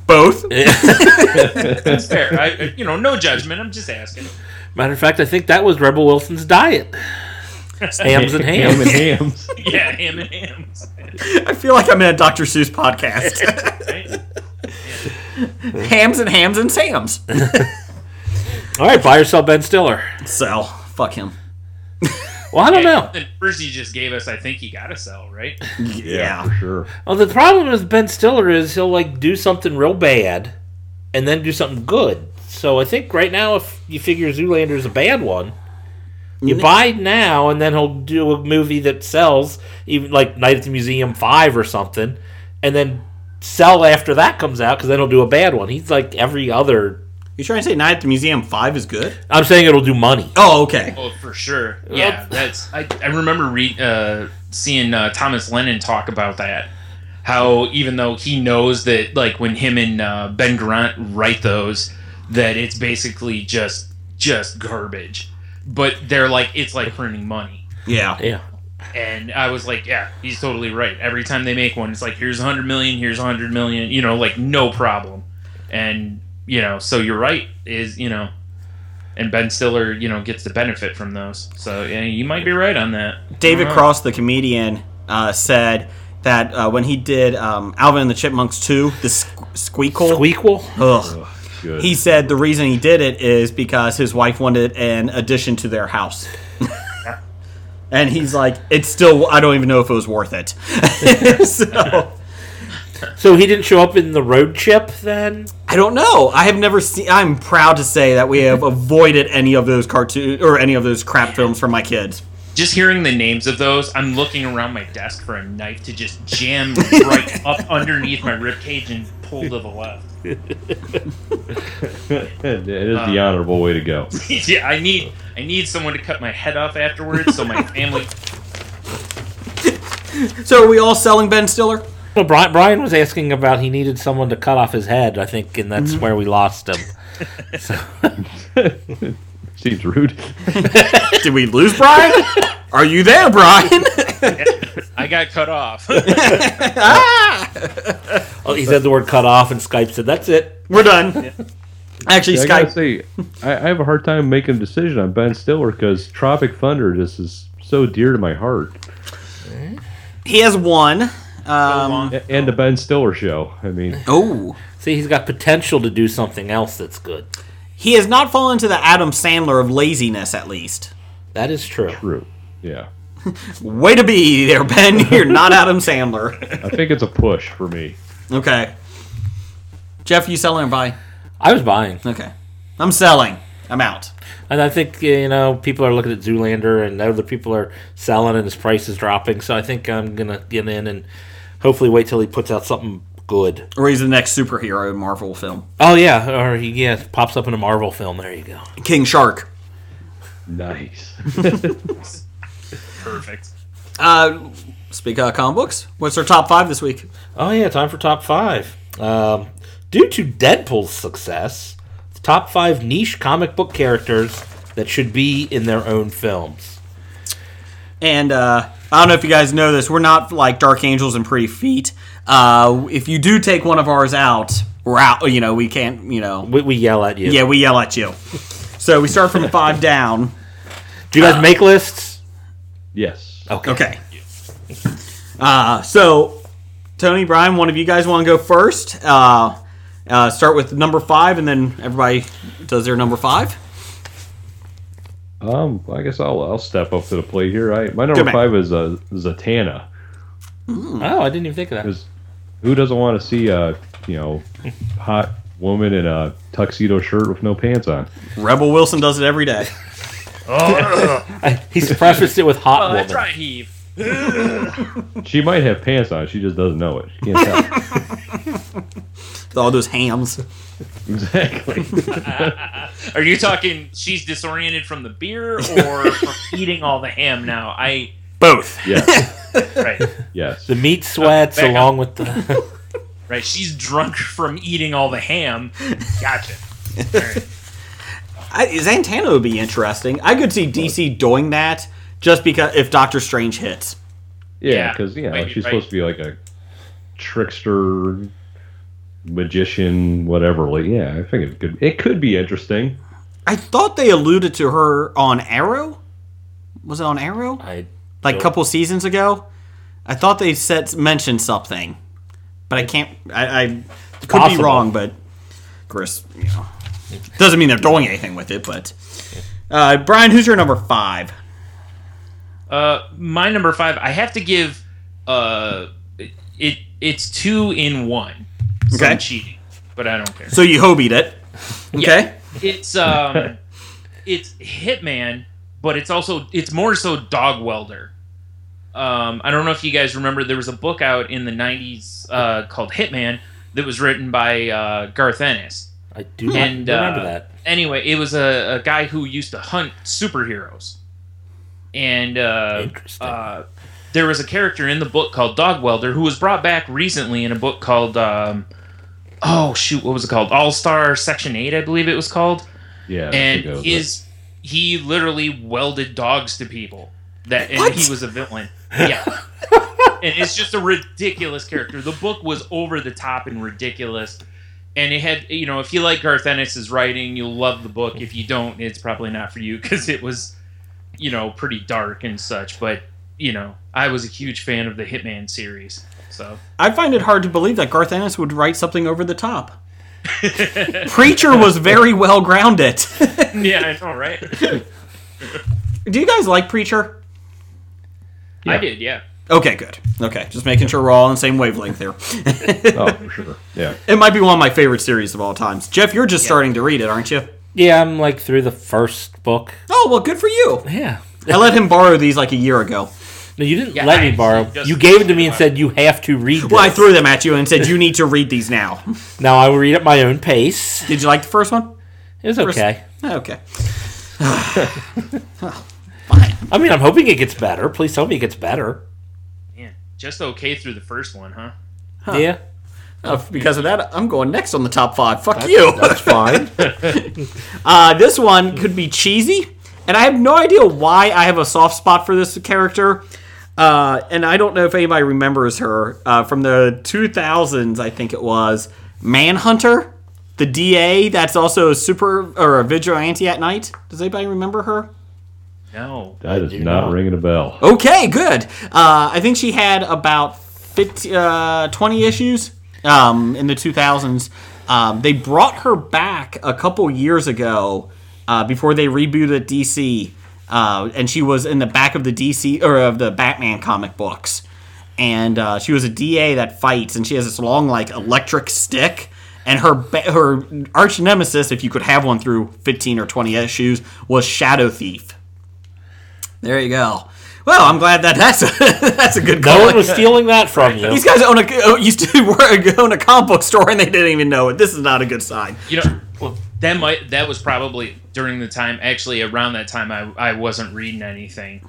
S6: both.
S2: That's fair. I, I- you know, no judgment. I'm just asking.
S7: Matter of fact, I think that was Rebel Wilson's diet. Hams and
S8: Ham
S7: hams.
S8: and hams.
S2: Yeah, ham and hams.
S6: I feel like I'm in a Dr. Seuss podcast.
S2: Right?
S6: hams and hams and Sams.
S7: All right, buy or sell Ben Stiller.
S6: Sell. Fuck him.
S7: Well, I don't know.
S2: The numbers you just gave us, I think you gotta sell, right?
S6: Yeah.
S8: for sure.
S7: Well, the problem with Ben Stiller is he'll like do something real bad, and then do something good. So I think right now, if you figure Zoolander is a bad one, you buy now, and then he'll do a movie that sells, even like Night at the Museum Five or something, and then sell after that comes out because then he'll do a bad one. He's like every other.
S6: You trying to say Night at the Museum 5 is good?
S7: I'm saying it'll do money.
S6: Oh, okay.
S2: Oh, for sure. Yeah, that's. I, I remember re- uh, seeing uh, Thomas Lennon talk about that. How even though he knows that, like when him and uh, Ben Grant write those, that it's basically just just garbage. But they're like, it's like printing money.
S6: Yeah.
S7: Yeah.
S2: And I was like, yeah, he's totally right. Every time they make one, it's like, here's 100 million, here's 100 million, you know, like no problem. And, you know, so you're right, is, you know, and Ben Stiller, you know, gets the benefit from those. So, yeah, you might be right on that. Uh,
S6: David
S2: I don't know.
S6: Cross, the comedian, uh, said that uh, when he did um, Alvin and the Chipmunks 2, the squ- squeakle.
S7: Squeakquel.
S6: Ugh.
S8: Good.
S6: He said the reason he did it is because his wife wanted an addition to their house. and he's like, it's still, I don't even know if it was worth it. so,
S7: So he didn't show up in the road chip then.
S6: I I don't know. I have never seen. I'm proud to say that we have avoided any of those cartoon or any of those crap films for my kids.
S2: Just hearing the names of those, I'm looking around my desk for a knife to just jam right up underneath my ribcage and pull to the left.
S8: It is the honorable way to go.
S2: yeah, I need I need someone to cut my head off afterwards so my family
S6: So are we all selling Ben Stiller?
S7: Well, Brian, Brian was asking about he needed someone to cut off his head, I think, and that's where we lost him.
S8: Seems rude.
S6: Did we lose Brian? Are you there, Brian?
S2: I got cut off.
S7: Oh, he said the word cut off, and Skype said, that's it.
S6: We're done. Actually,
S8: I gotta
S6: Skype.
S8: say, I, I have a hard time making a decision on Ben Stiller because Tropic Thunder just is so dear to my heart,
S6: He has one. um,
S8: A- and the Ben Stiller show. I mean,
S6: Oh.
S7: See, he's got potential to do something else that's good.
S6: He has not fallen to the Adam Sandler of laziness, at least.
S7: That is true.
S8: true. Yeah,
S6: Way to be there, Ben. You're not Adam Sandler.
S8: I think it's a push for me.
S6: Okay. Jeff, you selling or buy?
S7: I was buying.
S6: Okay. I'm selling. I'm out.
S7: And I think, you know, people are looking at Zoolander, and other people are selling, and his price is dropping. So I think I'm going to get in and hopefully wait till he puts out something good.
S6: Or he's the next superhero Marvel film.
S7: Oh, yeah. Or he, yeah, pops up in a Marvel film. There you go.
S6: King Shark.
S8: Nice.
S2: Perfect.
S6: Uh, speak of comic books, what's our top five this week?
S7: Oh yeah, time for top five. Um, due to Deadpool's success, the top five niche comic book characters that should be in their own films.
S6: And uh, I don't know if you guys know this, we're not like Dark Angels and Pretty Feet. Uh, if you do take one of ours out, we're out. You know, we can't. You know,
S7: We, we yell at you.
S6: yeah, we yell at you. So we start from five down.
S7: Do you guys make lists?
S8: Yes.
S6: Okay. Uh, so, Tony, Brian, one of you guys want to go first? Uh, uh, start with number five, and then everybody does their number five.
S8: Um, I guess I'll I'll step up to the plate here. I my number
S6: man.
S8: five is uh, Zatanna.
S2: Hmm.
S7: Oh, I didn't even think of that.
S8: Because who doesn't want to see a you know hot woman in a tuxedo shirt with no pants on?
S6: Rebel Wilson does it every day.
S7: He prefaced it with hot
S2: Uh,
S7: woman.
S2: dry heave.
S8: She might have pants on. She just doesn't know it. She can't tell.
S6: With all those hams.
S8: Exactly.
S2: Are you talking she's disoriented from the beer or from eating all the ham now? I
S6: Both.
S8: Yes.
S2: right.
S8: Yes.
S7: The meat sweats
S2: back up.
S7: along with the.
S2: Right. She's drunk from eating all the ham. Gotcha. All right.
S6: I, Zantana would be interesting. I could see DC doing that just because if Doctor Strange hits.
S8: Yeah,
S2: Yeah,
S8: because you know
S2: might be
S8: she's
S2: right.
S8: supposed to be like a trickster, magician, whatever. Like, yeah, I think it could it could be interesting.
S6: I thought they alluded to her on Arrow. Was it on Arrow?
S7: I,
S6: Like a couple seasons ago. I thought they said mentioned something, but I can't. I, I could be
S7: possible.
S6: wrong, but of course, you know, doesn't mean they're doing anything with it. But uh, Brian, who's your number five?
S2: Uh, my number five. I have to give. Uh, it it's two in one. So
S6: Okay.
S2: I'm cheating, but I don't care.
S6: So you hobied it, okay?
S2: It's um, it's Hitman, but it's also it's more so Dog Welder. Um, I don't know if you guys remember there was a book out in the '90s uh, called Hitman that was written by uh, Garth Ennis.
S7: I do not
S2: And, uh,
S7: remember that.
S2: Anyway, it was a, a guy who used to hunt superheroes, and uh,
S7: Interesting.
S2: uh, there was a character in the book called Dog Welder who was brought back recently in a book called um, oh shoot, what was it called? All Star Section Eight, I believe it was called
S8: Yeah, that's
S2: and
S8: what goes with-
S2: his he literally welded dogs to people that and
S6: What?
S2: he was a villain yeah and it's just a ridiculous character the book was over the top and ridiculous and it had you know if you like garth ennis's writing you'll love the book if you don't it's probably not for you because it was you know pretty dark and such but you know i was a huge fan of the hitman series so
S6: I find it hard to believe that Garth Ennis would write something over the top. Preacher was very well grounded.
S2: yeah i know right
S6: Do you guys like Preacher?
S2: i did yeah
S6: Okay, good. Okay, just making sure we're all on the same wavelength there.
S8: Oh, for sure. Yeah.
S6: it might be one of my favorite series of all times. Jeff, you're just starting to read it, aren't you?
S7: Yeah, I'm like through the first book.
S6: Oh well, good for you.
S7: Yeah.
S6: I let him borrow these like a year ago.
S7: No, you didn't
S2: Yeah,
S7: let
S2: I
S7: me borrow.
S2: actually just-
S7: You gave it to me and said you have to read this.
S6: Well, I threw them at you and said you need to read these now.
S7: Now I will read at my own pace.
S6: Did you like the first one?
S7: It
S6: Eh,
S7: was okay.
S6: Okay.
S7: I mean, I'm hoping it gets better. Please tell me it gets better.
S2: Yeah, just okay through the first one, huh?
S7: Yeah.
S6: Uh, because of that, I'm going next on the top five. Fuck you.
S8: That's fine.
S6: Uh, this one could be cheesy, and I have no idea why I have a soft spot for this character. Uh, and I don't know if anybody remembers her uh, from the 2000s. I think it was Manhunter, the DA. That's also a super or a vigilante at night. Does anybody remember her?
S2: No.
S8: That is not ringing a bell.
S6: Okay, good. Uh, I think she had about 50, uh, 20 issues um, in the 2000s. Um, they brought her back a couple years ago uh, before they rebooted DC, uh, and she was in the back of the DC or of the Batman comic books. And uh, she was a DA that fights, and she has this long like electric stick. And her ba- her arch nemesis, if you could have one through 15 or 20 issues, was Shadow Thief. There you go. Well, I'm glad that that's a, that's a good call.
S7: No one was stealing that from you.
S6: These guys own a oh, used to work, own a comic book store and they didn't even know it. This is not a good sign.
S2: You know, well, that might that was probably during the time. Actually, around that time, I I wasn't reading anything.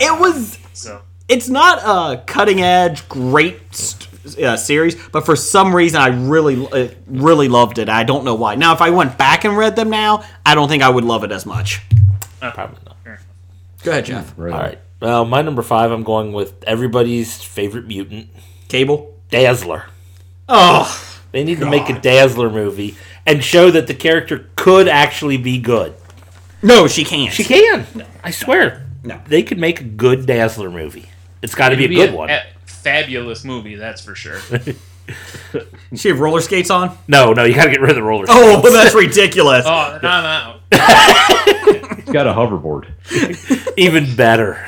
S6: It was.
S2: So
S6: It's not a cutting edge great st- uh, series, but for some reason I really uh, really loved it. I don't know why. Now, if I went back and read them now, I don't think I would love it as much.
S7: Probably not.
S6: Go ahead, Jeff.
S8: Right.
S7: All right. Well, my number five, I'm going with everybody's favorite mutant,
S6: Cable.
S7: Dazzler.
S6: Oh,
S7: They need to make a Dazzler movie and show that the character could actually be good.
S6: no, she can't.
S7: She can. I swear.
S6: No.
S7: They could make a good Dazzler movie. It's got to be a
S2: it'd
S7: good one.
S2: a fabulous movie, that's for sure.
S6: She have roller skates on.
S7: No, no, you got to get rid of the roller.
S6: Oh, that's ridiculous.
S2: oh, then I'm out.
S8: It's got a hoverboard.
S7: Even better.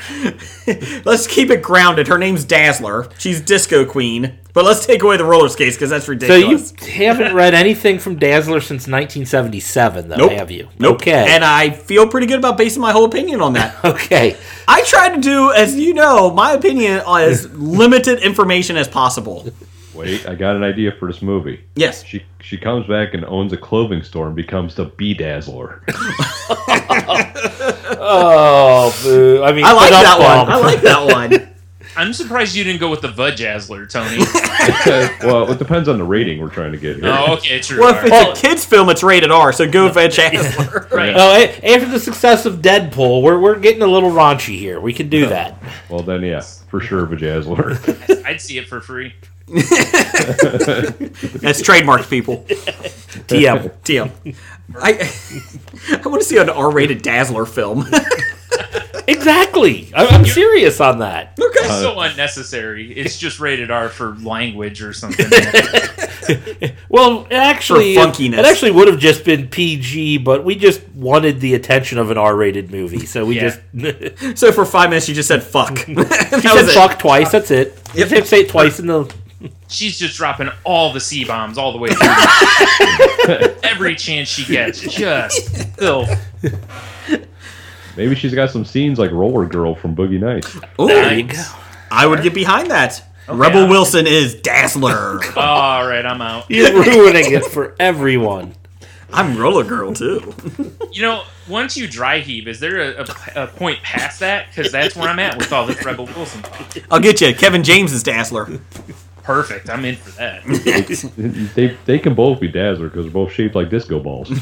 S6: Let's keep it grounded. Her name's Dazzler. She's Disco Queen. But let's take away the roller skates because that's
S7: So you
S6: ridiculous.
S7: haven't read anything from Dazzler since 1977, though,
S6: nope.
S7: have you?
S6: Nope.
S7: Okay.
S6: And I feel pretty good about basing my whole opinion on that.
S7: okay.
S6: I try to do, as you know, my opinion on as limited information as possible.
S8: Wait, I got an idea for this movie.
S6: Yes.
S8: She she comes back and owns a clothing store and becomes the bee dazzler.
S7: Oh, boo. I mean,
S6: I like
S7: put up
S6: that one.
S7: bomb.
S6: I like that one.
S2: I'm surprised you didn't go with the Vajazzler, Tony.
S8: well, it depends on the rating we're trying to get here.
S2: oh, okay, true.
S6: Well, if
S2: All right.
S6: it's a kids' film, it's rated R, so go fetch Dazzler.
S2: Right.
S7: No, a- after the success of Deadpool, we're, we're getting a little raunchy here. We can do that.
S8: Well, then, yeah, for sure, a dazzler.
S2: I'd see it for free.
S6: That's trademarked, people.
S7: TM.
S6: Deal. I, I want to see an R rated Dazzler film.
S7: exactly. I, I'm serious on that.
S6: okay.
S2: so unnecessary. It's just rated R for language or something.
S7: Well, it actually,
S6: For funkiness.
S7: it actually would have just been PG, but we just wanted the attention of an R-rated movie, so we
S2: Yeah.
S7: just
S6: So for five minutes, you just said fuck. that
S7: she
S6: was
S7: said
S6: it.
S7: fuck twice. That's it. You just have to say it twice in the
S2: She's just dropping all the C bombs all the way through. Every chance she gets, just filth.
S8: Maybe she's got some scenes like Roller Girl from Boogie Nights.
S6: Ooh.
S7: there you go.
S6: I would get behind that. Rebel
S2: I'll-
S6: Wilson is Dazzler.
S2: All right, I'm out.
S7: You're ruining it for everyone.
S6: I'm Roller Girl too.
S2: You know, once you dry heave, is there a, a, a point past that? Because that's where I'm at with all this Rebel Wilson.
S6: I'll get you. Kevin James is Dazzler.
S2: Perfect. I'm in for that.
S8: They they can both be dazzler because they're both shaped like disco balls.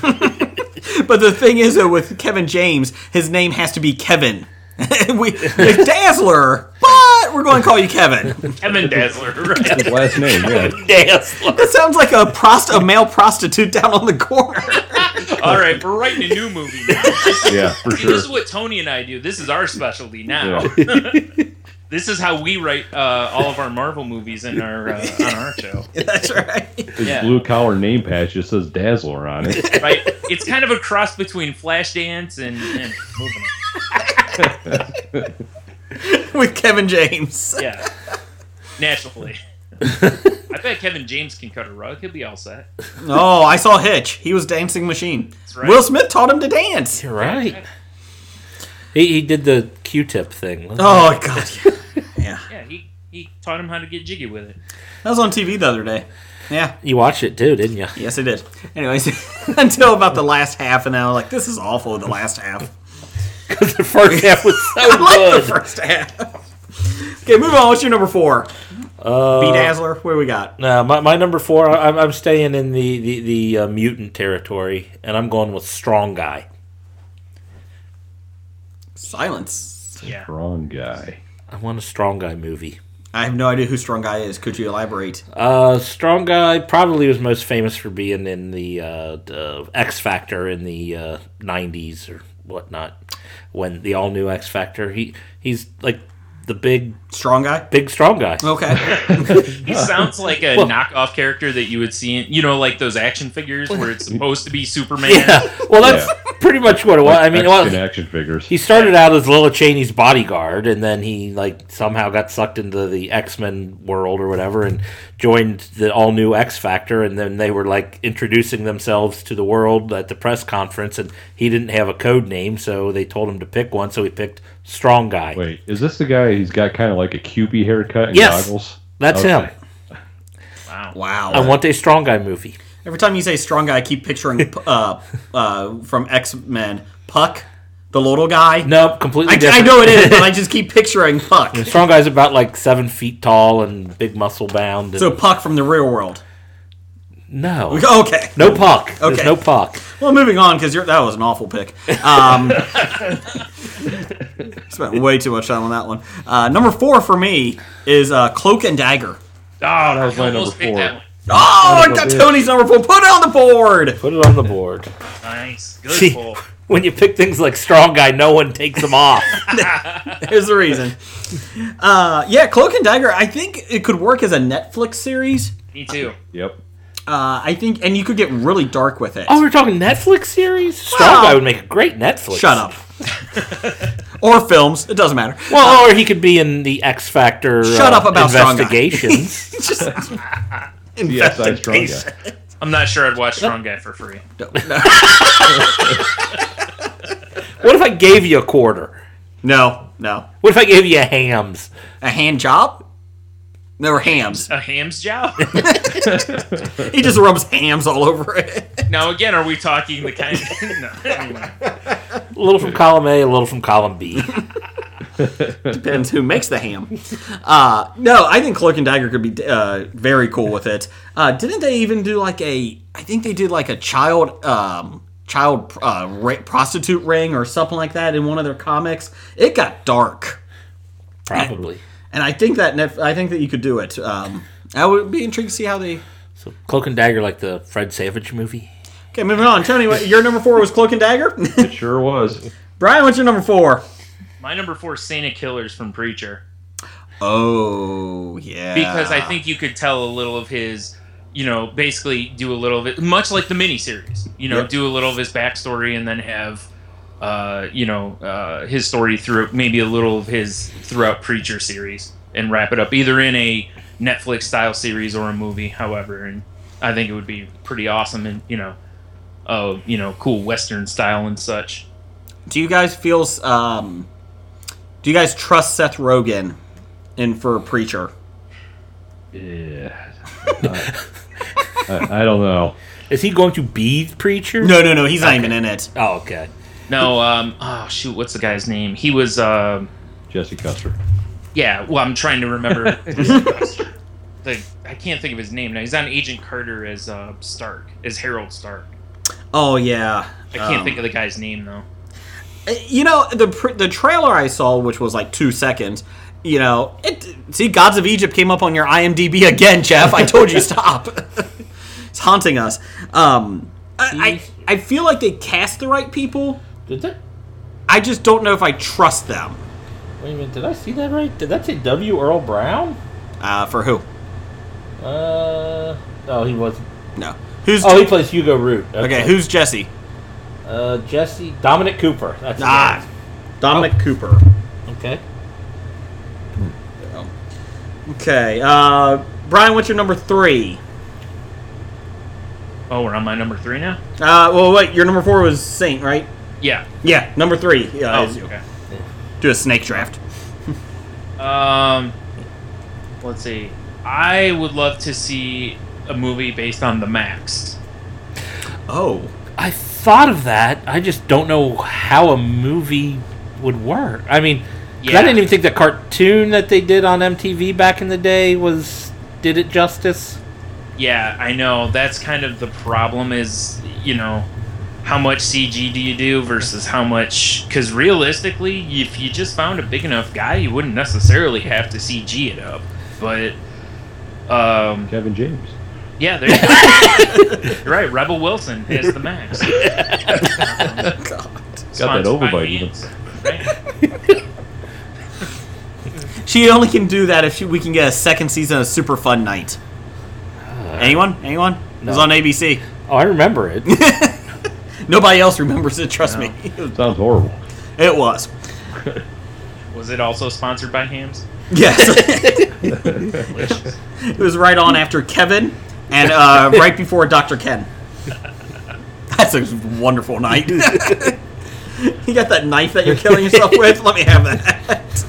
S6: But the thing is, though, with Kevin James, his name has to be Kevin. we like, Dazzler, but we're going to call you Kevin.
S2: Kevin Dazzler. Right?
S8: His last name, yeah.
S7: Dazzler.
S6: That sounds like a prost a male prostitute down on the corner.
S2: All right, we're writing a new movie now. This,
S8: Yeah, for
S2: see, this is
S8: sure.
S2: what Tony and I do. This is our specialty now.
S8: Yeah.
S2: This is how we write uh, all of our Marvel movies in our uh, on our show.
S6: That's right.
S8: His
S2: Yeah.
S8: blue collar name patch just says Dazzler on it.
S2: Right? It's kind of a cross between Flashdance and, and moving.
S6: with Kevin James.
S2: Yeah. Naturally. I bet Kevin James can cut a rug. He'll be all set.
S6: Oh, I saw Hitch. He was dancing machine.
S2: right.
S6: Will Smith taught him to dance.
S7: Right. He, he did the Q-tip thing.
S6: Oh god, yeah.
S2: Yeah, he, he taught him how to get jiggy with it.
S6: that was on TV the other day. Yeah,
S7: You watched it too, didn't you?
S6: yes, it did. Anyways, until about the last half, and then I was like, "This is awful." The last half.
S7: Because the first half was so
S6: I like
S7: good.
S6: the first half. okay, move on. What's your number four? Uh, Bee Dazzler. What do we got?
S7: No, my, my number four. I- I'm, I'm staying in the the, the uh, mutant territory, and I'm going with strong guy.
S6: Silence.
S2: Yeah.
S8: Wrong guy.
S7: I want a strong guy movie.
S6: I have no idea who Strong Guy is. Could you elaborate?
S7: Uh, strong guy probably was most famous for being in the uh, the X Factor in the uh, '90s or whatnot, when the all new X Factor. He he's like the big
S6: Strong Guy.
S7: big strong guy.
S6: Okay.
S2: He sounds like a knockoff character that you would see in, you know, like those action figures where it's supposed to be Superman.
S7: Yeah. Well, that's pretty much what it was. I mean, well,
S8: in action figures.
S7: He started out as Lila Cheney's bodyguard, and then he like somehow got sucked into the X Men world or whatever, and joined the all new X Factor. And then they were like introducing themselves to the world at the press conference, and he didn't have a code name, so they told him to pick one. So he picked Strong Guy.
S8: Wait, is this the guy? He's got kind of like a Cupid haircut and
S7: Yes.
S8: goggles.
S7: That's him.
S8: Okay.
S6: wow.
S7: I want a Strong Guy movie.
S6: Every time you say strong guy, I keep picturing uh, uh, from X Men Puck, the little guy.
S7: No, completely
S6: I, I
S7: different.
S6: know it is, but I just keep picturing Puck.
S7: Strong Guy's about like seven feet tall and big muscle bound. And
S6: So Puck from the real world.
S7: no,
S6: Okay.
S7: no puck.
S6: Okay.
S7: There's no puck.
S6: Well, moving on because that was an awful pick. Um, spent way too much time on that one. Uh, number four for me is uh, Cloak and Dagger.
S8: Oh, that was my number
S2: Almost picked that
S8: four.
S2: one.
S6: Oh, I
S8: of a
S6: got
S8: bitch.
S6: Tony's number four. Put it on the board.
S7: Put it on the board.
S2: Nice.
S7: See,
S2: Good pull.
S7: when you pick things like strong guy, no one takes them off.
S6: Here's the reason. Uh, yeah, Cloak and Dagger. I think it could work as a Netflix series.
S2: Me too.
S8: Yep.
S6: Uh, I think, and you could get really dark with it.
S7: oh, we're talking Netflix series. Strong
S6: Well-
S7: guy would make a great Netflix.
S6: Shut up. or films. It doesn't matter.
S7: Well, or he could be in the X Factor.
S6: Shut
S7: uh,
S6: up about Strong Guy.
S7: investigations.
S8: CSI strong guy.
S2: I'm not sure I'd watch Strong Guy for free.
S7: what if I gave you a quarter?
S6: No, no.
S7: What if I gave you a hams?
S6: A hand job? They were hams.
S2: A ham's job?
S6: He just rubs hams all over it.
S2: now, again, are we talking the kind of. No, anyway.
S7: A little from column A, a little from column B.
S6: Depends who makes the ham. Uh, no, I think Cloak and Dagger could be uh, very cool with it. Uh, didn't they even do like a? I think they did like a child. Um, Child uh, ra- prostitute ring or something like that in one of their comics. It got dark.
S7: Probably.
S6: and I think that Netf- I think that you could do it. Um, I would be intrigued to see how they.
S7: So Cloak and Dagger, like the Fred Savage movie.
S6: Okay, moving on. Tony, what, your number four was Cloak and Dagger.
S8: It sure was.
S6: Brian, what's your number four?
S2: My number four, Santa Killers from Preacher.
S6: Oh yeah,
S2: because I think you could tell a little of his, you know, basically do a little of it, much like the miniseries, you know,
S6: Yep.
S2: do a little of his backstory and then have, uh, you know, uh, his story through maybe a little of his throughout Preacher series and wrap it up either in a Netflix style series or a movie, however. And I think it would be pretty awesome and, you know, oh, you know, cool Western style and such.
S6: Do you guys feel? Um, do you guys trust Seth Rogen in for a preacher?
S8: Yeah. Uh, I, I don't know.
S7: Is he going to be the preacher?
S6: No, no, no. He's not even in it.
S7: Oh, okay.
S2: No, um, oh, shoot, what's the guy's name? He was, um,
S8: Jesse Custer.
S2: Yeah, well, I'm trying to remember. the, I can't think of his name now. He's on Agent Carter as uh, Stark, as Harold Stark.
S6: Oh yeah. Uh,
S2: I can't think of the guy's name though.
S6: You know the pr- the trailer I saw, which was like two seconds. You know, it, see, Gods of Egypt came up on your IMDb again, Jeff. I told you stop. it's haunting us. Um, I, I I feel like they cast the right people.
S7: Did that?
S6: I just don't know if I trust them.
S7: Wait a minute. Did I see that right? Did that say W. Earl Brown?
S6: Uh, for who?
S7: Uh, oh, he was.
S6: No. Who's
S7: Oh, he plays Hugo Root.
S6: okay? Who's Jesse?
S7: Uh, Jesse Dominic Cooper. That's his
S6: Oh. Ah, Dominic Ah. Cooper.
S7: name. Okay.
S6: Okay. Uh, Brian, what's your number three?
S2: Oh, we're on my number three now.
S6: Uh, well, wait. Your number four was Saint, right?
S2: Yeah.
S6: Yeah, number three. Yeah,
S2: Oh,
S6: is-
S2: okay.
S6: do a snake draft.
S2: Um, let's see. I would love to see a movie based on the Max.
S6: Oh,
S7: I thought of that. I just don't know how a movie would work. I mean, 'cause
S2: Yeah.
S7: I didn't even think the cartoon that they did on MTV back in the day was did it justice.
S2: Yeah, I know. That's kind of the problem. Is you know. How much CG do you do versus how much? Because realistically, if you just found a big enough guy, you wouldn't necessarily have to CG it up. But, um,
S8: Kevin James.
S2: yeah, there you go. You're right. Rebel Wilson is the max.
S8: Got that
S2: Sponsored by
S8: overbite
S2: me.
S8: even.
S2: Right.
S6: she only can do that if she, we can get a second season of Super Fun Night. Anyone? Anyone? It was
S7: No.
S6: on ABC.
S7: Oh, I remember it.
S6: Nobody else remembers it. Trust me,
S8: Sounds horrible.
S6: it was.
S2: Was it also sponsored by Hams?
S6: Yes, it was right on after Kevin and uh, right before Dr. Ken. That's a wonderful night. you got that knife that you're killing yourself with? Let me have that.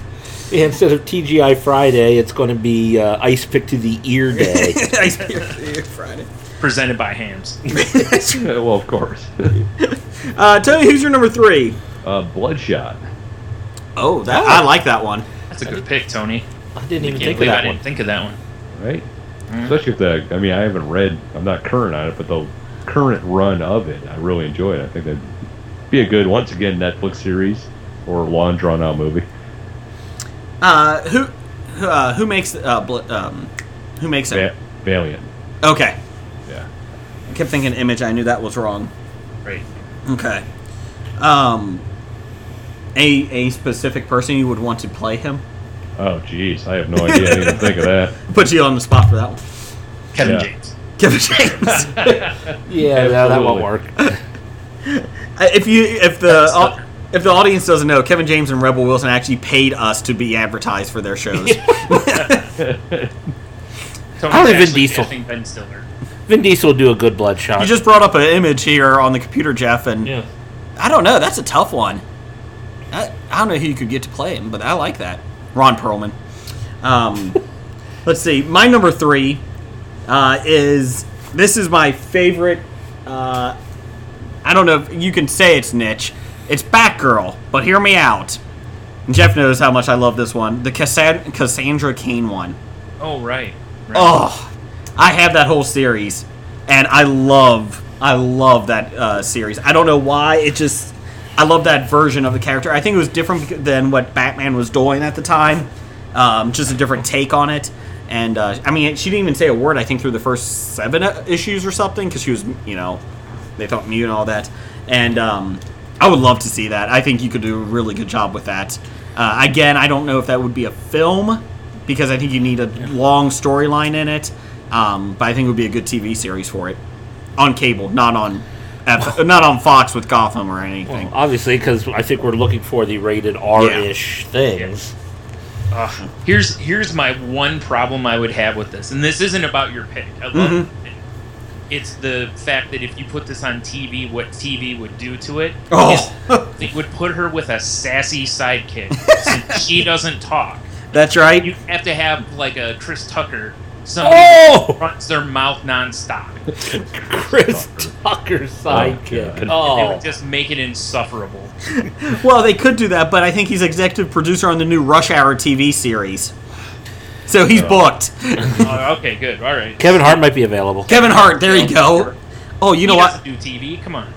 S7: Yeah, Instead of TGI Friday, it's going to be uh, Ice Pick to the Ear Day.
S6: Ice beer Friday.
S2: Presented by Hams.
S8: Yeah, well, of course.
S6: Uh, tell me who's your number three.
S8: uh, Bloodshot.
S6: Oh, that I like that one.
S2: That's a good pick, Tony.
S7: I didn't even
S2: Can't
S7: think of
S2: believe I
S7: that
S2: didn't
S7: one.
S2: think of that one.
S8: right? Especially if the, I mean, I haven't read, I'm not current on it, but the current run of it, I really enjoyed. I think that'd be a good, once again, Netflix series or long drawn out movie.
S6: Uh, who who, uh, who makes uh, bl- um, who makes it?
S8: Va- Valiant.
S6: Okay,
S8: Yeah.
S6: I kept thinking image. I knew that was wrong.
S2: Right.
S6: Okay. Um, a a specific person you would want to play him.
S8: Oh, jeez. I have no idea. I didn't even think of that.
S6: Put you on the spot for that one.
S2: Kevin
S8: Yeah.
S2: James.
S6: Kevin James. Uh,
S7: Yeah, no, that won't
S8: Absolutely.
S7: work.
S6: if you if the au- if the audience doesn't know, Kevin James and Rebel Wilson actually paid us to be advertised for their shows.
S2: Tony
S7: Only Vin Diesel.
S2: Ben Stiller.
S7: Vin Diesel will do a good bloodshot.
S6: you just brought up an image here on the computer, Jeff, and
S7: yeah.
S6: I don't know. That's a tough one. I, I don't know who you could get to play him, but I like that. Ron Perlman. Um, let's see. My number three uh, is this is my favorite. Uh, I don't know if you can say it's niche. It's Batgirl, but hear me out. Jeff knows how much I love this one. The Cassandra, Cassandra Kane one.
S2: Oh right. right.
S6: Oh, I have that whole series, and I love, I love that uh, series. I don't know why it just, I love that version of the character. I think it was different bec- than what Batman was doing at the time, um, just a different take on it. And uh, I mean, she didn't even say a word. I think through the first seven uh, issues or something, because she was, you know, they thought mute and all that. And um, I would love to see that. I think you could do a really good job with that. Uh, again, I don't know if that would be a film because I think you need a long storyline in it. Um, but I think it would be a good TV series for it on cable, not on F- not on Fox with Gotham or anything.
S7: Well, obviously, because I think we're looking for the rated R-ish things.
S2: Ugh. Here's here's my one problem I would have with this, and this isn't about your pick. I love your pick. It's the fact that if you put this on TV, what TV would do to it?
S6: Oh,
S2: They would put her with a sassy sidekick. since she doesn't talk.
S6: that's right.
S2: You have to have like a Chris Tucker, somebody that
S7: Oh,
S2: runs their mouth nonstop.
S7: Chris Tucker's sidekick.
S2: They
S7: Oh,
S2: would just make it insufferable.
S6: Well, they could do that, but I think he's executive producer on the new Rush Hour TV series. So he's booked.
S2: Oh, okay, good. All right.
S7: Kevin Hart might be available.
S6: Kevin Hart, there you go. Oh, you know
S2: he
S6: what?
S2: doesn't do TV. Come on.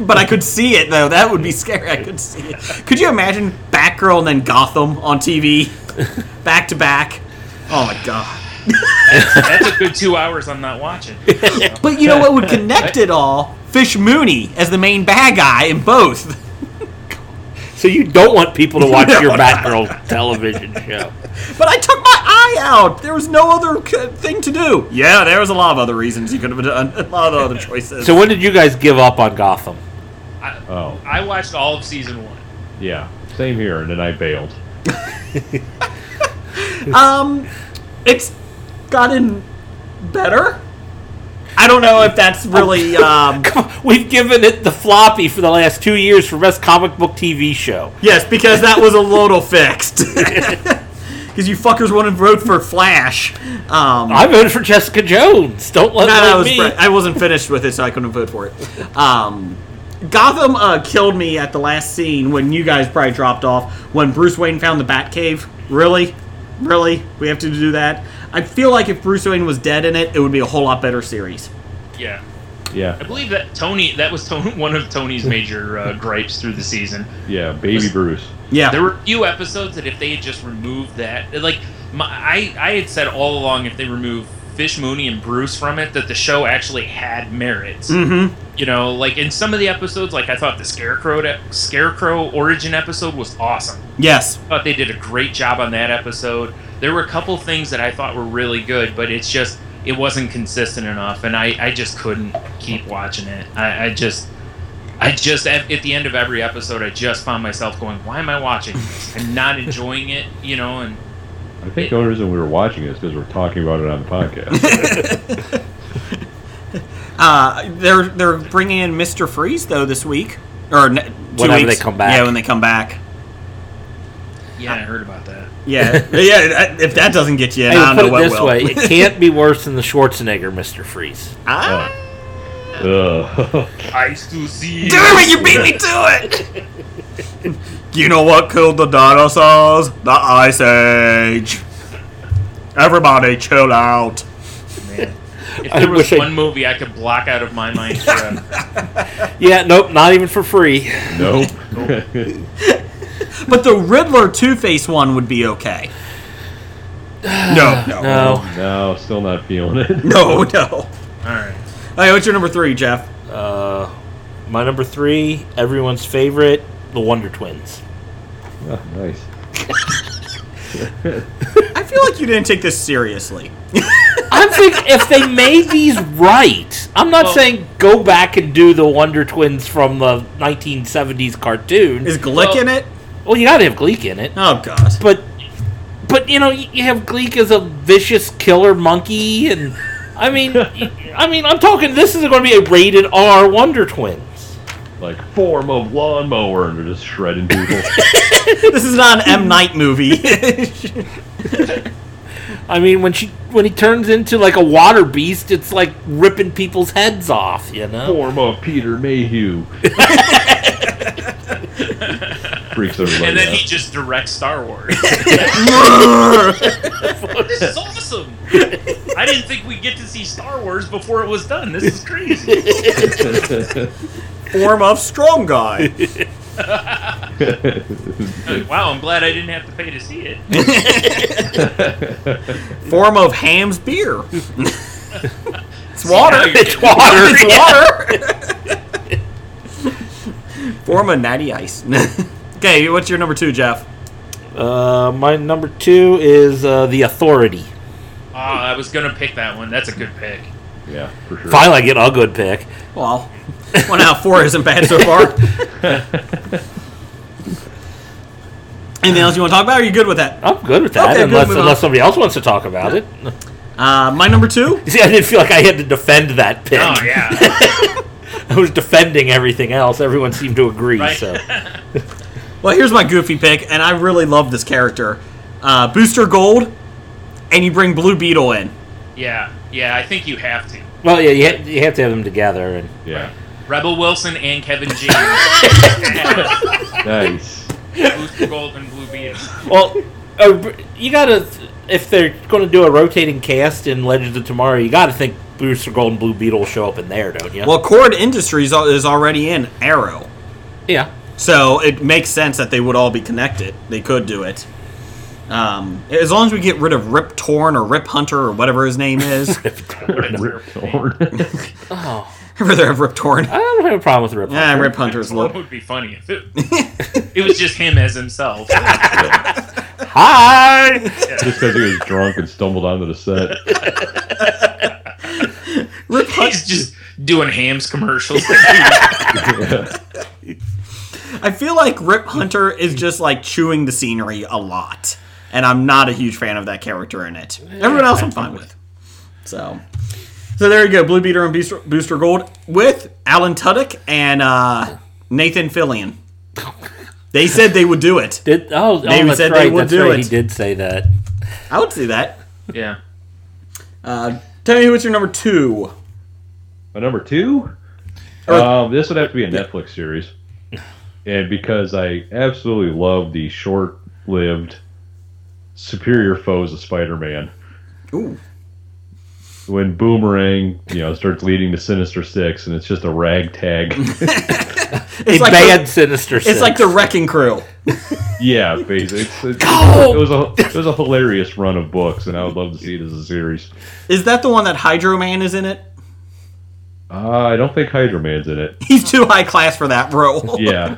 S6: But I could see it though. That would be scary. I could see it. Could you imagine Batgirl and then Gotham on TV, back to back? Oh my god!
S2: That's a good two hours I'm not watching.
S6: But you know what would connect it all? Fish Mooney as the main bad guy in both.
S7: So you don't want people to watch your Batgirl television show.
S6: But I took my eye out. There was no other c- thing to do. Yeah, there was a lot of other reasons you could have done. A lot of other choices.
S7: So when did you guys give up on Gotham?
S8: Oh,
S2: I watched all of season one.
S8: yeah. Same here. And then I bailed.
S6: um, it's gotten better. I don't know if that's really. Um,
S7: We've given it the floppy for the last two years for best comic book TV show.
S6: yes, because that was a little fixed. Because you fuckers wanted to vote for Flash. Um,
S7: I voted for Jessica Jones. Don't let
S6: No,
S7: that
S6: that was
S7: me.
S6: Brett. I wasn't finished with it, so I couldn't vote for it. Um, Gotham uh, killed me at the last scene when you guys probably dropped off when Bruce Wayne found the Batcave. Really, really, we have to do that. I feel like if Bruce Wayne was dead in it, it would be a whole lot better series.
S2: Yeah. I
S8: Yeah,
S2: believe that Tony, that was Tony, one of Tony's major uh, gripes through the season.
S8: yeah, baby Bruce.
S6: Yeah,
S2: There were a few episodes that if they had just removed that, like my, I, I had said all along, if they remove Fish Mooney and Bruce from it, that the show actually had merit.
S6: Mhm.
S2: You know, like in some of the episodes, like I thought the Scarecrow Scarecrow origin episode was awesome.
S6: yes,
S2: I thought they did a great job on that episode. There were a couple things that I thought were really good, but it's just it wasn't consistent enough, and I, I just couldn't keep watching it. I, I just I just at, at the end of every episode, I just found myself going, "Why am I watching this? I'm not enjoying it," you know. And
S8: I think the only reason we were watching is because we're talking about it on the podcast.
S6: uh, they're they're bringing in Mister Freeze though this week or ne- two
S7: Whenever they
S6: weeks.
S7: come back.
S6: Yeah, when they come back.
S2: yeah, I heard about that.
S6: Yeah, yeah. If that doesn't get you, in,
S7: Hey,
S6: I
S7: put
S6: don't know
S7: it
S6: what
S7: this
S6: will.
S7: way: it can't be worse than the Schwarzenegger Mister Freeze.
S6: Ah.
S8: Ugh.
S2: I still see.
S6: Damn it, you beat me to it! you know what killed the dinosaurs? The Ice Age. Everybody chill out.
S2: If
S7: I
S2: there was
S7: wish I-
S2: one movie I could block out of my mind forever,
S7: Yeah, nope, not even for free.
S8: nope.
S6: But the Riddler Two Face one would be okay. No, no,
S7: No,
S8: no, still not feeling it.
S6: no, no.
S2: all right.
S6: Hey, what's your number three, Jeff?
S7: uh, my number three, everyone's favorite, the Wonder Twins.
S8: Oh, nice.
S6: I feel like you didn't take this seriously.
S7: I'm thinking if they made these right, I'm not
S2: Well-
S7: saying go back and do the Wonder Twins from the 1970s cartoon.
S6: Is Glick in it?
S7: well, you gotta have Gleek in it,
S6: Oh god.
S7: but but you know y- you have Gleek as a vicious killer monkey, and I mean, I mean, I'm talking. This is going to be a rated R Wonder Twins.
S8: Like form of lawnmower, and they're just shredding people.
S6: This is not an M Night movie.
S7: I mean, when she when he turns into like a water beast, it's like ripping people's heads off. You know.
S8: form of Peter Mayhew. Freaks everybody
S2: And then
S8: out.
S2: he just directs Star Wars. this is awesome. I didn't think we'd get to see Star Wars before it was done. This is crazy.
S6: Form of strong guy.
S2: wow, I'm glad I didn't have to pay to see it.
S6: Form of Ham's beer. it's water.
S7: It's water.
S6: It's water. Form a natty ice. okay, what's your number two, Jeff?
S7: Uh, my number two is uh, the Authority.
S2: Oh, I was gonna pick that one. That's a good pick.
S8: yeah, for sure.
S7: Finally, I get a good pick.
S6: Well, one out of four isn't bad so far. Anything else you want to talk about? Are you good with that?
S7: I'm good with that,
S6: Okay, good,
S7: unless
S6: move on.
S7: unless somebody else wants to talk about it.
S6: Uh, my number two.
S7: You see, I didn't feel like I had to defend that pick.
S2: Oh yeah.
S7: I was defending everything else. Everyone seemed to agree.
S2: Right.
S7: So
S6: Well, here's my goofy pick, and I really love this character, uh, Booster Gold, and you bring Blue Beetle in.
S2: Yeah. Yeah, I think you have to.
S7: well, yeah, you, ha- you have to have them together, and
S8: Yeah,
S2: Rebel Wilson and Kevin James.
S8: nice.
S2: Booster Gold and Blue Beetle.
S7: well, uh, you gotta if they're going to do a rotating cast in Legends of Tomorrow, you gotta think Bruce Gold and Blue Beetle show up in there, don't you?
S6: Well, Cord Industries al- is already in Arrow.
S7: yeah.
S6: So it makes sense that they would all be connected. They could do it. Um, as long as we get rid of Rip Torn or Rip Hunter or whatever his name is.
S8: Rip Torn.
S7: Oh,
S6: I'd rather have Rip Torn.
S7: I don't have a problem with Rip.
S6: Yeah, Rip Hunter's a
S2: What
S6: little.
S2: would be funny if it, it was just him as himself?
S7: Hi.
S8: Just because he was drunk and stumbled onto the set.
S6: Rip Hunter.
S2: He's just doing hams commercials.
S6: I feel like Rip Hunter is just like chewing the scenery a lot. and I'm not a huge fan of that character in it. Everyone else I'm fine with. So, so there you go, Blue Beater and Booster, Booster Gold with Alan Tudyk and uh, Nathan Fillion. They said they would do it.
S7: Did, oh, oh,
S6: David
S7: that's
S6: said they
S7: right.
S6: would
S7: that's
S6: do
S7: right.
S6: it.
S7: He did say that.
S6: I would see that.
S2: Yeah.
S6: Uh, tell me what's your number two.
S8: My number two? Um, this would have to be a Netflix series. And because I absolutely love the short lived superior foes of Spider Man.
S6: Ooh.
S8: When Boomerang, you know, starts leading the Sinister Six and it's just a ragtag.
S6: It's
S7: a
S6: like
S7: bad
S6: the,
S7: Sinister Six.
S6: it's like the Wrecking Crew.
S8: yeah, basically. It's, it's-
S2: Oh!
S8: it, was a, it was a hilarious run of books and I would love to see it as a series.
S6: Is that the one that Hydro Man is in it?
S8: Uh, I don't think Hydra Man's in it.
S6: He's too high class for that role.
S8: Yeah.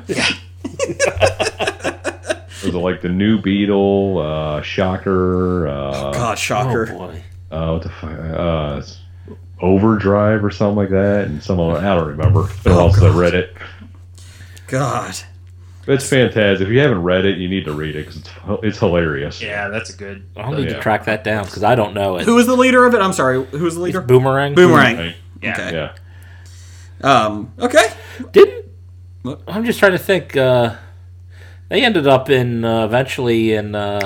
S8: was it like the New Beetle, uh, Shocker, uh,
S6: God,
S7: Oh,
S6: Ah, shocker.
S7: boy.
S8: uh, what the fu- uh, s- Overdrive or something like that, and some of I don't remember. But also I read it.
S6: God.
S8: It's fantastic. If you haven't read it, you need to read it because it's it's hilarious.
S2: Yeah, that's a good.
S7: I'll need to
S8: Yeah.
S7: track that down because I don't know it.
S6: Who was the leader of it? I'm sorry. Who was the leader?
S7: Boomerang?
S6: Boomerang.
S8: Right?
S6: Okay.
S8: Yeah.
S6: Um, okay.
S7: Didn't.
S6: What?
S7: I'm just trying to think. Uh, they ended up in uh, eventually in uh,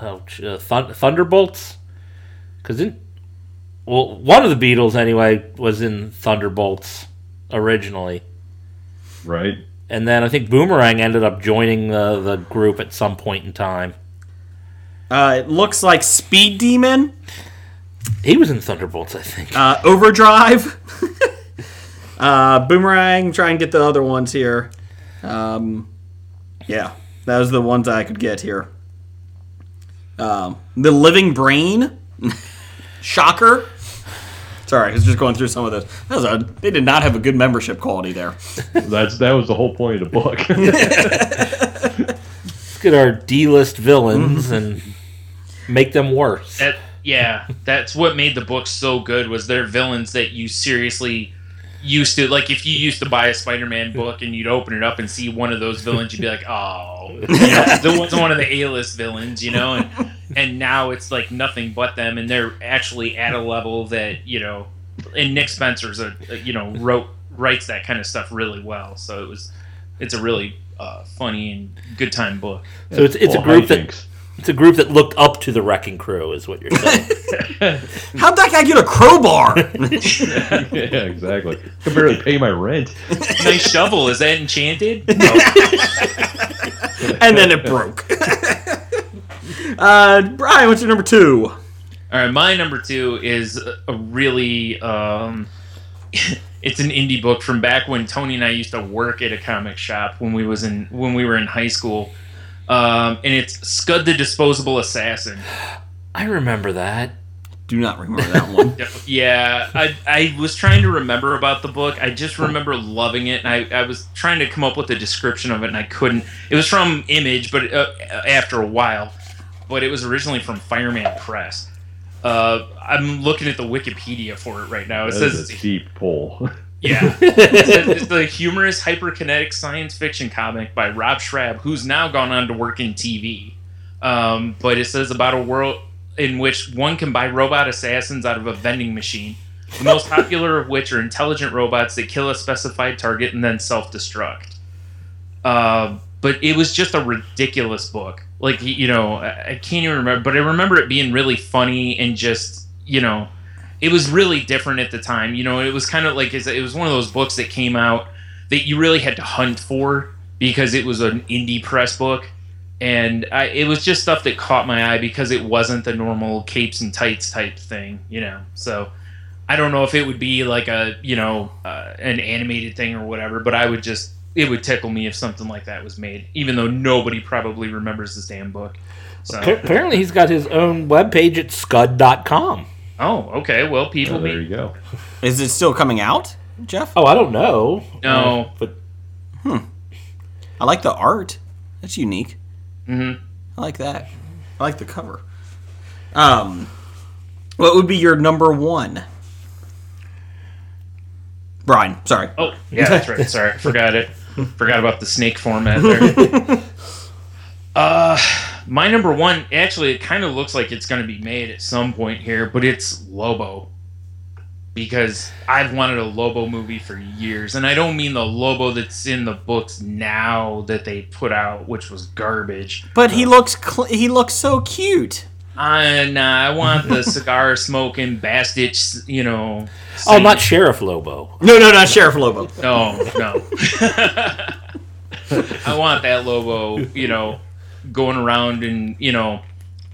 S7: oh, sh- uh, Thun- Thunderbolts because in well one of the Beatles anyway was in Thunderbolts originally,
S8: Right.
S7: and then I think Boomerang ended up joining the the group at some point in time.
S6: Uh, it looks like Speed Demon,
S7: He was in Thunderbolts, I think.
S6: uh, Overdrive, uh, Boomerang. Try and get the other ones here. Um, yeah, that was the ones I could get here. Um, the Living Brain, Shocker. Sorry, I was just going through some of those. That was a, they did not have a good membership quality there.
S8: That's that was the whole point of the book.
S7: Let's get our D list villains and make them worse.
S2: That yeah, that's what made the book so good was their villains that you seriously used to like. If you used to buy a Spider-Man book and you'd open it up and see one of those villains, you'd be like, oh, you know, the one's one of the A-list villains, you know. And and now it's like nothing but them, and they're actually at a level that you know. And Nick Spencer's a, a- you know wrote writes that kind of stuff really well, so it was it's a really uh, funny and good time book.
S7: So it's it's a
S8: All
S7: group that
S8: hijinks.
S7: it's a group that looked up to the Wrecking Crew, is what you're saying.
S6: How'd that guy get a crowbar?
S8: yeah, exactly. I can barely pay my rent.
S2: Nice shovel. Is that enchanted?
S6: and then it broke. uh, Brian, what's your number two?
S2: All right, my number two is a- a really. Um, it's an indie book from back when Tony and I used to work at a comic shop when we was in when we were in high school, um, and it's Scud the Disposable Assassin.
S7: I remember that.
S6: Do not remember that one.
S2: Yeah, I, I was trying to remember about the book. I just remember loving it, and I, I was trying to come up with a description of it, and I couldn't. It was from Image, but uh, after a while, but it was originally from Fireman Press. Uh, I'm looking at the Wikipedia for it right now. It
S8: That
S2: says
S8: is a deep pull.
S2: yeah. it's the humorous hyperkinetic science fiction comic by Rob Schrab, who's now gone on to work in TV. Um, but it says about a world in which one can buy robot assassins out of a vending machine, the most popular of which are intelligent robots that kill a specified target and then self destruct. Uh, but it was just a ridiculous book. Like, y- you know, I I can't even remember, but I remember it being really funny and just, you know, it was really different at the time. You know, it was kind of like it's- it was one of those books that came out that you really had to hunt for because it was an indie press book, and I, it was just stuff that caught my eye because it wasn't the normal capes and tights type thing. You know, so I don't know if it would be like a you know uh, an animated thing or whatever, but I would just it would tickle me if something like that was made, even though nobody probably remembers this damn book. So,
S7: Pa- Apparently, he's got his own webpage at scud.com.
S2: oh, okay. Well, people,
S8: Oh, there you go.
S6: Is it still coming out, Jeff?
S7: Oh, I don't know. Uh,
S2: No.
S7: but
S6: I like the art. That's unique.
S2: Mhm.
S6: I like that. I like the cover. Um, what would be your number one? Brian, sorry.
S2: Oh, yeah, that's right. Sorry, I forgot it. Forgot about the snake format there. uh, My number one, actually, it kind of looks like it's going to be made at some point here, but it's Lobo. Because I've wanted a Lobo movie for years. And I don't mean the Lobo that's in the books now that they put out, which was garbage.
S6: But he looks cl- he looks so cute.
S2: And uh, I want the cigar smoking Bastich, you know.
S7: Oh, not Sheriff Lobo.
S6: No, no, not Sheriff Lobo.
S2: No, no. I want that Lobo, you know, going around and, you know,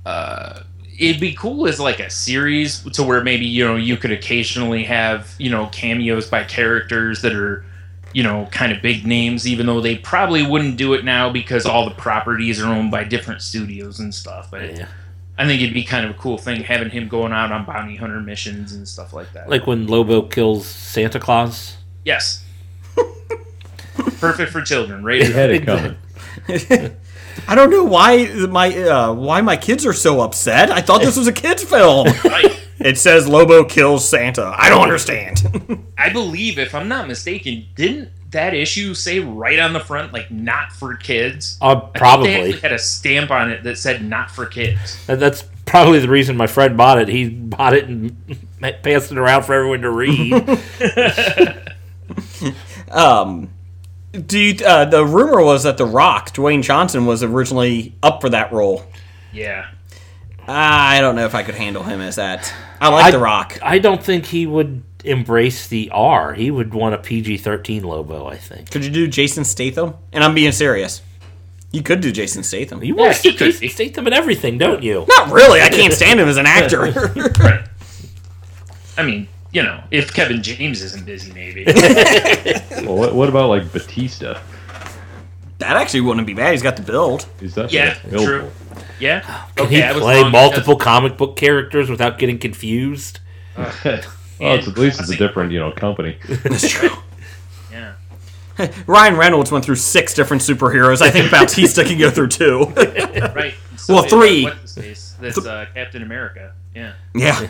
S2: uh, it'd be cool as like a series to where maybe, you know, you could occasionally have, you know, cameos by characters that are, you know, kind of big names, even though they probably wouldn't do it now because all the properties are owned by different studios and stuff. But
S7: Yeah.
S2: I think it'd be kind of a cool thing having him going out on bounty hunter missions and stuff like that.
S7: Like when Lobo kills Santa Claus.
S2: Yes. Perfect for children, right?
S8: He had it coming.
S6: I don't know why my uh, why my kids are so upset. I thought this was a kids film.
S2: Right.
S6: it says Lobo kills Santa. I don't understand.
S2: I believe, if I'm not mistaken, didn't that issue say right on the front, like not for kids?
S7: Uh,
S2: I think they
S7: probably.
S2: actually had a stamp on it that said not for kids.
S7: That- That's probably the reason my friend bought it. He bought it and passed it around for everyone to read.
S6: Do you, uh, the rumor was that The Rock, Dwayne Johnson, was originally up for that role.
S2: Yeah.
S6: Ah, I don't know if I could handle him as that. I like
S7: I-
S6: The Rock.
S7: I don't think he would embrace the R. He would want a PG 13 Lobo, I think.
S6: Could you do Jason Statham? And I'm being serious. You could do Jason Statham.
S7: You want
S2: Yeah, he could
S7: Jason Statham in everything, don't you?
S6: Not really. I can't stand him as an actor.
S2: Right. I mean, you know, if Kevin James isn't busy, maybe.
S8: Well, what, what about like Batista?
S6: that actually wouldn't be bad. He's got the build.
S8: Is that
S2: Yeah,
S8: available?
S2: true. Yeah.
S7: Oh, Can
S2: Okay, I
S7: he
S2: was
S7: play
S2: wrong.
S7: multiple comic book characters without getting confused?
S8: Well, it's, at least it's a different, you know, company.
S6: That's true.
S2: Yeah.
S6: Ryan Reynolds went through six different superheroes. I think Bautista can go through two.
S2: Right. So
S6: Well,
S2: they-
S6: three.
S2: What's his face? That's uh, Captain America. Yeah.
S6: yeah.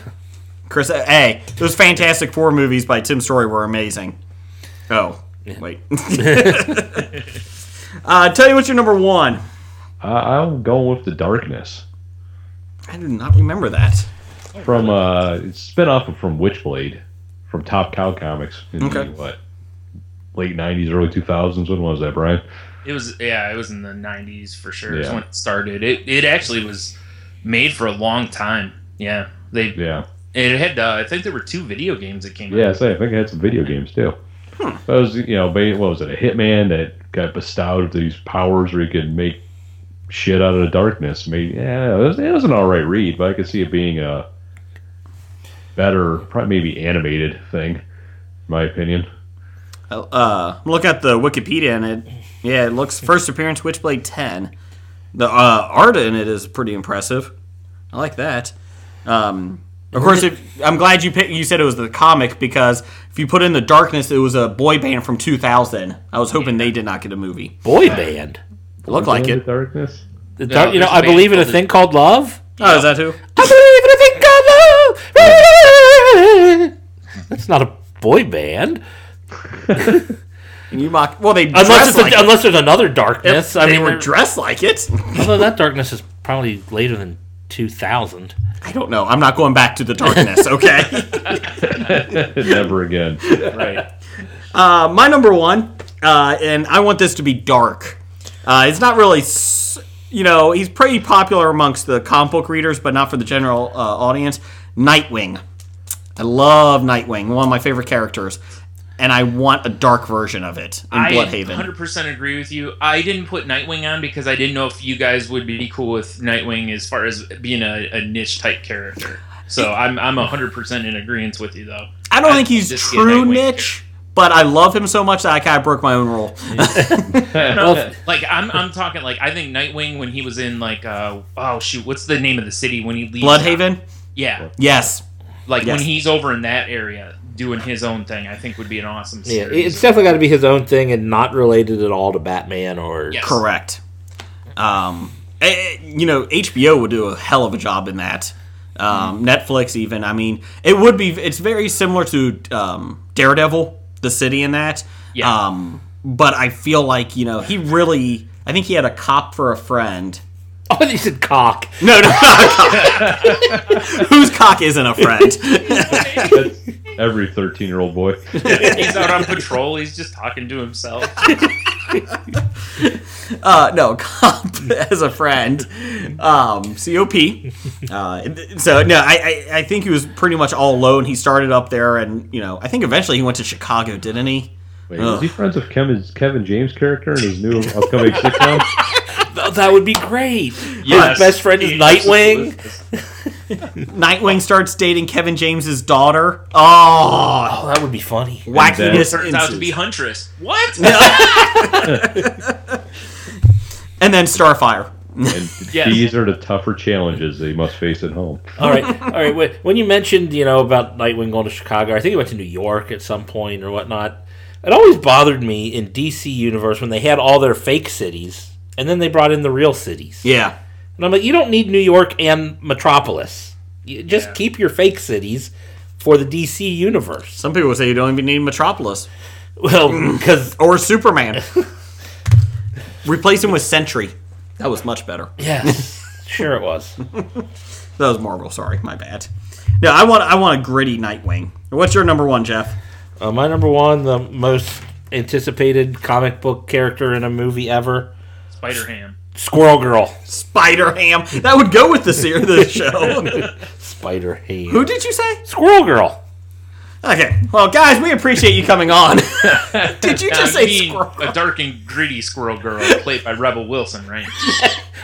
S6: Chris, uh, hey, those Fantastic Four movies by Tim Story were amazing. Oh, wait. uh, tell you what's your number one.
S8: I, I'm going with the darkness
S6: I do not remember that.
S8: from uh, it's spin off of from Witchblade, from Top Cow Comics in
S6: Okay.
S8: the, what late '90s, early 2000s. When was that, Brian?
S2: It was yeah, it was in the '90s for sure. Is
S8: Yeah.
S2: when it started. It it actually was made for a long time. Yeah, they
S8: Yeah,
S2: it had. Uh, I think there were two video games that came.
S8: yeah. I
S2: out.
S8: say I think it had some video games too. That was you know ba- what was it a hitman that got bestowed with these powers where he could make shit out of the darkness. Made yeah, it was, it was an all right read, but I could see it being a better, probably maybe animated thing, in my opinion.
S6: Uh, look at the Wikipedia and it. Yeah, it looks first appearance Witchblade ten. The uh, art in it is pretty impressive. I like that. Um, of course, if, I'm glad you pick, you said it was the comic because if you put in the darkness, it was a boy band from 2000. I was hoping they did not get a movie.
S7: Boy band.
S6: It looked like
S8: Into
S6: it.
S8: the darkness.
S7: The dark- you know,
S2: there's a
S7: I
S2: band
S7: believe in a
S2: called the-
S7: thing called love.
S6: Oh, is that who?
S7: I believe in a thing called love. That's not a boy band,
S6: And you mock? Well, they
S7: unless
S6: dressed
S7: it's a,
S6: like it.
S7: unless there's another darkness. I
S6: they
S7: mean,
S6: were
S7: they're-
S6: dressed like it.
S7: although that darkness is probably later than 2000.
S6: I don't know. I'm not going back to the darkness. Okay.
S8: Never again.
S2: right.
S6: Uh, my number one, uh, and I want this to be dark. Uh, it's not really, s- you know, he's pretty popular amongst the comic book readers, but not for the general uh, audience. Nightwing. I love Nightwing, one of my favorite characters, and I want a dark version of it in
S2: I
S6: Bloodhaven.
S2: 100% agree with you. I didn't put Nightwing on because I didn't know if you guys would be cool with Nightwing as far as being a, a niche type character. So I'm I'm 100% in agreement with you though.
S6: I don't think he's
S2: just see a
S6: true
S2: Nightwing
S6: niche, but I love him so much that I kind of broke my own rule.
S2: Like I'm I'm talking like I think Nightwing when he was in like uh oh shoot what's the name of the city when he leaves
S6: Bloodhaven?
S2: Yeah,
S6: Yes.
S2: like
S6: Yes.
S2: when he's over in that area doing his own thing, I think would be an awesome
S7: Yeah,
S2: series.
S7: it's definitely got to be his own thing and not related at all to Batman or.
S2: Yes.
S6: Correct. Um, eh, eh, you know, HBO would do a hell of a job in that. Um, Netflix, even. I mean, it would be. It's very similar to um, Daredevil, the city in that.
S2: Yeah.
S6: Um, but I feel like you know he really. I think he had a cop for a friend.
S7: Oh, they said cock.
S6: No, no, not cock. Whose cock isn't a friend?
S8: That's every 13 year old boy.
S2: He's out on patrol. He's just talking to himself.
S6: Uh, no, comp as a friend. Um, COP. Uh, so, no, I, I, I think he was pretty much all alone. He started up there, and, you know, I think eventually he went to Chicago, didn't he?
S8: Wait, is he friends with Kevin, Kevin James' character in his new upcoming sitcom?
S7: Th- that would be great.
S2: Yes.
S7: His best friend is
S2: He
S7: Nightwing.
S6: Nightwing starts dating Kevin James's daughter. Oh,
S7: Oh, that would be funny.
S8: then-
S6: wackiness
S2: Turns out to be
S6: ensues.
S2: Huntress. What?
S6: And then Starfire.
S8: And
S2: Yes.
S8: these are the tougher challenges they must face at home.
S7: All right, all right. wait, When you mentioned, you know, about Nightwing going to Chicago, I think he went to New York at some point or whatnot. It always bothered me in DC Universe when they had all their fake cities and then they brought in the real cities.
S6: Yeah.
S7: And I'm like, you don't need New York and Metropolis. You just keep your fake cities for the DC Universe.
S6: Some people say you don't even need Metropolis
S7: Well, because
S6: or Superman. Replace him with Sentry. That was much better.
S7: yes, sure it was.
S6: That was Marvel. Sorry, my bad. No, I want I want a gritty Nightwing. What's your number one, Jeff?
S7: Uh, my number one, the most anticipated comic book character in a movie ever,
S2: Spider Ham.
S7: Squirrel Girl,
S6: Spider Ham. That would go with the series, the show.
S7: Spider Ham,
S6: Who did you say?
S7: Squirrel Girl.
S6: Okay. Well, guys, we appreciate you coming on. did you just
S2: I
S6: say
S2: mean,
S6: squirrel?
S2: a dark and gritty squirrel girl played by Rebel Wilson, right?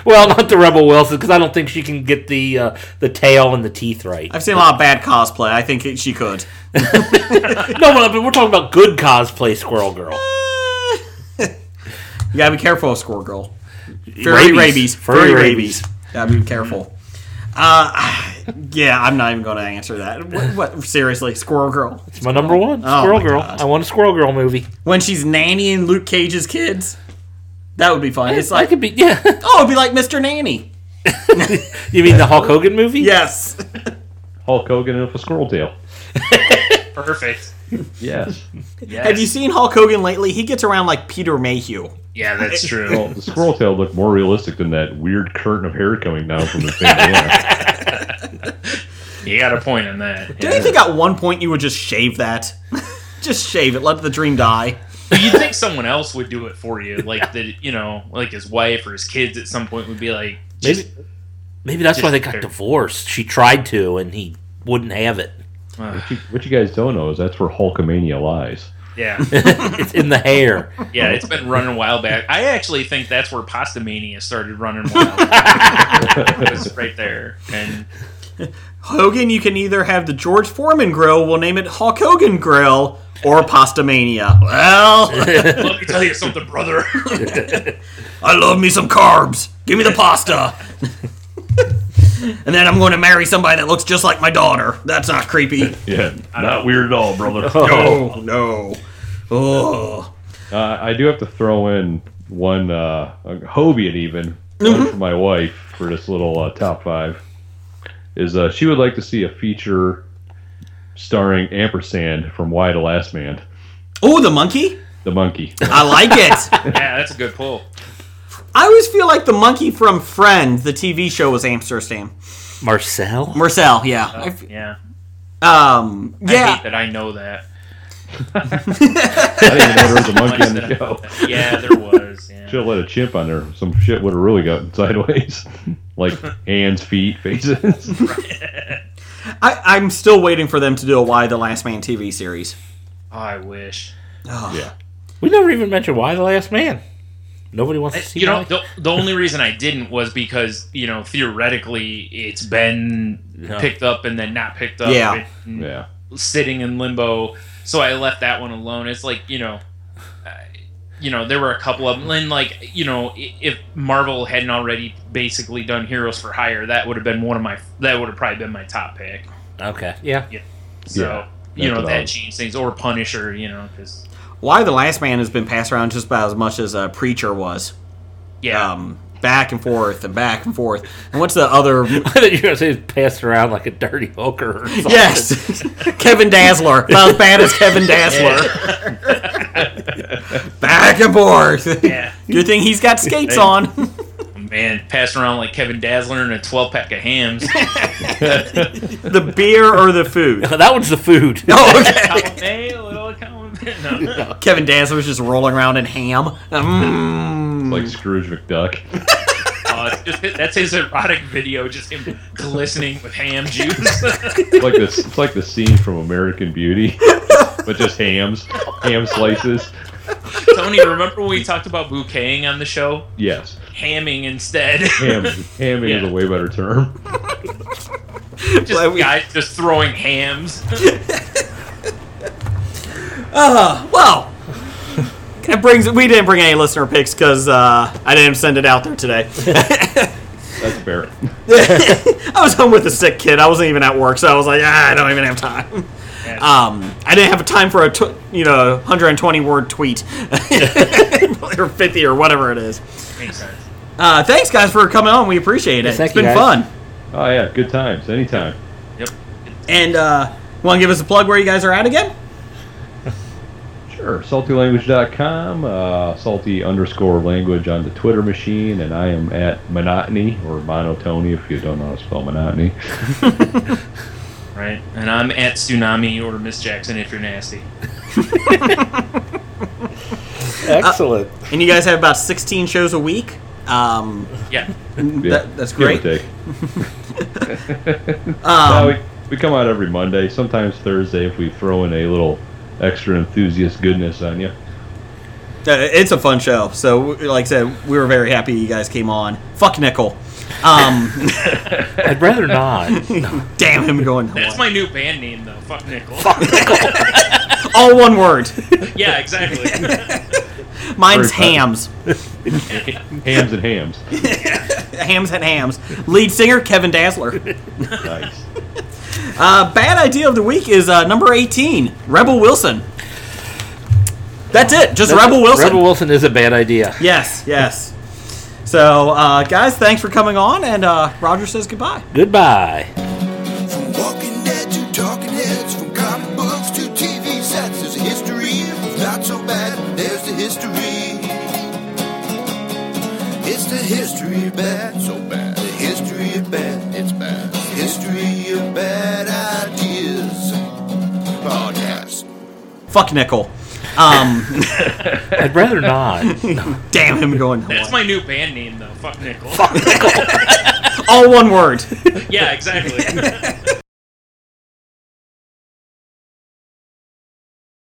S7: Well, not the Rebel Wilson because I don't think she can get the uh, the tail and the teeth right.
S6: I've seen a lot of bad cosplay. I think she could.
S7: no, but but we're talking about good cosplay Squirrel Girl.
S6: You gotta be careful of Squirrel Girl. Furry
S7: Rabies.
S6: rabies.
S7: Furry
S6: Furry rabies.
S7: rabies.
S6: Gotta be careful. Uh, yeah, I'm not even gonna answer that. What, what seriously, Squirrel Girl?
S7: It's my number one,
S6: Oh,
S7: Squirrel
S6: my
S7: Girl.
S6: God.
S7: I want a Squirrel Girl movie.
S6: When she's nannying Luke Cage's kids? That would be fun. It's
S7: I
S6: like
S7: could be yeah.
S6: Oh, it'd be like Mr. Nanny.
S7: you mean the Hulk Hogan movie?
S6: Yes.
S8: Hulk Hogan and a squirrel tail.
S2: Perfect.
S8: Yes.
S2: Yes.
S6: Have you seen Hulk Hogan lately? He gets around like Peter Mayhew.
S2: Yeah, that's true.
S8: Well, the squirrel tail looked more realistic than that weird curtain of hair coming down from his bandana.
S2: You got a point on that.
S6: Don't you think at one point you would just shave that? just shave it. Let the dream die.
S2: You'd think someone else would do it for you, like that. You know, like his wife or his kids at some point would be like, just,
S7: Maybe maybe that's why they got
S2: Just-
S7: divorced. She tried to, and he wouldn't have it.
S8: what, you, what you guys don't know is that's where Hulkamania lies.
S2: yeah,
S7: It's in the hair.
S2: yeah. It's been running a while back. I actually think that's where Pasta Mania started running wild. it was right there, and
S6: Hogan, you can either have the George Foreman grill, we'll name it Hulk Hogan grill, or Pastamania. Well,
S2: let me tell you something, brother.
S6: I love me some carbs. Give me the pasta. and then I'm going to marry somebody that looks just like my daughter. That's not creepy.
S8: Yeah, not weird at all, brother.
S6: Oh, no. Oh.
S8: Uh, I do have to throw in one uh, a Hobian even one for my wife for this little uh, top five. Is uh, she would like to see a feature starring Ampersand from Why the Last Man,
S6: Oh, the monkey?
S8: the monkey.
S6: I like it.
S2: Yeah, that's a good pull.
S6: I always feel like the monkey from Friends, the TV show, was Amsterdam.
S7: Marcel.
S6: Marcel, yeah. I f-
S2: Yeah,
S6: um,
S2: Oh. I
S6: yeah.
S2: hate that I know that.
S8: I didn't even know there was a monkey on
S2: That I
S8: the
S2: know
S8: show.
S2: that. Yeah, there was. Yeah.
S8: Should have let a chimp on there. Some shit would have really gotten sideways, like hands, feet, faces.
S6: I, I'm still waiting for them to do a Why the Last Man TV series.
S2: Oh, I wish.
S8: yeah,
S7: We never even mentioned why the last man. Nobody wants to see.
S2: you know
S7: that.
S2: the, the only reason i didn't was because you know theoretically it's been picked up and then not picked up
S6: Yeah.
S2: and
S8: yeah.
S2: sitting in limbo so i left that one alone it's like you know I- you know there were a couple of them and like you know i- if marvel hadn't already basically done heroes for hire that would have been one of my that would have probably been my top pick
S7: Okay. Yeah.
S2: so
S8: Yeah,
S2: you know
S8: that's what I
S2: that
S8: was-
S2: changed things or punisher you know because
S6: Why the Last Man has been passed around just about as much as uh, Preacher was.
S2: yeah
S6: Um, back and forth and back and forth. And what's the other?
S7: I thought you were gonna say it's passed around like a dirty hooker. Or something.
S6: yes, Kevin Dazzler. Not as bad as Kevin Dazzler. back and forth.
S2: yeah
S6: Good thing he's got skates on.
S2: i'm Oh, man, passing around like Kevin Dazzler and a 12 pack of hams.
S6: The beer or the food?
S7: That one's the food.
S9: Oh, okay.
S2: Hey, little count. No.
S9: Kevin Dazzler's just rolling around in ham. Mm.
S8: like Scrooge McDuck.
S2: Uh, it's just- that's his erotic video, just him glistening with ham juice.
S8: It's like this. It's like the scene from American Beauty, but just hams, ham slices.
S2: Tony, remember when we talked about bouqueting on the show?
S8: Yes,
S2: Hamming instead.
S8: ham. Hamming is a
S2: Yeah.
S8: way better term.
S2: just guys just throwing hams.
S6: Well, it brings. We didn't bring any listener picks because uh, I didn't send it out there today.
S8: That's fair.
S6: I was home with a sick kid. I wasn't even at work, so I was like, ah, I don't even have time. Um, I didn't have time for a tw- you know 120 word tweet or 50 or whatever it is.
S2: Makes sense.
S6: Uh, thanks guys for coming on. We appreciate it.
S7: Yes, thank
S6: it's
S7: you,
S6: been
S7: guys.
S6: fun.
S8: Oh yeah, good times. Anytime.
S2: Yep.
S6: And uh, want to give us a plug where you guys are at again?
S8: Sure. SaltyLanguage.com, uh, salty underscore language on the Twitter machine, and I am at monotony or monotony if you don't know how to spell monotony.
S2: Right. And I'm at Tsunami or Miss Jackson if you're nasty.
S7: Excellent.
S6: And you guys have about 16 shows a week. Um,
S2: Yeah.
S6: That- that's
S8: give or
S6: great.
S8: take.
S6: Um,
S8: No, we, we come out every Monday, sometimes Thursday if we throw in a little extra enthusiast goodness on you.
S6: Uh, It's a fun show. So, like I said, we were very happy you guys came on. Fuck Nickel. Um,
S7: I'd rather not.
S6: damn him going.
S2: That's my new band name though. Fuck Nickel.
S6: All one word.
S2: Yeah, exactly.
S6: Mine's
S8: Very fun.
S6: hams.
S8: Hams and hams.
S6: Hams and hams. Lead singer Kevin Dazzler.
S8: nice.
S6: Uh, bad idea of the week is uh, number 18, Rebel Wilson. That's it. Just Rebel Wilson.
S7: Rebel Wilson is a bad idea.
S6: yes, yes. So, uh, guys, thanks for coming on. And uh, Roger says goodbye.
S7: Goodbye.
S4: From Walking Dead to Talking Heads, from comic books to TV sets, there's a history. If not so bad, there's the history. It's the history of bad, so bad. The history of bad, it's bad. History of bad ideas. Podcast.
S6: Fuck Nickel. Um,
S7: I'd rather not.
S6: damn him going.
S2: That's my new band name though. Fuck Nickel.
S6: All one word.
S2: Yeah, exactly.